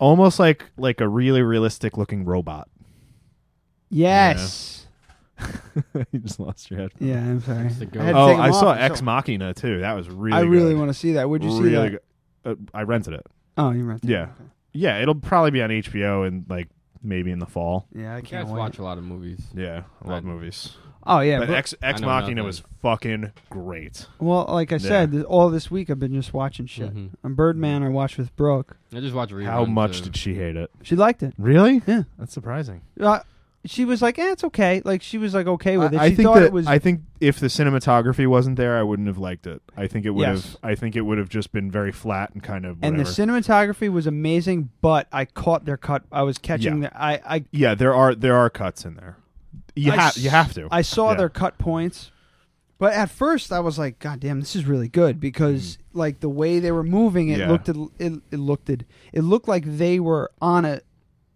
[SPEAKER 4] almost like like a really realistic looking robot.
[SPEAKER 3] yes.
[SPEAKER 4] you just lost your head.
[SPEAKER 3] Yeah, I'm sorry.
[SPEAKER 8] It's the goat.
[SPEAKER 3] I had to
[SPEAKER 4] oh,
[SPEAKER 3] take him
[SPEAKER 4] I
[SPEAKER 3] off.
[SPEAKER 4] saw
[SPEAKER 3] So-
[SPEAKER 4] Ex Machina too. That was really.
[SPEAKER 3] I really
[SPEAKER 4] good.
[SPEAKER 3] want to see that. Would you see
[SPEAKER 4] Really
[SPEAKER 3] that?
[SPEAKER 4] good. Uh, I rented it.
[SPEAKER 3] Oh, you rented it.
[SPEAKER 4] Yeah, yeah. It'll probably be on HBO and like maybe in the fall.
[SPEAKER 3] Yeah, I
[SPEAKER 8] You guys
[SPEAKER 3] can't wait.
[SPEAKER 8] watch a lot of movies.
[SPEAKER 4] Yeah, I love
[SPEAKER 8] I-
[SPEAKER 4] movies.
[SPEAKER 3] Oh, yeah,
[SPEAKER 4] but,
[SPEAKER 3] but-
[SPEAKER 4] Ex Ex
[SPEAKER 3] I know
[SPEAKER 4] Machina
[SPEAKER 3] nothing.
[SPEAKER 4] was fucking great.
[SPEAKER 3] Well, like I
[SPEAKER 4] Yeah.
[SPEAKER 3] said, th- all this week I've been just watching shit.
[SPEAKER 8] Mm-hmm.
[SPEAKER 3] On Birdman, I watched with Brooke.
[SPEAKER 8] I just watch reruns.
[SPEAKER 4] How much
[SPEAKER 8] of-
[SPEAKER 4] did she hate it?
[SPEAKER 3] She liked it.
[SPEAKER 4] Really?
[SPEAKER 3] Yeah.
[SPEAKER 4] That's surprising.
[SPEAKER 3] Uh, she was like, eh, it's okay. Like, she was like, okay with it.
[SPEAKER 4] I
[SPEAKER 3] She
[SPEAKER 4] think
[SPEAKER 3] thought
[SPEAKER 4] that
[SPEAKER 3] it was.
[SPEAKER 4] I think if the cinematography wasn't there, I wouldn't have liked it. I think it would
[SPEAKER 3] Yes.
[SPEAKER 4] have. I think it would have just been very flat and kind of.
[SPEAKER 3] and
[SPEAKER 4] Whatever.
[SPEAKER 3] the cinematography was amazing, but I caught their cut. I was catching their. I, I
[SPEAKER 4] yeah, there are there are cuts in there. You
[SPEAKER 3] I
[SPEAKER 4] have
[SPEAKER 3] s-
[SPEAKER 4] you have to.
[SPEAKER 3] I saw
[SPEAKER 4] Yeah.
[SPEAKER 3] their cut points, but at first I was like, "God damn, this is really good," because like the way they were moving, it
[SPEAKER 4] Mm. Yeah.
[SPEAKER 3] looked it, it, it looked it it looked like they were on a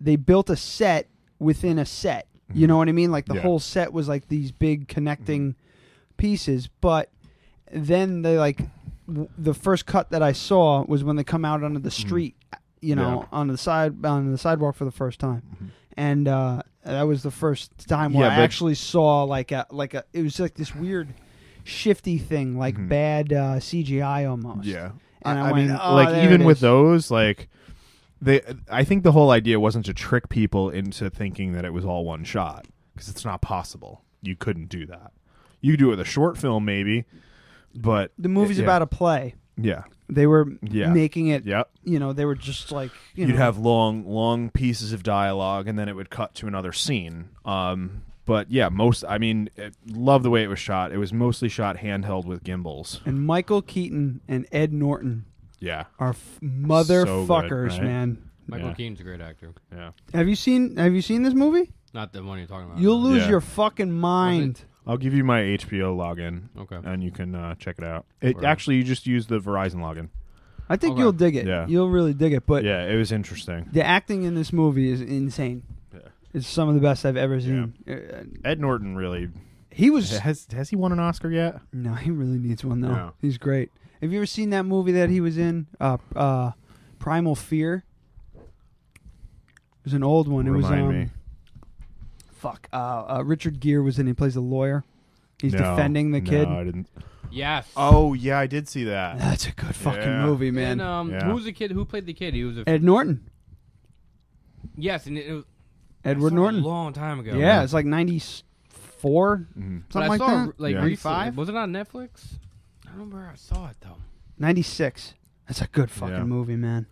[SPEAKER 3] they built a set within a set.
[SPEAKER 4] Mm-hmm.
[SPEAKER 3] You know what I mean? Like the
[SPEAKER 12] Yeah.
[SPEAKER 3] whole set was like these big connecting
[SPEAKER 4] Mm-hmm.
[SPEAKER 3] pieces, but then they like w- the first cut that I saw was when they come out onto
[SPEAKER 4] Mm.
[SPEAKER 3] the street, you know, on the side on the sidewalk for the first time,
[SPEAKER 4] Mm-hmm.
[SPEAKER 3] and uh, that was the first time where
[SPEAKER 12] Yeah,
[SPEAKER 3] I
[SPEAKER 12] but-
[SPEAKER 3] actually saw like a like a it was like this weird shifty thing, like bad uh, CGI almost.
[SPEAKER 4] Mm-hmm. Yeah,
[SPEAKER 3] and I,
[SPEAKER 4] I
[SPEAKER 3] went,
[SPEAKER 4] mean,
[SPEAKER 3] "Oh, there
[SPEAKER 4] like even
[SPEAKER 3] it
[SPEAKER 4] with
[SPEAKER 3] is."
[SPEAKER 4] those, like they, I think the whole idea wasn't to trick people into thinking that it was all one shot because it's not possible. You couldn't do that. You could do it with a short film, maybe, but
[SPEAKER 3] the movie's
[SPEAKER 4] yeah.
[SPEAKER 3] about a play.
[SPEAKER 4] Yeah.
[SPEAKER 3] They were
[SPEAKER 4] Yeah.
[SPEAKER 3] making it.
[SPEAKER 4] Yep.
[SPEAKER 3] You know, they were just like you
[SPEAKER 4] You'd
[SPEAKER 3] know,
[SPEAKER 4] have long, long pieces of dialogue, and then it would cut to another scene. Um, but yeah, most. I mean, it, love the way it was shot. It was mostly shot handheld with gimbals.
[SPEAKER 3] and Michael Keaton and Ed Norton.
[SPEAKER 4] Yeah.
[SPEAKER 3] are f- motherfuckers,
[SPEAKER 4] right?
[SPEAKER 3] man.
[SPEAKER 8] Michael
[SPEAKER 4] Yeah.
[SPEAKER 8] Keaton's a great actor.
[SPEAKER 4] Yeah.
[SPEAKER 3] Have you seen Have you seen this movie?
[SPEAKER 8] Not the one you're talking about.
[SPEAKER 3] You'll lose
[SPEAKER 4] Yeah.
[SPEAKER 3] your fucking mind.
[SPEAKER 4] I'll give you my HBO login. Okay. And you can uh, check it out. It actually you just use the Verizon login.
[SPEAKER 3] I think you'll dig it.
[SPEAKER 4] Yeah.
[SPEAKER 3] You'll really dig it. But
[SPEAKER 4] yeah, it was interesting.
[SPEAKER 3] the acting in this movie is insane. It's some of the best I've ever seen. Uh,
[SPEAKER 4] Ed Norton really
[SPEAKER 3] He was
[SPEAKER 4] has has he won an Oscar yet?
[SPEAKER 3] No, he really needs one though.
[SPEAKER 4] No.
[SPEAKER 3] He's great. Have you ever seen that movie that he was in? Uh, uh, Primal Fear. It was an old one. it was
[SPEAKER 4] Remind
[SPEAKER 3] um,
[SPEAKER 4] me.
[SPEAKER 3] fuck. Uh, uh, Richard Gere was in. it. He plays a lawyer. He's
[SPEAKER 4] No,
[SPEAKER 3] defending the
[SPEAKER 4] no,
[SPEAKER 3] kid.
[SPEAKER 4] I didn't.
[SPEAKER 8] Yes.
[SPEAKER 4] Oh yeah, I did see that.
[SPEAKER 3] That's a good fucking
[SPEAKER 4] Yeah.
[SPEAKER 3] movie, man.
[SPEAKER 8] And, um,
[SPEAKER 4] Yeah.
[SPEAKER 8] who was the kid? Who played the kid? He was a
[SPEAKER 3] Ed Norton,
[SPEAKER 8] Yes, and it, it was
[SPEAKER 3] Edward
[SPEAKER 8] saw it a
[SPEAKER 3] Norton.
[SPEAKER 8] long time ago,
[SPEAKER 3] Yeah,
[SPEAKER 8] man.
[SPEAKER 3] it's like ninety four,
[SPEAKER 4] Mm-hmm.
[SPEAKER 8] but
[SPEAKER 3] something
[SPEAKER 8] I
[SPEAKER 3] like
[SPEAKER 8] saw
[SPEAKER 3] that.
[SPEAKER 8] it, like
[SPEAKER 3] yeah.
[SPEAKER 8] recently. Was it on Netflix? I don't remember. where I saw it though.
[SPEAKER 3] ninety six. That's a good fucking
[SPEAKER 4] Yeah.
[SPEAKER 3] movie, man.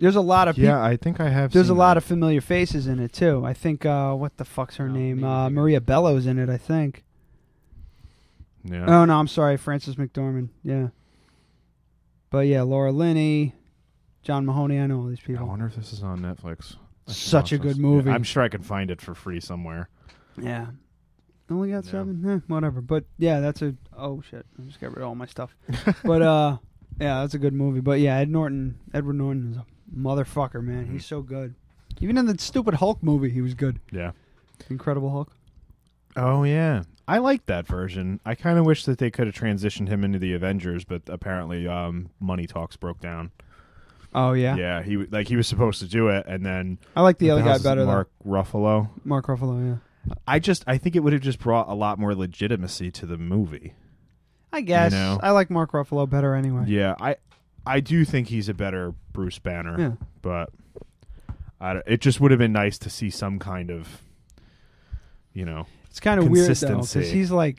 [SPEAKER 3] There's a lot of peop-
[SPEAKER 4] Yeah, I think I have.
[SPEAKER 3] There's a
[SPEAKER 4] seen
[SPEAKER 3] lot of familiar faces in it too. I think uh, what the fuck's her name? Uh, Maria Bellows in it, I think.
[SPEAKER 4] that. Yeah.
[SPEAKER 3] Oh no, I'm sorry, Frances McDormand. Yeah. But yeah, Laura Linney, John Mahoney. I know all these
[SPEAKER 4] I
[SPEAKER 3] people.
[SPEAKER 4] wonder if this is on Netflix. I should
[SPEAKER 3] Such a
[SPEAKER 4] watch
[SPEAKER 3] good
[SPEAKER 4] this.
[SPEAKER 3] movie.
[SPEAKER 4] Yeah, I'm sure I can find it for free somewhere.
[SPEAKER 3] Yeah. Only got seven. Eh, whatever. But yeah, that's a. Oh shit! I just got rid of all my stuff. but uh, yeah, that's a good movie. But yeah, Ed Norton, Edward Norton is a motherfucker, man. He's so good. Even in the stupid Hulk movie, he was good.
[SPEAKER 4] Yeah.
[SPEAKER 3] Incredible Hulk.
[SPEAKER 4] Oh yeah, I liked that version. I kind of wish that they could have transitioned him into the Avengers, but apparently, um, money talks broke down.
[SPEAKER 3] Oh yeah.
[SPEAKER 4] Yeah, he w- like he was supposed to do it, and then
[SPEAKER 3] I like the
[SPEAKER 4] what
[SPEAKER 3] other guy
[SPEAKER 4] hell's his-
[SPEAKER 3] better, though.
[SPEAKER 4] Mark Ruffalo.
[SPEAKER 3] Mark Ruffalo. Yeah.
[SPEAKER 4] I just I think it would have just brought a lot more legitimacy to the movie.
[SPEAKER 3] I guess
[SPEAKER 4] You know?
[SPEAKER 3] I like Mark Ruffalo better anyway.
[SPEAKER 4] Yeah, I I do think he's a better Bruce Banner.
[SPEAKER 3] Yeah.
[SPEAKER 4] but I don't- it just would have been nice to see some kind of you know
[SPEAKER 3] It's kind of weird though because
[SPEAKER 4] consistency.
[SPEAKER 3] he's like,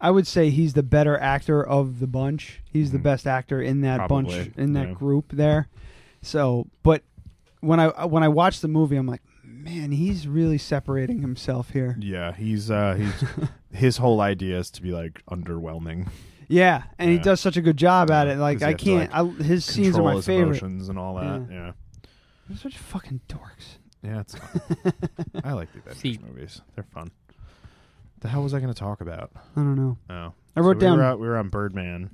[SPEAKER 3] I would say he's the better actor of the bunch. He's the best actor in that bunch
[SPEAKER 4] Mm-hmm. Probably,
[SPEAKER 3] in that
[SPEAKER 4] yeah.
[SPEAKER 3] group there. So, but when I when I watch the movie, I'm like, man, he's really separating himself here.
[SPEAKER 4] Yeah, he's uh he's his whole idea is to be like underwhelming.
[SPEAKER 3] Yeah, and he
[SPEAKER 4] Yeah.
[SPEAKER 3] does such a good job at it. Like
[SPEAKER 4] Because you
[SPEAKER 3] I
[SPEAKER 4] have to,
[SPEAKER 3] can't.
[SPEAKER 4] like,
[SPEAKER 3] I, his scenes are
[SPEAKER 4] control
[SPEAKER 3] my
[SPEAKER 4] his
[SPEAKER 3] favorite.
[SPEAKER 4] Emotions and all that.
[SPEAKER 3] Yeah.
[SPEAKER 4] Yeah,
[SPEAKER 3] They're such fucking dorks.
[SPEAKER 4] yeah, it's fun. I like the Avengers movies. They're fun. The hell was I going to talk about?
[SPEAKER 3] I don't know.
[SPEAKER 4] Oh,
[SPEAKER 3] I wrote
[SPEAKER 4] So
[SPEAKER 3] down. Uh,
[SPEAKER 4] We were, out, we were on Birdman.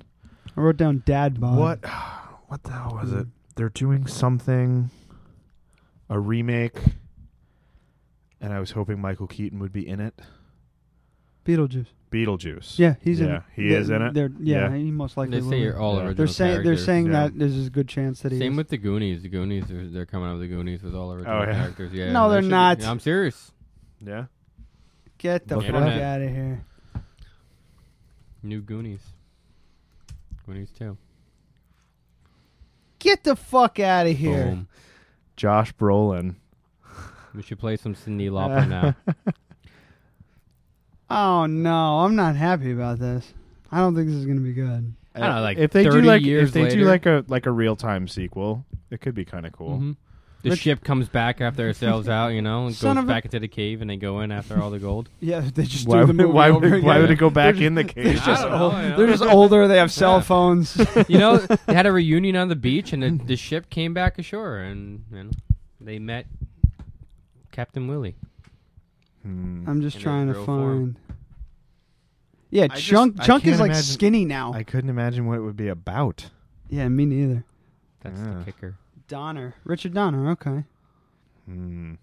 [SPEAKER 3] I wrote down dad bod.
[SPEAKER 4] What? What the hell was it? They're doing something, a remake, and I was hoping Michael Keaton would be in it.
[SPEAKER 3] Beetlejuice.
[SPEAKER 4] Beetlejuice.
[SPEAKER 3] Yeah, he's in
[SPEAKER 4] yeah,
[SPEAKER 3] it.
[SPEAKER 4] he
[SPEAKER 3] They're-
[SPEAKER 4] is in it.
[SPEAKER 3] They're, yeah, he most likely
[SPEAKER 8] They
[SPEAKER 3] will
[SPEAKER 8] say
[SPEAKER 3] be.
[SPEAKER 8] you're all
[SPEAKER 3] They're
[SPEAKER 8] original
[SPEAKER 3] saying they're
[SPEAKER 8] characters.
[SPEAKER 3] saying
[SPEAKER 8] Yeah.
[SPEAKER 3] that there's a good chance that he
[SPEAKER 8] Same
[SPEAKER 3] is.
[SPEAKER 8] with the Goonies. The Goonies, they're, they're coming out of the Goonies with all original
[SPEAKER 4] Oh, yeah.
[SPEAKER 8] characters. Yeah.
[SPEAKER 3] No,
[SPEAKER 8] they
[SPEAKER 3] they're
[SPEAKER 8] should be.
[SPEAKER 3] not.
[SPEAKER 8] I'm serious.
[SPEAKER 4] Yeah.
[SPEAKER 3] Get the
[SPEAKER 8] Look it
[SPEAKER 3] fuck
[SPEAKER 8] up.
[SPEAKER 3] out of here.
[SPEAKER 8] New Goonies. Goonies too.
[SPEAKER 3] Get the fuck out of here.
[SPEAKER 8] Boom.
[SPEAKER 4] Josh Brolin. Uh,
[SPEAKER 8] We should play some Cindy Lauper now.
[SPEAKER 3] Oh no, I'm not happy about this. I don't think this is gonna be good.
[SPEAKER 8] I don't know, like
[SPEAKER 4] if they
[SPEAKER 8] 30
[SPEAKER 4] do like
[SPEAKER 8] years
[SPEAKER 4] if they do
[SPEAKER 8] later.
[SPEAKER 4] like mm-hmm. a like a real time sequel, it could be kind of cool.
[SPEAKER 8] Mhm. The
[SPEAKER 4] Let's-
[SPEAKER 8] ship comes back after it sails out, you know, and
[SPEAKER 3] Son
[SPEAKER 8] goes
[SPEAKER 3] of a-
[SPEAKER 8] back into the cave, and they go in after all the gold.
[SPEAKER 3] Yeah, they just
[SPEAKER 4] Why
[SPEAKER 3] do the
[SPEAKER 4] would-
[SPEAKER 3] movie
[SPEAKER 4] why
[SPEAKER 3] over
[SPEAKER 4] would-
[SPEAKER 3] again.
[SPEAKER 4] why would it go back
[SPEAKER 3] They're
[SPEAKER 4] in the
[SPEAKER 3] just-
[SPEAKER 4] cave?
[SPEAKER 3] They're just,
[SPEAKER 8] I don't know,
[SPEAKER 3] old,
[SPEAKER 8] you know.
[SPEAKER 3] they're just older. They have cell phones.
[SPEAKER 8] you know, they had a reunion on the beach, and the, the ship came back ashore, and you know, they met Captain Willie.
[SPEAKER 3] I'm just
[SPEAKER 8] In a
[SPEAKER 3] trying to
[SPEAKER 8] real
[SPEAKER 3] find.
[SPEAKER 8] form.
[SPEAKER 3] Yeah,
[SPEAKER 4] I just-
[SPEAKER 3] Chunk
[SPEAKER 4] I
[SPEAKER 3] Chunk
[SPEAKER 4] can't
[SPEAKER 3] is like
[SPEAKER 4] imagine-
[SPEAKER 3] skinny now.
[SPEAKER 4] I couldn't imagine what it would be about.
[SPEAKER 3] yeah, me neither.
[SPEAKER 8] That's
[SPEAKER 4] Yeah.
[SPEAKER 8] the kicker.
[SPEAKER 3] Donner, Richard Donner. Okay,
[SPEAKER 4] Hmm.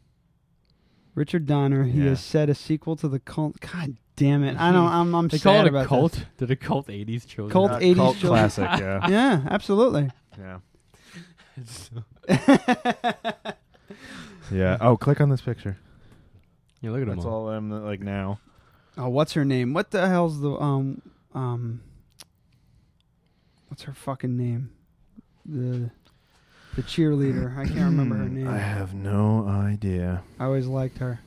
[SPEAKER 3] Richard Donner. He
[SPEAKER 4] Yeah.
[SPEAKER 3] has said a sequel to the cult. God damn it! I don't. I'm. I'm
[SPEAKER 8] They
[SPEAKER 3] sad
[SPEAKER 8] call it a
[SPEAKER 3] about
[SPEAKER 8] cult.
[SPEAKER 3] this.
[SPEAKER 8] Did a cult '80s children?
[SPEAKER 3] Cult
[SPEAKER 4] Uh,
[SPEAKER 3] 80s
[SPEAKER 4] cult
[SPEAKER 3] children.
[SPEAKER 4] classic. Yeah.
[SPEAKER 3] Yeah, absolutely.
[SPEAKER 4] yeah.
[SPEAKER 3] yeah,
[SPEAKER 4] Yeah. Oh, click on this picture.
[SPEAKER 8] yeah, look at them
[SPEAKER 4] That's
[SPEAKER 8] all.
[SPEAKER 4] all I'm like now.
[SPEAKER 3] Oh, what's her name? What the hell's the um um? What's her fucking name? The the cheerleader. I can't remember her
[SPEAKER 4] I
[SPEAKER 3] name.
[SPEAKER 4] have no idea.
[SPEAKER 3] I always liked her.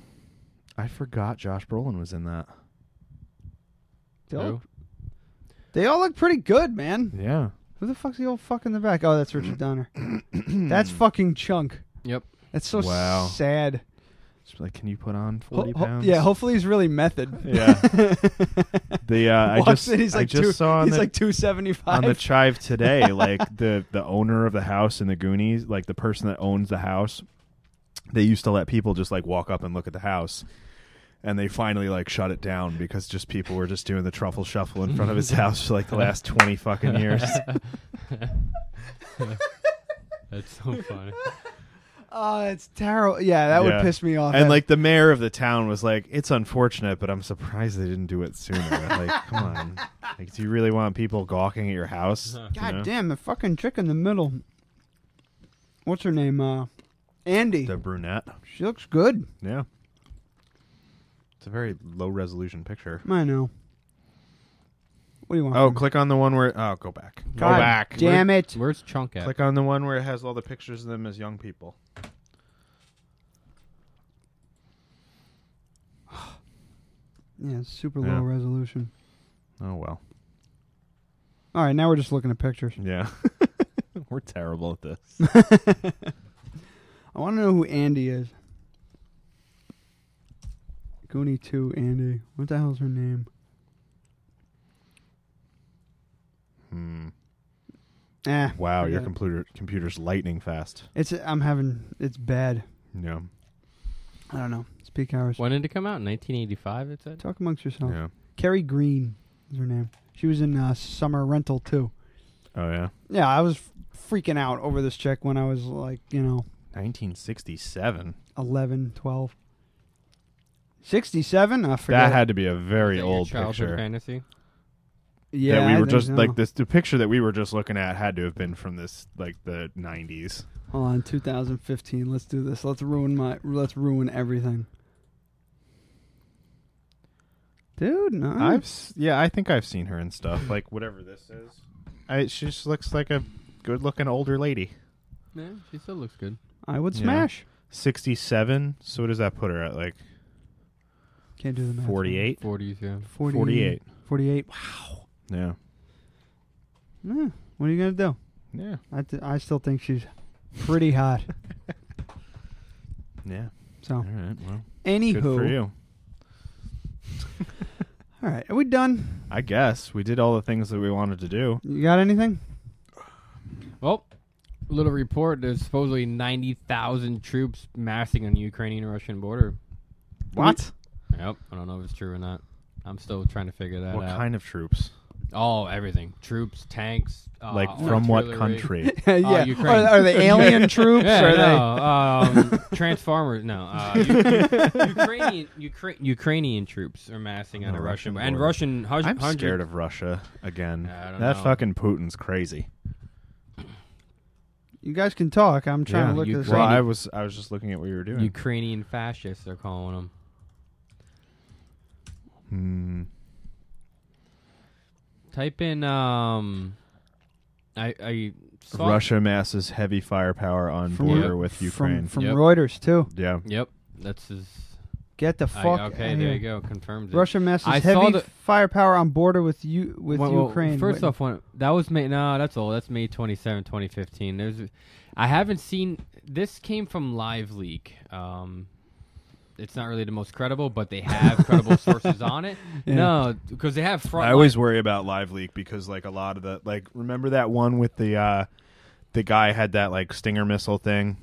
[SPEAKER 4] I forgot Josh Brolin was in that.
[SPEAKER 3] They all,
[SPEAKER 8] Who?
[SPEAKER 3] they all look pretty good, man.
[SPEAKER 4] Yeah.
[SPEAKER 3] Who the fuck's the old fuck in the back? Oh, that's Richard Donner. that's fucking Chunk.
[SPEAKER 8] Yep.
[SPEAKER 3] That's so
[SPEAKER 4] Wow.
[SPEAKER 3] sad.
[SPEAKER 4] It's like, can you put on
[SPEAKER 3] Ho-
[SPEAKER 4] forty
[SPEAKER 3] ho-
[SPEAKER 4] pounds?
[SPEAKER 3] yeah, hopefully he's really method.
[SPEAKER 4] Yeah. The uh, I
[SPEAKER 3] Walks
[SPEAKER 4] just
[SPEAKER 3] in, he's
[SPEAKER 4] I
[SPEAKER 3] like
[SPEAKER 4] just
[SPEAKER 3] two,
[SPEAKER 4] saw on
[SPEAKER 3] he's
[SPEAKER 4] the,
[SPEAKER 3] like two seventy five.
[SPEAKER 4] on the chive today, like the the owner of the house in the Goonies, like the person that owns the house, they used to let people just like walk up and look at the house. And they finally like shut it down because just people were just doing the truffle shuffle in front of his house for like the last twenty fucking years.
[SPEAKER 8] That's so funny.
[SPEAKER 3] oh, it's terrible. Yeah, that
[SPEAKER 4] Yeah.
[SPEAKER 3] would piss me off.
[SPEAKER 4] And
[SPEAKER 3] That-
[SPEAKER 4] like the mayor of the town was like, "It's unfortunate, but I'm surprised they didn't do it sooner." like, come on, like, do you really want people gawking at your house? you
[SPEAKER 3] Uh-huh. God
[SPEAKER 4] know?
[SPEAKER 3] damn, the fucking chick in the middle. What's her name? Uh, Andy.
[SPEAKER 4] the brunette.
[SPEAKER 3] she looks good.
[SPEAKER 4] Yeah, it's a very low resolution picture.
[SPEAKER 3] I know. What do you want?
[SPEAKER 4] Oh,
[SPEAKER 3] from me?
[SPEAKER 4] click on the one where. Oh, go back. Go
[SPEAKER 3] God
[SPEAKER 4] back.
[SPEAKER 3] Damn it.
[SPEAKER 8] Where's Chunk at?
[SPEAKER 4] Click on the one where it has all the pictures of them as young people.
[SPEAKER 3] Yeah, it's super
[SPEAKER 4] Yeah.
[SPEAKER 3] low resolution.
[SPEAKER 4] Oh well.
[SPEAKER 3] All right, now we're just looking at pictures.
[SPEAKER 4] Yeah. We're terrible at this.
[SPEAKER 3] I want to know who Andy is. Goonie 2 Andy. What the hell's her name?
[SPEAKER 4] Hmm.
[SPEAKER 3] Ah,
[SPEAKER 4] Wow, your
[SPEAKER 3] forget it.
[SPEAKER 4] computer computer's lightning fast.
[SPEAKER 3] It's I'm having it's bad.
[SPEAKER 4] Yeah.
[SPEAKER 3] I don't know. It's peak hours.
[SPEAKER 8] When did it come out? 1985. It said.
[SPEAKER 3] Talk amongst yourselves.
[SPEAKER 4] Yeah.
[SPEAKER 3] Carrie Green is her name. She was in uh, Summer Rental too.
[SPEAKER 4] Oh yeah.
[SPEAKER 3] Yeah, I was f- freaking out over this chick when I was like, you know,
[SPEAKER 4] 1967.
[SPEAKER 3] 11, 12. 67? I forget.
[SPEAKER 4] That
[SPEAKER 3] it.
[SPEAKER 4] had to be a
[SPEAKER 8] Is
[SPEAKER 4] very
[SPEAKER 8] that your
[SPEAKER 4] old
[SPEAKER 8] childhood
[SPEAKER 4] picture.
[SPEAKER 8] fantasy.
[SPEAKER 3] yeah,
[SPEAKER 4] that we
[SPEAKER 3] I
[SPEAKER 4] were
[SPEAKER 3] think
[SPEAKER 4] just
[SPEAKER 3] so.
[SPEAKER 4] like this. The picture that we were just looking at had to have been from this like the 90s.
[SPEAKER 3] Hold on, 2015. Let's do this. Let's ruin my. Let's ruin everything. Dude, no.
[SPEAKER 4] I've s- yeah, I think I've seen her and stuff like whatever this is. I she just looks like a good-looking older lady.
[SPEAKER 8] Yeah, she still looks good.
[SPEAKER 3] I would
[SPEAKER 4] Yeah.
[SPEAKER 3] smash.
[SPEAKER 4] 67. So what does that put her at? Like
[SPEAKER 3] Can't do the math.
[SPEAKER 4] 48?
[SPEAKER 8] 40s, yeah.
[SPEAKER 3] 48.
[SPEAKER 4] 48.
[SPEAKER 3] 48.
[SPEAKER 4] Yeah.
[SPEAKER 3] Yeah, What are you gonna do?
[SPEAKER 4] Yeah.
[SPEAKER 3] I, th- I still think she's pretty hot.
[SPEAKER 4] Yeah.
[SPEAKER 3] So,
[SPEAKER 4] All right. Well,
[SPEAKER 3] anywho,
[SPEAKER 4] good for you.
[SPEAKER 3] all right, are we done?
[SPEAKER 4] I guess we did all the things that we wanted to do.
[SPEAKER 3] You got anything?
[SPEAKER 8] Well, little report. There's supposedly 90,000 troops massing on the Ukrainian-Russian border.
[SPEAKER 3] What?
[SPEAKER 8] Yep. I don't know if it's true or not. I'm still trying to figure that
[SPEAKER 4] What
[SPEAKER 8] out.
[SPEAKER 4] kind of troops?
[SPEAKER 8] Oh, everything. Troops, tanks. Uh,
[SPEAKER 4] like
[SPEAKER 8] all
[SPEAKER 4] from what
[SPEAKER 8] artillery.
[SPEAKER 4] country?
[SPEAKER 3] yeah.
[SPEAKER 8] Ukraine.
[SPEAKER 3] are, are they alien troops?
[SPEAKER 8] Yeah,
[SPEAKER 3] are
[SPEAKER 8] no, um, Transformers. No, uh, U- U- Ukrainian, Ukra- Ukrainian troops are massing on
[SPEAKER 4] the
[SPEAKER 8] a
[SPEAKER 4] Russian
[SPEAKER 8] Russian, border. and
[SPEAKER 4] border.
[SPEAKER 8] Russian. Hu-
[SPEAKER 4] I'm
[SPEAKER 8] hundred-
[SPEAKER 4] scared of Russia again.
[SPEAKER 8] I don't
[SPEAKER 4] That
[SPEAKER 8] know.
[SPEAKER 4] fucking Putin's crazy.
[SPEAKER 3] they? You guys can talk. I'm trying
[SPEAKER 4] Yeah,
[SPEAKER 3] to look this
[SPEAKER 4] Well,
[SPEAKER 3] up.
[SPEAKER 4] I was I was just looking at what you were doing.
[SPEAKER 8] Ukrainian fascists. They're calling them.
[SPEAKER 4] Hmm.
[SPEAKER 8] Type in. Um, I I saw
[SPEAKER 4] Russia masses heavy firepower on
[SPEAKER 3] From-
[SPEAKER 4] border
[SPEAKER 8] Yep.
[SPEAKER 4] with
[SPEAKER 3] From,
[SPEAKER 4] Ukraine.
[SPEAKER 3] from
[SPEAKER 8] Yep.
[SPEAKER 3] Reuters too.
[SPEAKER 4] yeah.
[SPEAKER 8] Yep, that's his
[SPEAKER 3] Get the
[SPEAKER 8] I-
[SPEAKER 3] fuck.
[SPEAKER 8] okay,
[SPEAKER 3] outta
[SPEAKER 8] there
[SPEAKER 3] here.
[SPEAKER 8] you go. Confirms it.
[SPEAKER 3] Russia messes
[SPEAKER 8] I saw
[SPEAKER 3] heavy
[SPEAKER 8] the-
[SPEAKER 3] firepower on border with you with
[SPEAKER 8] Well, well,
[SPEAKER 3] Ukraine.
[SPEAKER 8] first
[SPEAKER 3] Wait-
[SPEAKER 8] off, one that was May. No, that's old. That's May 27, 2015. There's, I haven't seen. This came from Live Leak. Um, it's not really the most credible, but they have credible sources on it.
[SPEAKER 4] Yeah.
[SPEAKER 8] No, because they have. Front
[SPEAKER 4] I always worry about live leak because like a lot of the like remember that one with the uh the guy had that like stinger missile thing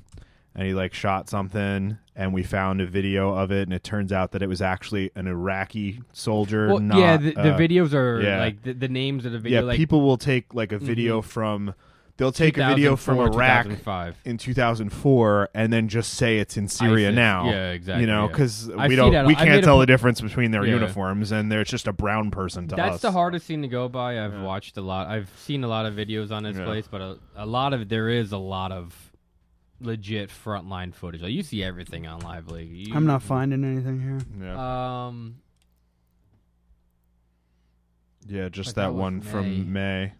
[SPEAKER 4] and he like shot something and we found a video of it and it turns out that it was actually an Iraqi soldier
[SPEAKER 8] Well,
[SPEAKER 4] not
[SPEAKER 8] yeah, the, the
[SPEAKER 4] uh,
[SPEAKER 8] videos are
[SPEAKER 4] yeah.
[SPEAKER 8] like the, the names of the video.
[SPEAKER 4] yeah,
[SPEAKER 8] like,
[SPEAKER 4] people will take like a video
[SPEAKER 8] Mhm.
[SPEAKER 4] from they'll take a video from
[SPEAKER 8] 2004,
[SPEAKER 4] Iraq
[SPEAKER 8] 2005.
[SPEAKER 4] in 2004 and then just say it's in Syria
[SPEAKER 8] ISIS.
[SPEAKER 4] now.
[SPEAKER 8] Yeah, exactly,
[SPEAKER 4] You know,
[SPEAKER 8] yeah.
[SPEAKER 4] because
[SPEAKER 8] I
[SPEAKER 4] we
[SPEAKER 8] see
[SPEAKER 4] don't
[SPEAKER 8] that.
[SPEAKER 4] we
[SPEAKER 8] I made
[SPEAKER 4] can't
[SPEAKER 8] a
[SPEAKER 4] tell
[SPEAKER 8] po-
[SPEAKER 4] the difference between their
[SPEAKER 8] Yeah.
[SPEAKER 4] uniforms and there's just a brown person to
[SPEAKER 8] That's
[SPEAKER 4] us.
[SPEAKER 8] the hardest thing to go by. I've watched a lot. I've seen a lot of videos on this
[SPEAKER 4] Yeah.
[SPEAKER 8] place, but a, a lot of there is a lot of legit frontline footage. Like you see everything on Live League. You-
[SPEAKER 3] I'm not finding anything here.
[SPEAKER 8] Um,
[SPEAKER 4] Yeah, just
[SPEAKER 8] But that
[SPEAKER 4] that
[SPEAKER 8] was
[SPEAKER 4] one from May.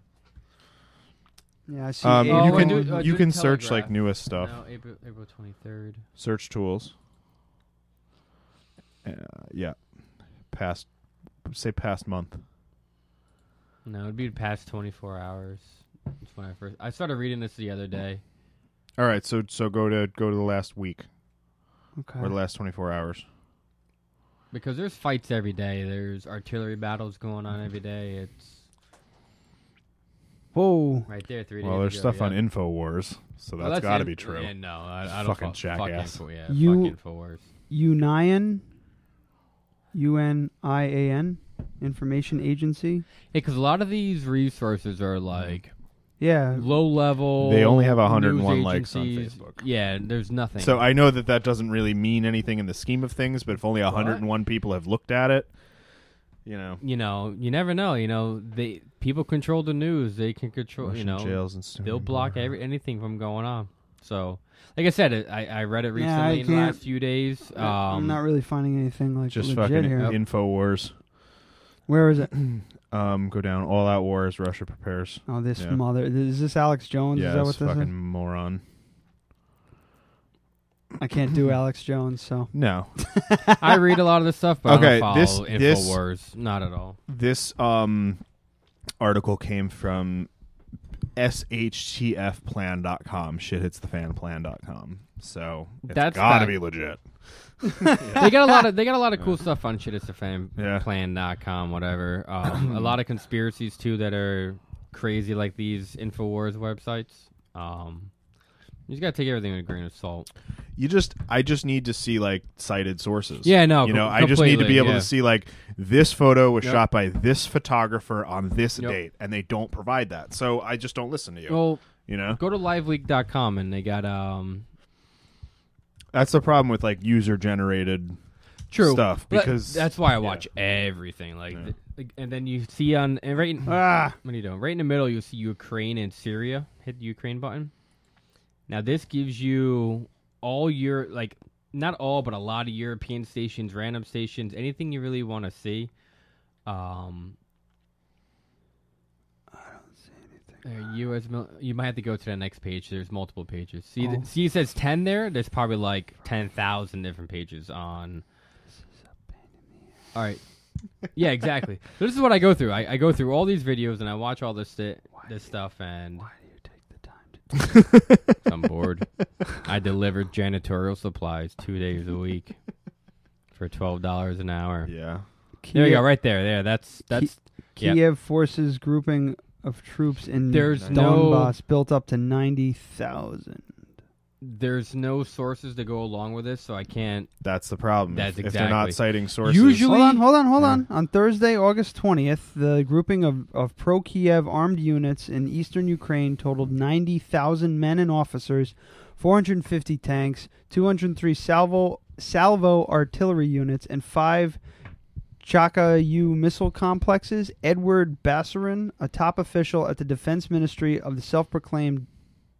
[SPEAKER 3] Yeah, I see.
[SPEAKER 4] Um,
[SPEAKER 8] Oh,
[SPEAKER 4] you can
[SPEAKER 8] wait, do- uh,
[SPEAKER 4] you
[SPEAKER 8] do
[SPEAKER 4] can search
[SPEAKER 8] Telegraph.
[SPEAKER 4] like newest stuff.
[SPEAKER 8] No, April April twenty third.
[SPEAKER 4] Search tools. Uh, yeah, past say past month.
[SPEAKER 8] No, it'd be the past twenty four hours. That's when I first. I started reading this the other day.
[SPEAKER 4] All right, so so go to go to the last week.
[SPEAKER 3] Okay.
[SPEAKER 4] Or the last twenty four hours.
[SPEAKER 8] because there's fights every day. There's artillery battles going on every day. It's
[SPEAKER 3] Whoa.
[SPEAKER 8] right there. Three.
[SPEAKER 4] Well,
[SPEAKER 8] days
[SPEAKER 4] there's
[SPEAKER 8] ago,
[SPEAKER 4] stuff on
[SPEAKER 8] yeah.
[SPEAKER 4] Infowars, so
[SPEAKER 8] Well,
[SPEAKER 4] that's got to
[SPEAKER 8] in-
[SPEAKER 4] be true.
[SPEAKER 8] Yeah, no, I, I don't
[SPEAKER 4] fucking
[SPEAKER 8] fuck- fuck
[SPEAKER 4] jackass.
[SPEAKER 8] Info, yeah,
[SPEAKER 3] you
[SPEAKER 8] fuck Infowars.
[SPEAKER 3] Union, U N I A N, Information Agency.
[SPEAKER 8] because a lot of these resources are like
[SPEAKER 3] Yeah.
[SPEAKER 8] low level.
[SPEAKER 4] They only have
[SPEAKER 8] news
[SPEAKER 4] 101 likes on
[SPEAKER 8] agencies. Yeah, there's nothing.
[SPEAKER 4] So I know that that doesn't really mean anything in the scheme of things, but if only hundred and one people have looked at it, you know,
[SPEAKER 8] you know, you never know. You know, they people control the news. They can control. you
[SPEAKER 4] Russian
[SPEAKER 8] know,
[SPEAKER 4] jails and
[SPEAKER 8] they'll block every anything from going on. So, like I said, it- I I read it recently
[SPEAKER 3] Yeah, I
[SPEAKER 8] in the last
[SPEAKER 3] can't-
[SPEAKER 8] few days. Um,
[SPEAKER 3] I'm not really finding anything like
[SPEAKER 4] just
[SPEAKER 3] legit
[SPEAKER 4] fucking
[SPEAKER 3] here.
[SPEAKER 4] Infowars.
[SPEAKER 3] Where is it?
[SPEAKER 4] um, go down. All out wars. Russia prepares.
[SPEAKER 3] Oh, this
[SPEAKER 4] Yeah.
[SPEAKER 3] mother. Is this Alex Jones?
[SPEAKER 4] Yeah,
[SPEAKER 3] is that
[SPEAKER 4] this
[SPEAKER 3] what this
[SPEAKER 4] fucking
[SPEAKER 3] is?
[SPEAKER 4] moron.
[SPEAKER 3] I can't do Alex Jones, so.
[SPEAKER 4] No.
[SPEAKER 8] I read a lot of this stuff, but
[SPEAKER 4] okay,
[SPEAKER 8] I don't
[SPEAKER 4] this
[SPEAKER 8] follow
[SPEAKER 4] this
[SPEAKER 8] Infowars. not at all.
[SPEAKER 4] This um article came from shtfplan.com. Shit hits the fan plan.com. So it's
[SPEAKER 8] That's
[SPEAKER 4] gotta
[SPEAKER 8] not-
[SPEAKER 4] be legit.
[SPEAKER 8] they got a lot of they got a lot of cool stuff on shit it's a fan
[SPEAKER 4] Yeah.
[SPEAKER 8] plan.com whatever um, a lot of conspiracies too that are crazy like these infowars websites um, you just gotta take everything with a grain of salt
[SPEAKER 4] You just I just need to see like cited sources.
[SPEAKER 8] Yeah, no,
[SPEAKER 4] You
[SPEAKER 8] com-
[SPEAKER 4] know, I just need to
[SPEAKER 8] completely,
[SPEAKER 4] be able
[SPEAKER 8] yeah.
[SPEAKER 4] to see like this photo was
[SPEAKER 8] Yep.
[SPEAKER 4] shot by this photographer on this
[SPEAKER 8] Yep.
[SPEAKER 4] date and they don't provide that. So I just don't listen to you.
[SPEAKER 8] well
[SPEAKER 4] you know?
[SPEAKER 8] go to liveleak.com and they got um
[SPEAKER 4] That's the problem with like user generated
[SPEAKER 8] true
[SPEAKER 4] stuff
[SPEAKER 8] But
[SPEAKER 4] because
[SPEAKER 8] that's why i watch everything like, th- like and then you see on and right in, Mm. what are you doing right in the middle you'll see ukraine and syria hit the ukraine button Now this gives you all your like not all but a lot of European stations, random stations, anything you really want to see. Um I don't see anything. US Uh, mil- you might have to go to the next page. There's multiple pages. See
[SPEAKER 3] Oh.
[SPEAKER 8] the, see it says 10 there. There's probably like 10,000 different pages on All right. Yeah, exactly. so this is what I go through. I, I go through all these videos and I watch all this sti- this stuff and I'm bored. I delivered janitorial supplies two days a week for twelve dollars an hour.
[SPEAKER 4] Yeah.
[SPEAKER 8] There you go,
[SPEAKER 3] Kiev-
[SPEAKER 8] right there. There, that's that's yeah.
[SPEAKER 3] Kiev forces grouping of troops in
[SPEAKER 8] There's no-
[SPEAKER 3] Donbass built up to 90,000.
[SPEAKER 8] There's no sources to go along with this, so I can't.
[SPEAKER 4] That's the problem.
[SPEAKER 8] That's
[SPEAKER 4] if, if they're not
[SPEAKER 8] exactly.
[SPEAKER 4] citing sources.
[SPEAKER 8] Usually-
[SPEAKER 3] Hold on, hold on, hold on. On Thursday, August 20th, the grouping of, of pro Kiev armed units in eastern Ukraine totaled 90,000 men and officers, 450 tanks, 203 salvo, salvo artillery units, and five Chaka U missile complexes. Edward Bassarin, a top official at the defense ministry of the self proclaimed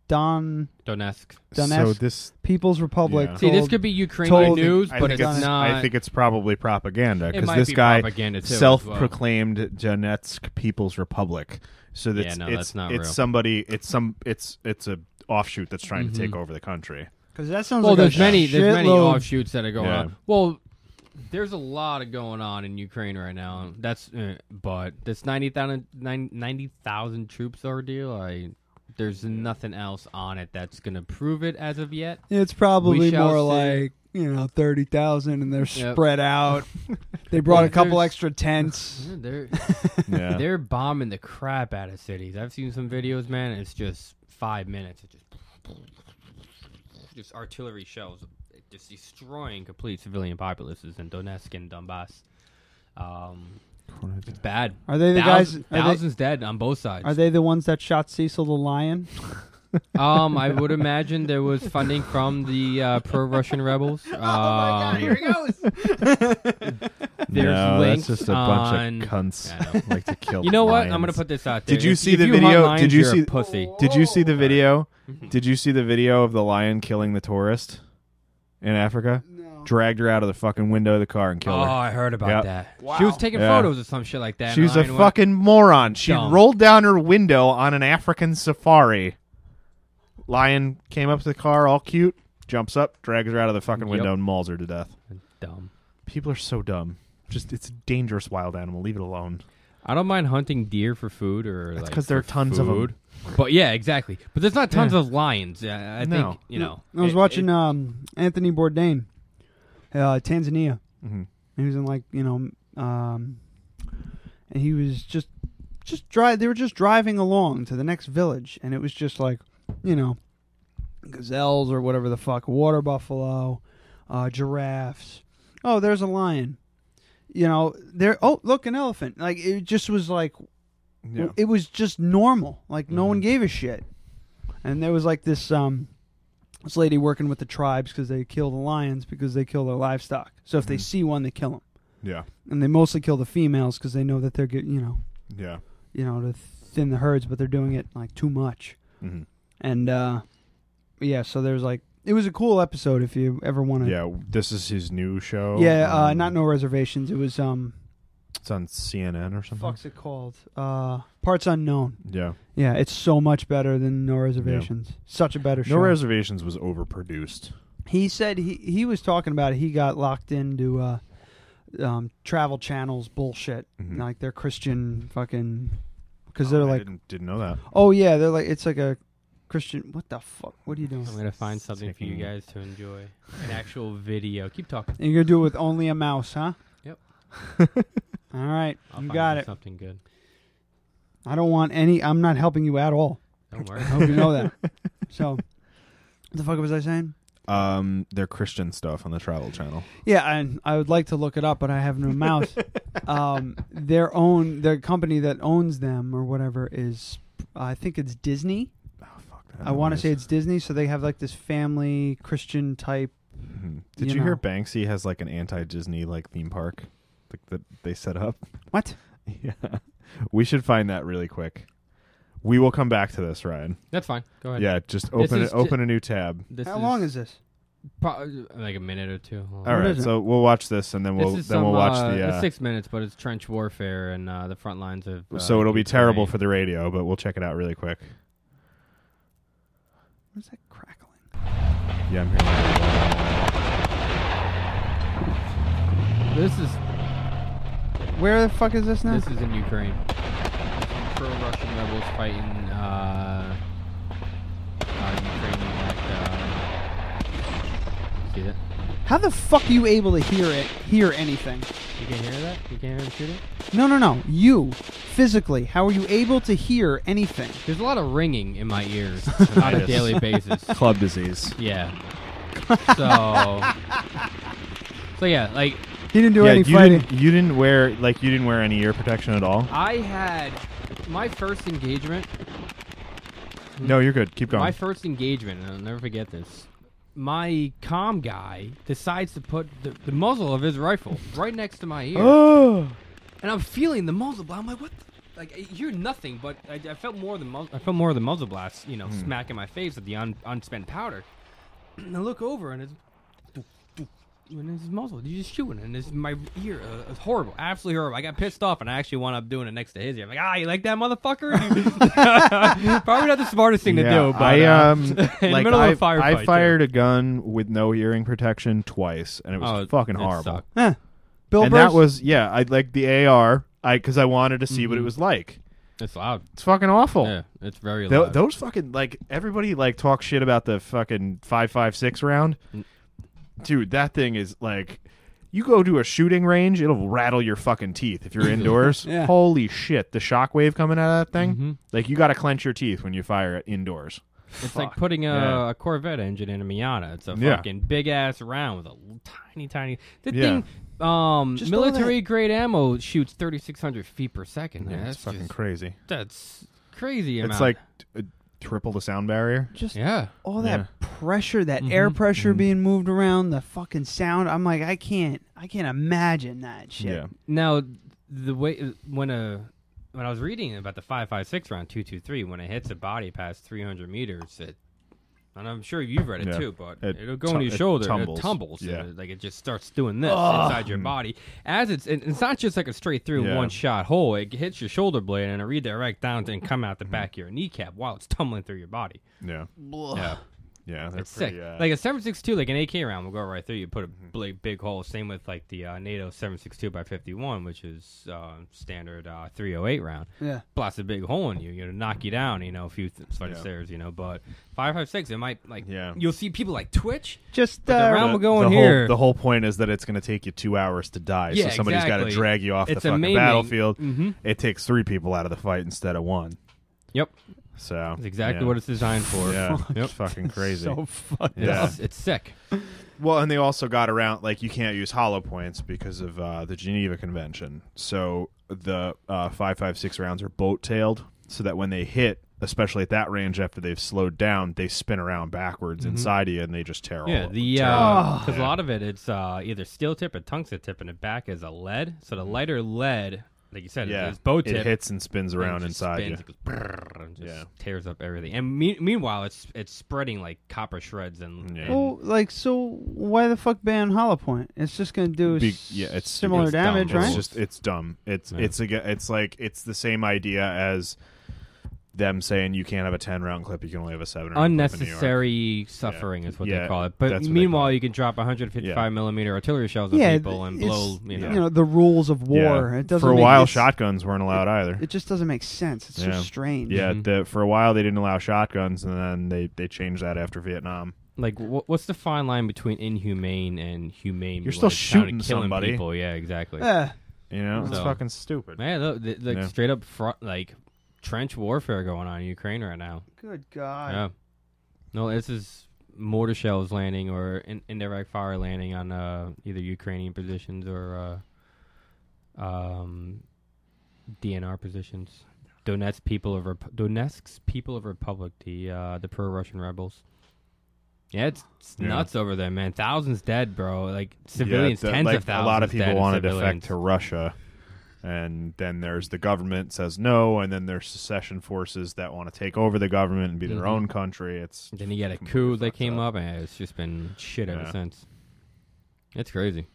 [SPEAKER 3] Don.
[SPEAKER 8] Donetsk.
[SPEAKER 3] Donetsk
[SPEAKER 4] So this-
[SPEAKER 3] People's Republic.
[SPEAKER 4] Yeah.
[SPEAKER 8] See, this
[SPEAKER 3] told-
[SPEAKER 8] could be Ukrainian
[SPEAKER 3] told-
[SPEAKER 8] news,
[SPEAKER 4] I
[SPEAKER 8] but
[SPEAKER 4] think
[SPEAKER 8] it's not.
[SPEAKER 4] I think it's probably propaganda
[SPEAKER 8] It
[SPEAKER 4] because
[SPEAKER 8] might
[SPEAKER 4] this
[SPEAKER 8] be
[SPEAKER 4] guy
[SPEAKER 8] propaganda, too, as well.
[SPEAKER 4] self-proclaimed Donetsk People's Republic. So that's
[SPEAKER 8] no,
[SPEAKER 4] it's
[SPEAKER 8] that's not
[SPEAKER 4] it's
[SPEAKER 8] real.
[SPEAKER 4] somebody it's some it's it's a offshoot that's
[SPEAKER 8] Mm-hmm.
[SPEAKER 4] trying to take over the country.
[SPEAKER 3] Because that sounds
[SPEAKER 8] well,
[SPEAKER 3] like a
[SPEAKER 8] there's many there's many
[SPEAKER 3] shitload-
[SPEAKER 8] offshoots that are going
[SPEAKER 4] Yeah.
[SPEAKER 8] on. Well, There's a lot of going on in Ukraine right now. That's uh, but this 90,000 nine- 90,000 troops ordeal. I there's nothing else on it that's gonna prove it as of yet.
[SPEAKER 3] It's probably
[SPEAKER 8] We shall
[SPEAKER 3] more
[SPEAKER 8] see.
[SPEAKER 3] like you know thirty thousand, and they're
[SPEAKER 8] Yep.
[SPEAKER 3] spread out. they brought a
[SPEAKER 8] Yeah,
[SPEAKER 3] couple
[SPEAKER 8] there's-
[SPEAKER 3] extra tents.
[SPEAKER 8] Yeah, They're
[SPEAKER 4] Yeah.
[SPEAKER 8] they're bombing the crap out of cities. I've seen some videos, man. and It's just five minutes. It just just artillery shells, just destroying complete civilian populaces in Donetsk and Donbass. Um, it's bad.
[SPEAKER 3] Are they the
[SPEAKER 8] Thous-
[SPEAKER 3] guys- are they-
[SPEAKER 8] Thousands dead on both sides.
[SPEAKER 3] Are they the ones that shot Cecil the lion?
[SPEAKER 8] Um, I would imagine there was funding from the uh, pro-Russian rebels. Oh my god,
[SPEAKER 3] here
[SPEAKER 8] it goes. There's
[SPEAKER 4] No, that's
[SPEAKER 8] links
[SPEAKER 4] just a bunch of
[SPEAKER 8] on-
[SPEAKER 4] cunts
[SPEAKER 8] I know.
[SPEAKER 4] like to kill
[SPEAKER 8] You know what?
[SPEAKER 4] lions.
[SPEAKER 8] I'm gonna put this out there.
[SPEAKER 4] Did you
[SPEAKER 8] If-
[SPEAKER 4] see
[SPEAKER 8] if
[SPEAKER 4] the
[SPEAKER 8] you hunt
[SPEAKER 4] video?
[SPEAKER 8] lions,
[SPEAKER 4] did you
[SPEAKER 8] you're a
[SPEAKER 4] see
[SPEAKER 8] pussy?
[SPEAKER 3] Oh.
[SPEAKER 4] Did you see the video?
[SPEAKER 8] Mhm.
[SPEAKER 4] Did you see the video of the lion killing the tourist in Africa? No. Dragged her out of the fucking window of the car and killed her.
[SPEAKER 8] Oh, I heard
[SPEAKER 4] Yep.
[SPEAKER 8] about that. She was taking
[SPEAKER 4] Yeah.
[SPEAKER 8] photos of some shit like that. and
[SPEAKER 4] She's a
[SPEAKER 8] Lion went-
[SPEAKER 4] fucking moron. She
[SPEAKER 8] Dumb.
[SPEAKER 4] rolled down her window on an African safari. Lion came up to the car, all cute, jumps up, drags her out of the fucking window,
[SPEAKER 8] Yep.
[SPEAKER 4] and mauls her to death.
[SPEAKER 8] Dumb.
[SPEAKER 4] People are so dumb. Just it's a dangerous wild animal. Leave it alone.
[SPEAKER 8] I don't mind hunting deer for food or like
[SPEAKER 4] 'cause there
[SPEAKER 8] for
[SPEAKER 4] are tons of 'em.
[SPEAKER 8] food. But yeah, exactly. But there's not tons
[SPEAKER 4] Yeah.
[SPEAKER 8] of lions. Yeah, I think
[SPEAKER 4] No.
[SPEAKER 8] you know.
[SPEAKER 3] I was
[SPEAKER 8] it-
[SPEAKER 3] watching
[SPEAKER 8] it-
[SPEAKER 3] um, Anthony Bourdain, uh, Tanzania.
[SPEAKER 4] Mhm.
[SPEAKER 3] He was in like you know, um, and he was just just drive. They were just driving along to the next village, and it was just like you know, gazelles or whatever the fuck, water buffalo, uh, giraffes. Oh, there's a lion. You know, there. Oh, look, an elephant. Like it just was like
[SPEAKER 4] Yeah.
[SPEAKER 3] it was just normal. Like no one gave a shit. And there was like this um this lady working with the tribes because they kill the lions because they kill their livestock. So if they see one, they kill them,
[SPEAKER 4] Mm-hmm. Yeah.
[SPEAKER 3] and they mostly kill the females because they know that they're getting you know
[SPEAKER 4] Yeah.
[SPEAKER 3] you know to thin the herds, but they're doing it like too much.
[SPEAKER 4] Mhm.
[SPEAKER 3] And uh yeah, so there's like it was a cool episode if you ever want to.
[SPEAKER 4] Yeah. This is his new show.
[SPEAKER 3] Yeah, uh,
[SPEAKER 4] Um,
[SPEAKER 3] not no reservations. It was um,
[SPEAKER 4] It's on CNN or something.
[SPEAKER 3] fuck's it called? Uh, parts unknown.
[SPEAKER 4] Yeah.
[SPEAKER 3] Yeah, it's so much better than No Reservations. Such a better show.
[SPEAKER 4] No reservations was overproduced.
[SPEAKER 3] he said he he was talking about it. he got locked into uh, um, Travel Channel's bullshit,
[SPEAKER 8] Mm-hmm.
[SPEAKER 4] Mhm.
[SPEAKER 3] like their Christian fucking because
[SPEAKER 4] I
[SPEAKER 3] they're like,
[SPEAKER 4] didn't, didn't know that.
[SPEAKER 3] oh yeah, they're like it's like a Christian. What the fuck? What are you doing?
[SPEAKER 8] I'm gonna find something for you
[SPEAKER 4] Taking-
[SPEAKER 8] guys to enjoy. An actual video. Keep talking.
[SPEAKER 3] And you're gonna do it with only a mouse, huh?
[SPEAKER 8] Yep.
[SPEAKER 3] All right,
[SPEAKER 8] I'll
[SPEAKER 3] you
[SPEAKER 8] find
[SPEAKER 3] got
[SPEAKER 8] you
[SPEAKER 3] it.
[SPEAKER 8] Something good.
[SPEAKER 3] I don't want any. I'm not helping you at all.
[SPEAKER 8] Don't worry.
[SPEAKER 3] I hope you know that. So, what the fuck was I saying?
[SPEAKER 4] Um, they're Christian stuff on the Travel Channel.
[SPEAKER 3] Yeah, and I would like to look it up, but I have no mouse. um, their own, their company that owns them or whatever is, I think it's Disney.
[SPEAKER 4] Oh fuck!
[SPEAKER 3] I want to say it's Disney, so they have like this family Christian type.
[SPEAKER 4] Mhm. Did
[SPEAKER 3] you
[SPEAKER 4] you, hear
[SPEAKER 3] know.
[SPEAKER 4] Banksy has like an anti-Disney like theme park like, that they set up?
[SPEAKER 3] What?
[SPEAKER 4] Yeah, we should find that really quick. We will come back to this, Ryan.
[SPEAKER 8] That's fine. Go ahead.
[SPEAKER 4] Yeah, just open
[SPEAKER 8] is
[SPEAKER 4] it,
[SPEAKER 8] ju-
[SPEAKER 4] open a new tab.
[SPEAKER 8] This
[SPEAKER 3] How long is this?
[SPEAKER 8] pro- uh, like a minute or two? Hold on.
[SPEAKER 4] All
[SPEAKER 3] What
[SPEAKER 4] right,
[SPEAKER 3] is it?
[SPEAKER 4] so we'll watch this and then
[SPEAKER 8] This
[SPEAKER 4] we'll then
[SPEAKER 8] is some,
[SPEAKER 4] we'll watch
[SPEAKER 8] uh,
[SPEAKER 4] the.
[SPEAKER 8] it's
[SPEAKER 4] Uh,
[SPEAKER 8] six minutes, but it's trench warfare and uh, the front lines of. Uh,
[SPEAKER 4] so it'll be terrible
[SPEAKER 8] Ukraine.
[SPEAKER 4] for the radio, but we'll check it out really quick.
[SPEAKER 3] What's that crackling?
[SPEAKER 4] Yeah, I'm here.
[SPEAKER 8] This is
[SPEAKER 3] Where the fuck is this now?
[SPEAKER 8] This is in Ukraine. Pro Russian rebels fighting uh, uh, Ukrainian like, uh, See that?
[SPEAKER 3] How the fuck are you able to hear it? Hear anything?
[SPEAKER 8] You can hear that? You can hear them shooting?
[SPEAKER 3] No, no, no. You physically, how are you able to hear anything?
[SPEAKER 8] There's a lot of ringing in my ears on a
[SPEAKER 4] Tinnitus.
[SPEAKER 8] daily basis.
[SPEAKER 4] Club disease.
[SPEAKER 8] Yeah. So. So yeah, like
[SPEAKER 3] He didn't do
[SPEAKER 4] yeah,
[SPEAKER 3] any
[SPEAKER 4] you
[SPEAKER 3] fighting.
[SPEAKER 4] didn't you didn't wear like you didn't wear any ear protection at all.
[SPEAKER 8] I had my first engagement
[SPEAKER 4] No, you're good. Keep going.
[SPEAKER 8] My first engagement, and I'll never forget this. My com guy decides to put the, the muzzle of his rifle right next to my ear,
[SPEAKER 4] oh.
[SPEAKER 8] and I'm feeling the muzzle blast. I'm like, what? The? Like, I hear nothing, but I, I felt more of the muzzle. I felt more of the muzzle blast, you know,
[SPEAKER 4] Hmm.
[SPEAKER 8] smacking my face with the un, unspent powder. And I look over, and it's and it's his muzzle. You're just shooting, and it's my ear. Uh, it's horrible, absolutely horrible. I got pissed off, and I actually wound up doing it next to his ear. I'm like, ah, you like that, motherfucker? Probably not the smartest thing to do, but
[SPEAKER 4] I
[SPEAKER 8] uh,
[SPEAKER 4] um,
[SPEAKER 8] in the
[SPEAKER 4] like
[SPEAKER 8] middle
[SPEAKER 4] I,
[SPEAKER 8] of a firefight,
[SPEAKER 4] I
[SPEAKER 8] too.
[SPEAKER 4] fired a gun with no hearing protection twice, and it was
[SPEAKER 8] Oh,
[SPEAKER 4] fucking
[SPEAKER 8] it
[SPEAKER 4] horrible.
[SPEAKER 8] sucked.
[SPEAKER 3] Huh. Bill
[SPEAKER 4] and
[SPEAKER 3] Burr's-
[SPEAKER 4] that was yeah. I like the AR. I because I wanted to see what it
[SPEAKER 8] Mhm.
[SPEAKER 4] was like.
[SPEAKER 8] It's loud.
[SPEAKER 4] It's fucking awful.
[SPEAKER 8] Yeah, it's very
[SPEAKER 4] Tho-
[SPEAKER 8] loud.
[SPEAKER 4] those fucking like everybody like talks shit about the fucking five five six round.
[SPEAKER 8] Mm.
[SPEAKER 4] Dude, that thing is like you go to a shooting range, it'll rattle your fucking teeth if you're indoors.
[SPEAKER 3] Yeah.
[SPEAKER 4] Holy shit, the shockwave coming out of that thing.
[SPEAKER 8] Mm-hmm.
[SPEAKER 4] Like you got to clench your teeth when you fire it indoors.
[SPEAKER 8] It's like putting a,
[SPEAKER 4] Yeah.
[SPEAKER 8] a Corvette engine in a Miata. It's a
[SPEAKER 4] Yeah.
[SPEAKER 8] fucking big ass round with a l- tiny, tiny. The
[SPEAKER 4] Yeah.
[SPEAKER 8] thing, um,
[SPEAKER 4] Just all
[SPEAKER 8] military grade ammo shoots thirty six hundred feet per second.
[SPEAKER 4] Yeah, it's
[SPEAKER 8] man. that's
[SPEAKER 4] fucking
[SPEAKER 8] just-
[SPEAKER 4] crazy.
[SPEAKER 8] That's crazy.
[SPEAKER 4] It's
[SPEAKER 8] amount.
[SPEAKER 4] like t- uh, triple the sound barrier.
[SPEAKER 3] Just
[SPEAKER 8] yeah,
[SPEAKER 3] all that pressure, that air
[SPEAKER 4] Mm-hmm.
[SPEAKER 3] pressure being moved around, the fucking sound. I'm like, I can't, I can't imagine that shit.
[SPEAKER 8] Now, the way when a when I was reading about the five five six round two two three when it hits a body past three hundred meters, it and I'm sure you've read it
[SPEAKER 4] Yeah.
[SPEAKER 8] too, but
[SPEAKER 4] It
[SPEAKER 8] it will go
[SPEAKER 4] tu-
[SPEAKER 8] on your
[SPEAKER 4] it
[SPEAKER 8] shoulder,
[SPEAKER 4] tumbles.
[SPEAKER 8] it tumbles, and
[SPEAKER 4] Yeah.
[SPEAKER 8] it- like it just starts doing this
[SPEAKER 4] Ugh.
[SPEAKER 8] inside your
[SPEAKER 4] Mm.
[SPEAKER 8] body as it's and it's not just like a straight through
[SPEAKER 4] Yeah.
[SPEAKER 8] one shot hole. It hits your shoulder blade and it redirect down and come
[SPEAKER 4] Hmm.
[SPEAKER 8] out the back of your kneecap while it's tumbling through your body.
[SPEAKER 4] Yeah.
[SPEAKER 8] Blah.
[SPEAKER 4] Yeah. Yeah, they're
[SPEAKER 8] It's sick.
[SPEAKER 4] pretty, uh, Mm-hmm.
[SPEAKER 8] like a 7.62, like an AK round will go right through you. Put a big, big hole. Same with like the uh, NATO 7.62 by 51, which is uh, standard uh, 308 round.
[SPEAKER 3] Yeah.
[SPEAKER 8] Blast a big hole in you. You know, knock you down. You know, a few th- flight of
[SPEAKER 4] Yeah.
[SPEAKER 8] stairs. You know, but 5.56, it might like.
[SPEAKER 4] Yeah.
[SPEAKER 8] You'll see people like twitch.
[SPEAKER 3] Just
[SPEAKER 8] but
[SPEAKER 4] uh,
[SPEAKER 8] the round will go in
[SPEAKER 4] the
[SPEAKER 8] here.
[SPEAKER 4] Whole, the whole point is that it's going to take you two hours to die.
[SPEAKER 8] Yeah,
[SPEAKER 4] so somebody's got
[SPEAKER 8] exactly.
[SPEAKER 4] to drag you off
[SPEAKER 8] It's a
[SPEAKER 4] the fucking
[SPEAKER 8] maiming.
[SPEAKER 4] battlefield.
[SPEAKER 8] Mhm.
[SPEAKER 4] It takes three people out of the fight instead of one.
[SPEAKER 8] Yep.
[SPEAKER 4] So
[SPEAKER 8] That's exactly
[SPEAKER 4] yeah.
[SPEAKER 8] what it's designed for.
[SPEAKER 4] Yeah,
[SPEAKER 8] Fuck.
[SPEAKER 4] it's fucking crazy.
[SPEAKER 8] So fucked
[SPEAKER 4] yeah.
[SPEAKER 8] up. It's- it's sick.
[SPEAKER 4] Well, and they also got around like you can't use hollow points because of uh, the Geneva Convention. So the uh, five five six rounds are boat tailed, so that when they hit, especially at that range after they've slowed down, they spin around backwards
[SPEAKER 8] Mhm.
[SPEAKER 4] inside you and they just tear.
[SPEAKER 8] Yeah,
[SPEAKER 4] all,
[SPEAKER 8] the
[SPEAKER 4] tear
[SPEAKER 8] because
[SPEAKER 4] up.
[SPEAKER 8] a lot of it it's uh, either steel tip or tungsten tip, and the back is a lead. So the lighter lead, like you said,
[SPEAKER 4] Mm-hmm. Yeah,
[SPEAKER 8] is bow
[SPEAKER 4] it
[SPEAKER 8] uh, tip.
[SPEAKER 4] hits and spins around
[SPEAKER 8] just
[SPEAKER 4] inside
[SPEAKER 8] spins,
[SPEAKER 4] you.
[SPEAKER 8] it goes brrrr, and just
[SPEAKER 4] Yeah.
[SPEAKER 8] tears up everything. And me- meanwhile, it's it's spreading like copper shreds and, and
[SPEAKER 3] Well, like, so why the fuck ban Hollow Point? It's just gonna do
[SPEAKER 4] Be-
[SPEAKER 3] s-
[SPEAKER 4] yeah, it's
[SPEAKER 3] similar
[SPEAKER 4] it's dumb.
[SPEAKER 3] damage, right?
[SPEAKER 4] It's just it's dumb. It's
[SPEAKER 8] Yeah.
[SPEAKER 4] it's aga it's like it's the same idea as them saying you can't have a ten round clip, you can only have a seven round clip in New York.
[SPEAKER 8] unnecessary suffering is what
[SPEAKER 4] Yeah,
[SPEAKER 8] they call it.
[SPEAKER 4] that's
[SPEAKER 8] But
[SPEAKER 4] what they
[SPEAKER 8] meanwhile, you can drop 155
[SPEAKER 4] Yeah.
[SPEAKER 8] millimeter artillery shells on
[SPEAKER 3] yeah,
[SPEAKER 8] people and
[SPEAKER 3] it's-
[SPEAKER 8] blow. You know,
[SPEAKER 3] the rules of war.
[SPEAKER 4] Yeah.
[SPEAKER 3] It doesn't
[SPEAKER 4] for a
[SPEAKER 3] make-
[SPEAKER 4] while,
[SPEAKER 3] it's-
[SPEAKER 4] shotguns weren't allowed either.
[SPEAKER 3] It just doesn't make sense. It's
[SPEAKER 4] yeah.
[SPEAKER 3] so strange.
[SPEAKER 4] Yeah, the, for a while they didn't allow shotguns, and then they they changed that after Vietnam.
[SPEAKER 8] like wh- what's the fine line between inhumane and humane?
[SPEAKER 4] You're
[SPEAKER 8] when
[SPEAKER 4] still
[SPEAKER 8] it's down to
[SPEAKER 4] shooting
[SPEAKER 8] killing
[SPEAKER 4] somebody.
[SPEAKER 8] People. Yeah, exactly.
[SPEAKER 4] Yeah. You know, it's
[SPEAKER 8] So-
[SPEAKER 4] fucking stupid.
[SPEAKER 8] Man, look, th- like
[SPEAKER 4] Yeah.
[SPEAKER 8] straight up front, like trench warfare going on in Ukraine right now.
[SPEAKER 3] Good God.
[SPEAKER 8] Yeah. No, this is mortar shells landing or in, indirect fire landing on uh, either Ukrainian positions or uh, um, DNR positions. Donetsk people of Rep- Donetsk's people of Republic, the uh, the pro-Russian rebels. Yeah, it's, it's
[SPEAKER 4] Yeah.
[SPEAKER 8] nuts over there, man. Thousands dead, bro. Like
[SPEAKER 4] Yeah,
[SPEAKER 8] civilians,
[SPEAKER 4] the-
[SPEAKER 8] tens
[SPEAKER 4] like,
[SPEAKER 8] of thousands.
[SPEAKER 4] A lot of people
[SPEAKER 8] dead,
[SPEAKER 4] wanted to
[SPEAKER 8] civilians.
[SPEAKER 4] defect to Russia, and then there's the government says no, and then there's secession forces that want to take over the government and be their
[SPEAKER 8] Mhm.
[SPEAKER 4] own country. It's
[SPEAKER 8] Then you got a coup that came up, and it's just been shit ever
[SPEAKER 4] Yeah.
[SPEAKER 8] since. It's crazy.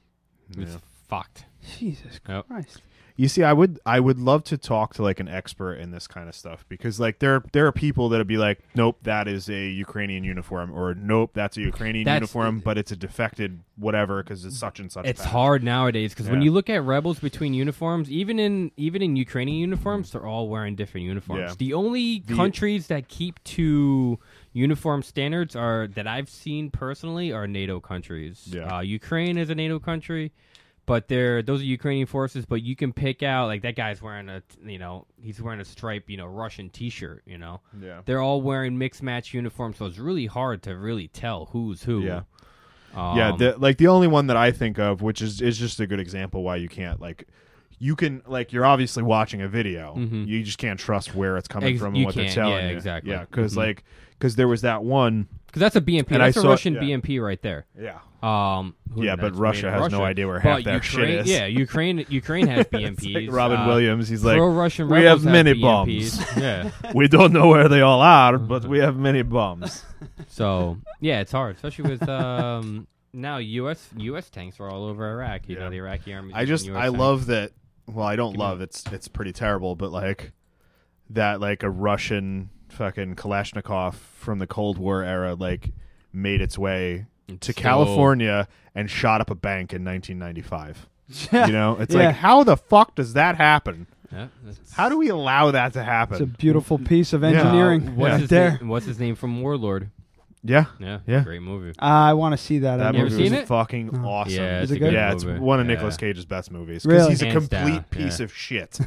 [SPEAKER 8] It's
[SPEAKER 4] Yeah.
[SPEAKER 8] fucked.
[SPEAKER 3] Jesus
[SPEAKER 8] Yep.
[SPEAKER 3] Christ.
[SPEAKER 4] You see, I would I would love to talk to like an expert in this kind of stuff because like there there are people that'd be like, nope, that is a Ukrainian uniform, or nope, that's a Ukrainian
[SPEAKER 8] That's-
[SPEAKER 4] uniform, but it's a defected whatever because it's such and such.
[SPEAKER 8] It's
[SPEAKER 4] patch.
[SPEAKER 8] hard nowadays because when
[SPEAKER 4] Yeah.
[SPEAKER 8] you look at rebels between uniforms, even in even in Ukrainian uniforms, they're all wearing different uniforms.
[SPEAKER 4] Yeah.
[SPEAKER 8] The only
[SPEAKER 4] The-
[SPEAKER 8] countries that keep to uniform standards are that I've seen personally are NATO countries.
[SPEAKER 4] Yeah.
[SPEAKER 8] Uh, Ukraine is a NATO country, but they're those are Ukrainian forces. But you can pick out like that guy's wearing a t- you know he's wearing a stripe you know Russian T-shirt you know
[SPEAKER 4] Yeah.
[SPEAKER 8] they're all wearing mixed match uniforms, so it's really hard to really tell who's who.
[SPEAKER 4] Yeah.
[SPEAKER 8] Um,
[SPEAKER 4] yeah, the, like the only one that I think of, which is is just a good example why you can't like. You can like you're obviously watching a video.
[SPEAKER 8] Mhm.
[SPEAKER 4] You just can't trust where it's coming
[SPEAKER 8] Ex-
[SPEAKER 4] from
[SPEAKER 8] you
[SPEAKER 4] and what they're
[SPEAKER 8] can't.
[SPEAKER 4] telling
[SPEAKER 8] Yeah,
[SPEAKER 4] you.
[SPEAKER 8] exactly.
[SPEAKER 4] Yeah, because
[SPEAKER 8] Mhm.
[SPEAKER 4] like because there was that one.
[SPEAKER 8] Because that's a BMP.
[SPEAKER 4] And
[SPEAKER 8] that's
[SPEAKER 4] I
[SPEAKER 8] a
[SPEAKER 4] saw-
[SPEAKER 8] Russian
[SPEAKER 4] yeah.
[SPEAKER 8] BMP right there.
[SPEAKER 4] Yeah.
[SPEAKER 8] Um. who
[SPEAKER 4] Yeah,
[SPEAKER 8] knows,
[SPEAKER 4] but
[SPEAKER 8] made
[SPEAKER 4] Russia
[SPEAKER 8] in
[SPEAKER 4] has no
[SPEAKER 8] Russia.
[SPEAKER 4] idea where
[SPEAKER 8] But
[SPEAKER 4] half that shit
[SPEAKER 8] Ukraine-
[SPEAKER 4] is.
[SPEAKER 8] Yeah, Ukraine. Ukraine has BMPs.
[SPEAKER 4] It's like Robin
[SPEAKER 8] Uh,
[SPEAKER 4] Williams. He's like,
[SPEAKER 8] pro-Russian
[SPEAKER 4] we have
[SPEAKER 8] rebels E
[SPEAKER 4] many
[SPEAKER 8] BMPs."
[SPEAKER 4] bombs.
[SPEAKER 8] Yeah.
[SPEAKER 4] we don't know where they all are, but we have many bombs.
[SPEAKER 8] So yeah, it's hard, especially with um. Now U.S. U.S. tanks are all over Iraq. You know the Iraqi army.
[SPEAKER 4] I just, I love that. Well, I don't
[SPEAKER 8] Give me
[SPEAKER 4] love it's it's pretty terrible, but like that, like a Russian fucking Kalashnikov from the Cold War era, like made its way to
[SPEAKER 8] still-
[SPEAKER 4] California and shot up a bank in 1995. You know, it's
[SPEAKER 3] Yeah.
[SPEAKER 4] like how the fuck does that happen?
[SPEAKER 8] Yeah,
[SPEAKER 4] how do we allow that to happen?
[SPEAKER 3] It's a beautiful piece of
[SPEAKER 4] Yeah.
[SPEAKER 3] engineering
[SPEAKER 8] Uh,
[SPEAKER 3] right
[SPEAKER 8] what's, his
[SPEAKER 3] there.
[SPEAKER 8] name, what's his name from Warlord?
[SPEAKER 4] Yeah.
[SPEAKER 8] Yeah.
[SPEAKER 4] Yeah.
[SPEAKER 8] Great movie.
[SPEAKER 3] Uh, I want to see that.
[SPEAKER 4] That
[SPEAKER 3] I never
[SPEAKER 4] movie
[SPEAKER 8] seen
[SPEAKER 4] was
[SPEAKER 8] it?
[SPEAKER 4] fucking
[SPEAKER 3] No.
[SPEAKER 4] awesome.
[SPEAKER 8] Yeah,
[SPEAKER 3] Is it's it a good good?
[SPEAKER 4] Yeah, it's
[SPEAKER 8] movie.
[SPEAKER 4] one of Nicolas
[SPEAKER 8] Yeah.
[SPEAKER 4] Cage's best movies because
[SPEAKER 3] Really?
[SPEAKER 4] he's a
[SPEAKER 8] Hands
[SPEAKER 4] complete
[SPEAKER 8] down,
[SPEAKER 4] piece
[SPEAKER 8] yeah.
[SPEAKER 4] of shit.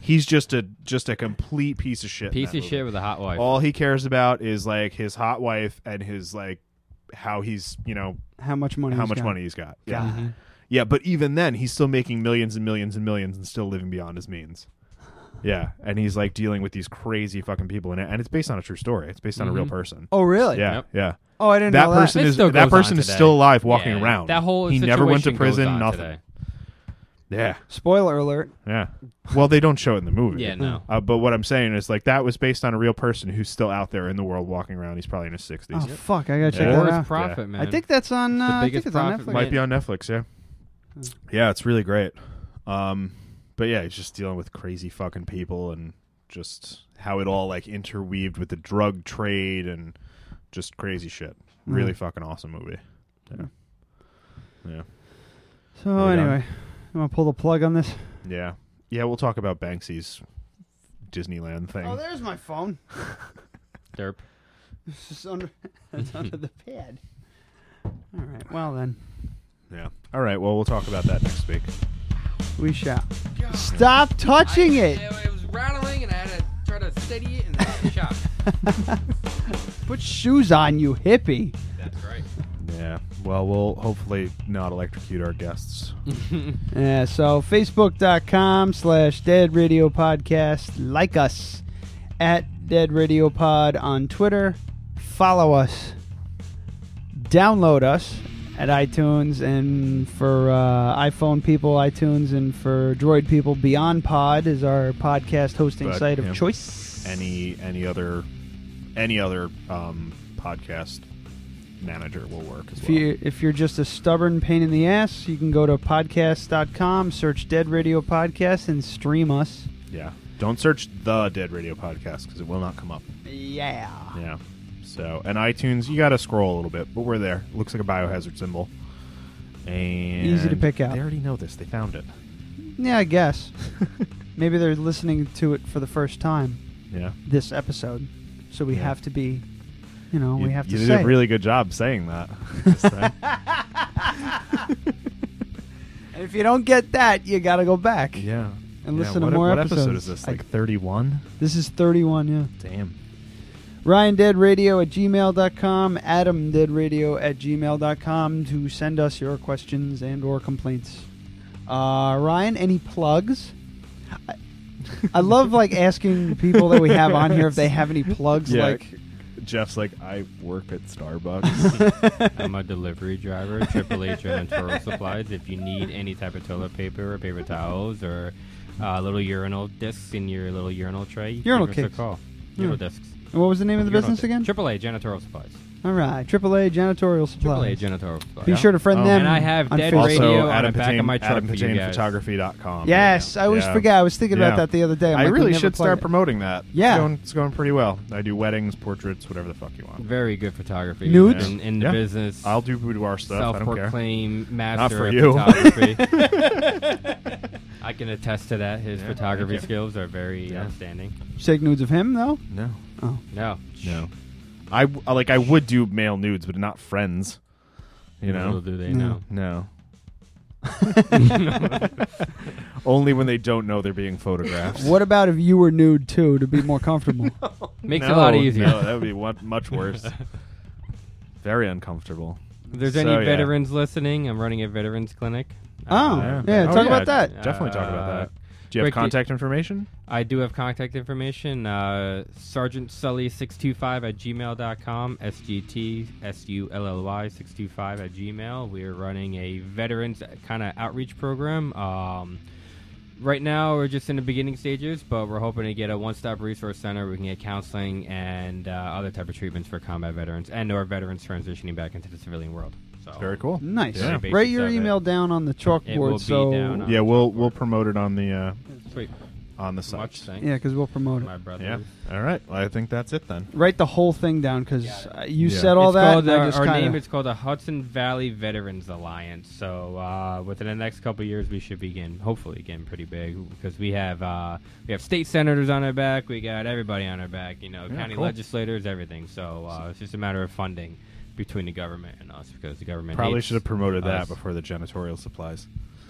[SPEAKER 4] he's just a just a complete piece of shit. in
[SPEAKER 8] Piece
[SPEAKER 4] that
[SPEAKER 8] of shit
[SPEAKER 4] movie.
[SPEAKER 8] with a hot wife.
[SPEAKER 4] All he cares about is like his hot wife and his like how he's you know
[SPEAKER 3] How much money?
[SPEAKER 4] how
[SPEAKER 3] he's
[SPEAKER 4] much
[SPEAKER 3] got.
[SPEAKER 4] money he's got. Yeah.
[SPEAKER 3] God.
[SPEAKER 4] Yeah, but even then, he's still making millions and millions and millions and still living beyond his means. Yeah, and he's like dealing with these crazy fucking people in it, and it's based on a true story. It's based on a real
[SPEAKER 8] Mhm.
[SPEAKER 4] person.
[SPEAKER 3] Oh really?
[SPEAKER 4] Yeah,
[SPEAKER 8] Yep.
[SPEAKER 4] yeah.
[SPEAKER 3] Oh, I didn't
[SPEAKER 4] That
[SPEAKER 3] know
[SPEAKER 4] person
[SPEAKER 8] It
[SPEAKER 4] is
[SPEAKER 8] still
[SPEAKER 4] that
[SPEAKER 8] goes on
[SPEAKER 4] person is
[SPEAKER 8] today.
[SPEAKER 4] still alive, walking
[SPEAKER 8] Yeah,
[SPEAKER 4] around.
[SPEAKER 8] That whole
[SPEAKER 4] he never went to
[SPEAKER 8] situation goes
[SPEAKER 4] prison.
[SPEAKER 8] on
[SPEAKER 4] Nothing.
[SPEAKER 8] today.
[SPEAKER 4] Yeah,
[SPEAKER 3] that. Spoiler alert.
[SPEAKER 4] yeah. Well, they don't show it in the movie.
[SPEAKER 8] Yeah, no.
[SPEAKER 4] Uh, but what I'm saying is, like, that was based on a real person who's still out there in the world, walking around. He's probably in his sixties.
[SPEAKER 3] Oh fuck! I gotta check
[SPEAKER 4] Yeah.
[SPEAKER 3] that
[SPEAKER 8] War's
[SPEAKER 3] out.
[SPEAKER 8] profit, man.
[SPEAKER 3] I think that's on.
[SPEAKER 8] It's the
[SPEAKER 3] Uh, I think
[SPEAKER 8] biggest
[SPEAKER 3] it's on
[SPEAKER 8] profit
[SPEAKER 3] Netflix.
[SPEAKER 4] Might be on Netflix, yeah.
[SPEAKER 3] Hmm.
[SPEAKER 4] Yeah, it's really great. Um, but yeah, he's just dealing with crazy fucking people and just how it all like interweaved with the drug trade and just crazy shit.
[SPEAKER 3] Hmm.
[SPEAKER 4] Really fucking awesome movie. Yeah. Yeah.
[SPEAKER 3] So
[SPEAKER 4] Yeah.
[SPEAKER 3] Oh, anyway, I'm gonna pull the plug on this.
[SPEAKER 4] Yeah. Yeah, we'll talk about Banksy's Disneyland thing.
[SPEAKER 3] Oh, there's my phone.
[SPEAKER 8] Derp.
[SPEAKER 3] It's just under. It's under the pad. All right. Well then,
[SPEAKER 4] yeah. All right, well, we'll talk about that next week.
[SPEAKER 3] we shall. Stop touching it.
[SPEAKER 8] It was rattling, and I had to try to steady it and shop.
[SPEAKER 3] Put shoes on, you hippie.
[SPEAKER 8] That's right.
[SPEAKER 4] Yeah. Well, we'll hopefully not electrocute our guests.
[SPEAKER 3] Yeah, so facebook.com slash dead radio podcast. Like us at dead radio pod on Twitter. Follow us. Download us at iTunes and for uh, iPhone people, iTunes, and for Droid people, Beyond Pod is our podcast hosting
[SPEAKER 4] But,
[SPEAKER 3] site of
[SPEAKER 4] yeah.
[SPEAKER 3] choice.
[SPEAKER 4] any any other any other um, podcast manager will work as
[SPEAKER 3] If,
[SPEAKER 4] well.
[SPEAKER 3] you, if you're just a stubborn pain in the ass, you can go to podcast.com, search Dead Radio Podcast, and stream us.
[SPEAKER 4] yeah, don't search the Dead Radio podcast because it will not come up.
[SPEAKER 3] Yeah.
[SPEAKER 4] Yeah. So and iTunes, you got to scroll a little bit, but we're there. Looks like a biohazard symbol. And
[SPEAKER 3] Easy to pick out.
[SPEAKER 4] They already know this. They found it.
[SPEAKER 3] Yeah, I guess. Maybe they're listening to it for the first time
[SPEAKER 4] Yeah.
[SPEAKER 3] this episode, so we
[SPEAKER 4] Yeah.
[SPEAKER 3] have to be, you know,
[SPEAKER 4] you,
[SPEAKER 3] we have
[SPEAKER 4] you
[SPEAKER 3] to
[SPEAKER 4] did
[SPEAKER 3] say.
[SPEAKER 4] a really good job saying that. this time.
[SPEAKER 3] and if you don't get that, you got to go back.
[SPEAKER 4] yeah.
[SPEAKER 3] And
[SPEAKER 4] Yeah,
[SPEAKER 3] listen to
[SPEAKER 4] what,
[SPEAKER 3] more
[SPEAKER 4] what episode is
[SPEAKER 3] episodes.
[SPEAKER 4] this?
[SPEAKER 3] I-
[SPEAKER 4] Like thirty-one.
[SPEAKER 3] This is 31, yeah.
[SPEAKER 4] Damn.
[SPEAKER 3] Ryan Dead Radio at gmail.com, Adam Dead Radio at gmail.com to send us your questions and or complaints. Uh, Ryan, any plugs? I, I love like asking people that we have on here if they have any plugs.
[SPEAKER 4] Yeah.
[SPEAKER 3] Like,
[SPEAKER 4] Jeff's like, I work at Starbucks.
[SPEAKER 8] I'm a delivery driver, Triple H janitorial supplies. If you need any type of toilet paper or paper towels or uh, little urinal discs in your little urinal tray,
[SPEAKER 3] Urinal
[SPEAKER 8] give us
[SPEAKER 3] cakes.
[SPEAKER 8] a call.
[SPEAKER 3] Yeah.
[SPEAKER 8] Urinal discs.
[SPEAKER 3] and what was the name of the
[SPEAKER 8] Urinal
[SPEAKER 3] business
[SPEAKER 8] di-
[SPEAKER 3] again?
[SPEAKER 8] Triple A janitorial supplies.
[SPEAKER 3] All right, AAA Janitorial
[SPEAKER 8] Triple A
[SPEAKER 3] Supply.
[SPEAKER 8] janitorial supplies.
[SPEAKER 3] Be sure to friend
[SPEAKER 4] Oh.
[SPEAKER 3] them.
[SPEAKER 4] And
[SPEAKER 8] I have
[SPEAKER 3] on
[SPEAKER 8] Dead
[SPEAKER 3] Facebook.
[SPEAKER 8] Radio
[SPEAKER 4] also,
[SPEAKER 8] on the
[SPEAKER 4] Adam
[SPEAKER 8] back of
[SPEAKER 4] Patane-
[SPEAKER 8] my truck
[SPEAKER 4] Adam
[SPEAKER 8] for you
[SPEAKER 4] Patane
[SPEAKER 8] guys.
[SPEAKER 4] photography.com.
[SPEAKER 3] Yes, I always
[SPEAKER 4] Yeah.
[SPEAKER 3] forget. I was thinking
[SPEAKER 4] Yeah.
[SPEAKER 3] about that the other day. I'm
[SPEAKER 4] I
[SPEAKER 3] like, we
[SPEAKER 4] really
[SPEAKER 3] never
[SPEAKER 4] should
[SPEAKER 3] played
[SPEAKER 4] start
[SPEAKER 3] it.
[SPEAKER 4] promoting that.
[SPEAKER 3] Yeah.
[SPEAKER 4] It's going, it's going pretty well. I do weddings, portraits, whatever the fuck you want.
[SPEAKER 8] Very good photography.
[SPEAKER 3] Nudes?
[SPEAKER 8] In, in the
[SPEAKER 4] Yeah.
[SPEAKER 8] business.
[SPEAKER 4] I'll do boudoir stuff. I don't care.
[SPEAKER 8] Self-proclaimed
[SPEAKER 4] Not
[SPEAKER 8] master
[SPEAKER 4] for
[SPEAKER 8] of
[SPEAKER 4] you.
[SPEAKER 8] photography. I can attest to that. His
[SPEAKER 4] Yeah,
[SPEAKER 8] photography
[SPEAKER 4] thank you.
[SPEAKER 8] skills are very
[SPEAKER 4] Yeah.
[SPEAKER 8] outstanding.
[SPEAKER 3] Take nudes of him though.
[SPEAKER 4] No,
[SPEAKER 3] Oh,
[SPEAKER 8] No,
[SPEAKER 4] no. I w- uh, like. I would do male nudes, but not friends. You
[SPEAKER 8] Little
[SPEAKER 4] know.
[SPEAKER 8] do they
[SPEAKER 3] No.
[SPEAKER 8] know.
[SPEAKER 4] No. Only when they don't know they're being photographed.
[SPEAKER 3] what about if you were nude too to be more comfortable?
[SPEAKER 8] Makes it
[SPEAKER 4] No,
[SPEAKER 8] a lot easier.
[SPEAKER 4] No, that would be one, much worse. Very uncomfortable.
[SPEAKER 8] If there's
[SPEAKER 4] So,
[SPEAKER 8] any
[SPEAKER 4] yeah.
[SPEAKER 8] veterans listening, I'm running a veterans clinic.
[SPEAKER 3] Oh, yeah,
[SPEAKER 4] Oh,
[SPEAKER 3] talk about that.
[SPEAKER 4] Definitely talk about
[SPEAKER 8] Uh,
[SPEAKER 4] that. Do you have
[SPEAKER 8] Ricky-
[SPEAKER 4] contact information?
[SPEAKER 8] I do have contact information. Uh, Sergeant Sully six two five at gmail.com. S G T S U L L Y six two five at Gmail. We are running a veterans kind of outreach program. Um, right now we're just in the beginning stages, but we're hoping to get a one stop resource center. We can get counseling and uh, other type of treatments for combat veterans and or veterans transitioning back into the civilian world. So
[SPEAKER 4] Very cool.
[SPEAKER 3] nice.
[SPEAKER 4] Yeah.
[SPEAKER 8] Basics
[SPEAKER 3] Write your
[SPEAKER 8] of it.
[SPEAKER 3] email down on the chalkboard
[SPEAKER 8] It will be
[SPEAKER 3] so
[SPEAKER 8] down on-
[SPEAKER 4] Yeah, we'll we'll promote it on the uh,
[SPEAKER 8] Sweet.
[SPEAKER 4] on the site.
[SPEAKER 3] Yeah, because we'll promote it.
[SPEAKER 4] Yeah. All right. Well, I think that's it then.
[SPEAKER 3] Write the whole thing down because you
[SPEAKER 4] Yeah.
[SPEAKER 3] said all
[SPEAKER 8] It's
[SPEAKER 3] that.
[SPEAKER 8] called,
[SPEAKER 3] and I
[SPEAKER 8] uh,
[SPEAKER 3] just
[SPEAKER 8] our
[SPEAKER 3] kinda,
[SPEAKER 8] name is called the Hudson Valley Veterans Alliance. So uh, within the next couple of years, we should begin, hopefully, getting pretty big because we have uh, we have state senators on our back, we got everybody on our back, you know,
[SPEAKER 4] Yeah,
[SPEAKER 8] county
[SPEAKER 4] cool.
[SPEAKER 8] legislators, everything. So uh, it's just a matter of funding between the government and us because the government
[SPEAKER 4] Probably
[SPEAKER 8] hates
[SPEAKER 4] should have promoted that
[SPEAKER 8] us.
[SPEAKER 4] before the janitorial supplies.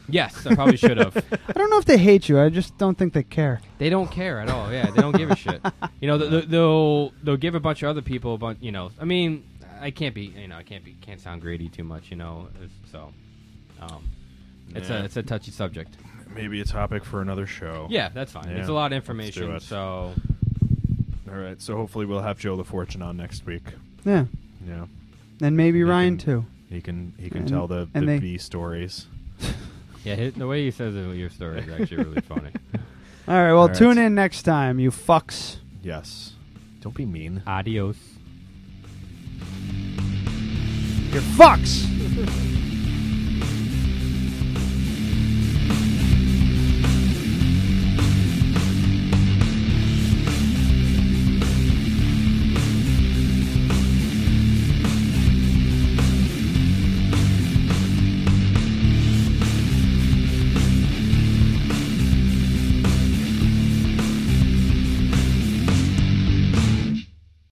[SPEAKER 8] Yes, I probably should have.
[SPEAKER 3] I don't know if they hate you. I just don't think they care.
[SPEAKER 8] They don't care at all. Yeah, they don't give a shit. You know, th- th- they'll they'll give a bunch of other people, but you know, I mean, I can't be, you know, I can't be, can't sound greedy too much, you know. it's- So, um, it's
[SPEAKER 4] Yeah.
[SPEAKER 8] a it's a touchy subject.
[SPEAKER 4] Maybe a topic for another show.
[SPEAKER 8] Yeah, that's fine. It's a lot of information, So,
[SPEAKER 4] all right. So hopefully we'll have Joe LaFortune on next week.
[SPEAKER 3] Yeah.
[SPEAKER 4] Yeah.
[SPEAKER 3] And maybe Ryan too.
[SPEAKER 4] He can he can
[SPEAKER 3] And-
[SPEAKER 4] tell the,
[SPEAKER 3] and
[SPEAKER 4] the
[SPEAKER 3] they-
[SPEAKER 4] bee stories.
[SPEAKER 8] Yeah, his, the way he says it, your story is actually really funny.
[SPEAKER 3] All right. Well,
[SPEAKER 4] All right.
[SPEAKER 3] tune in next time, you fucks.
[SPEAKER 4] Yes. Don't be mean.
[SPEAKER 8] Adios.
[SPEAKER 3] You fucks.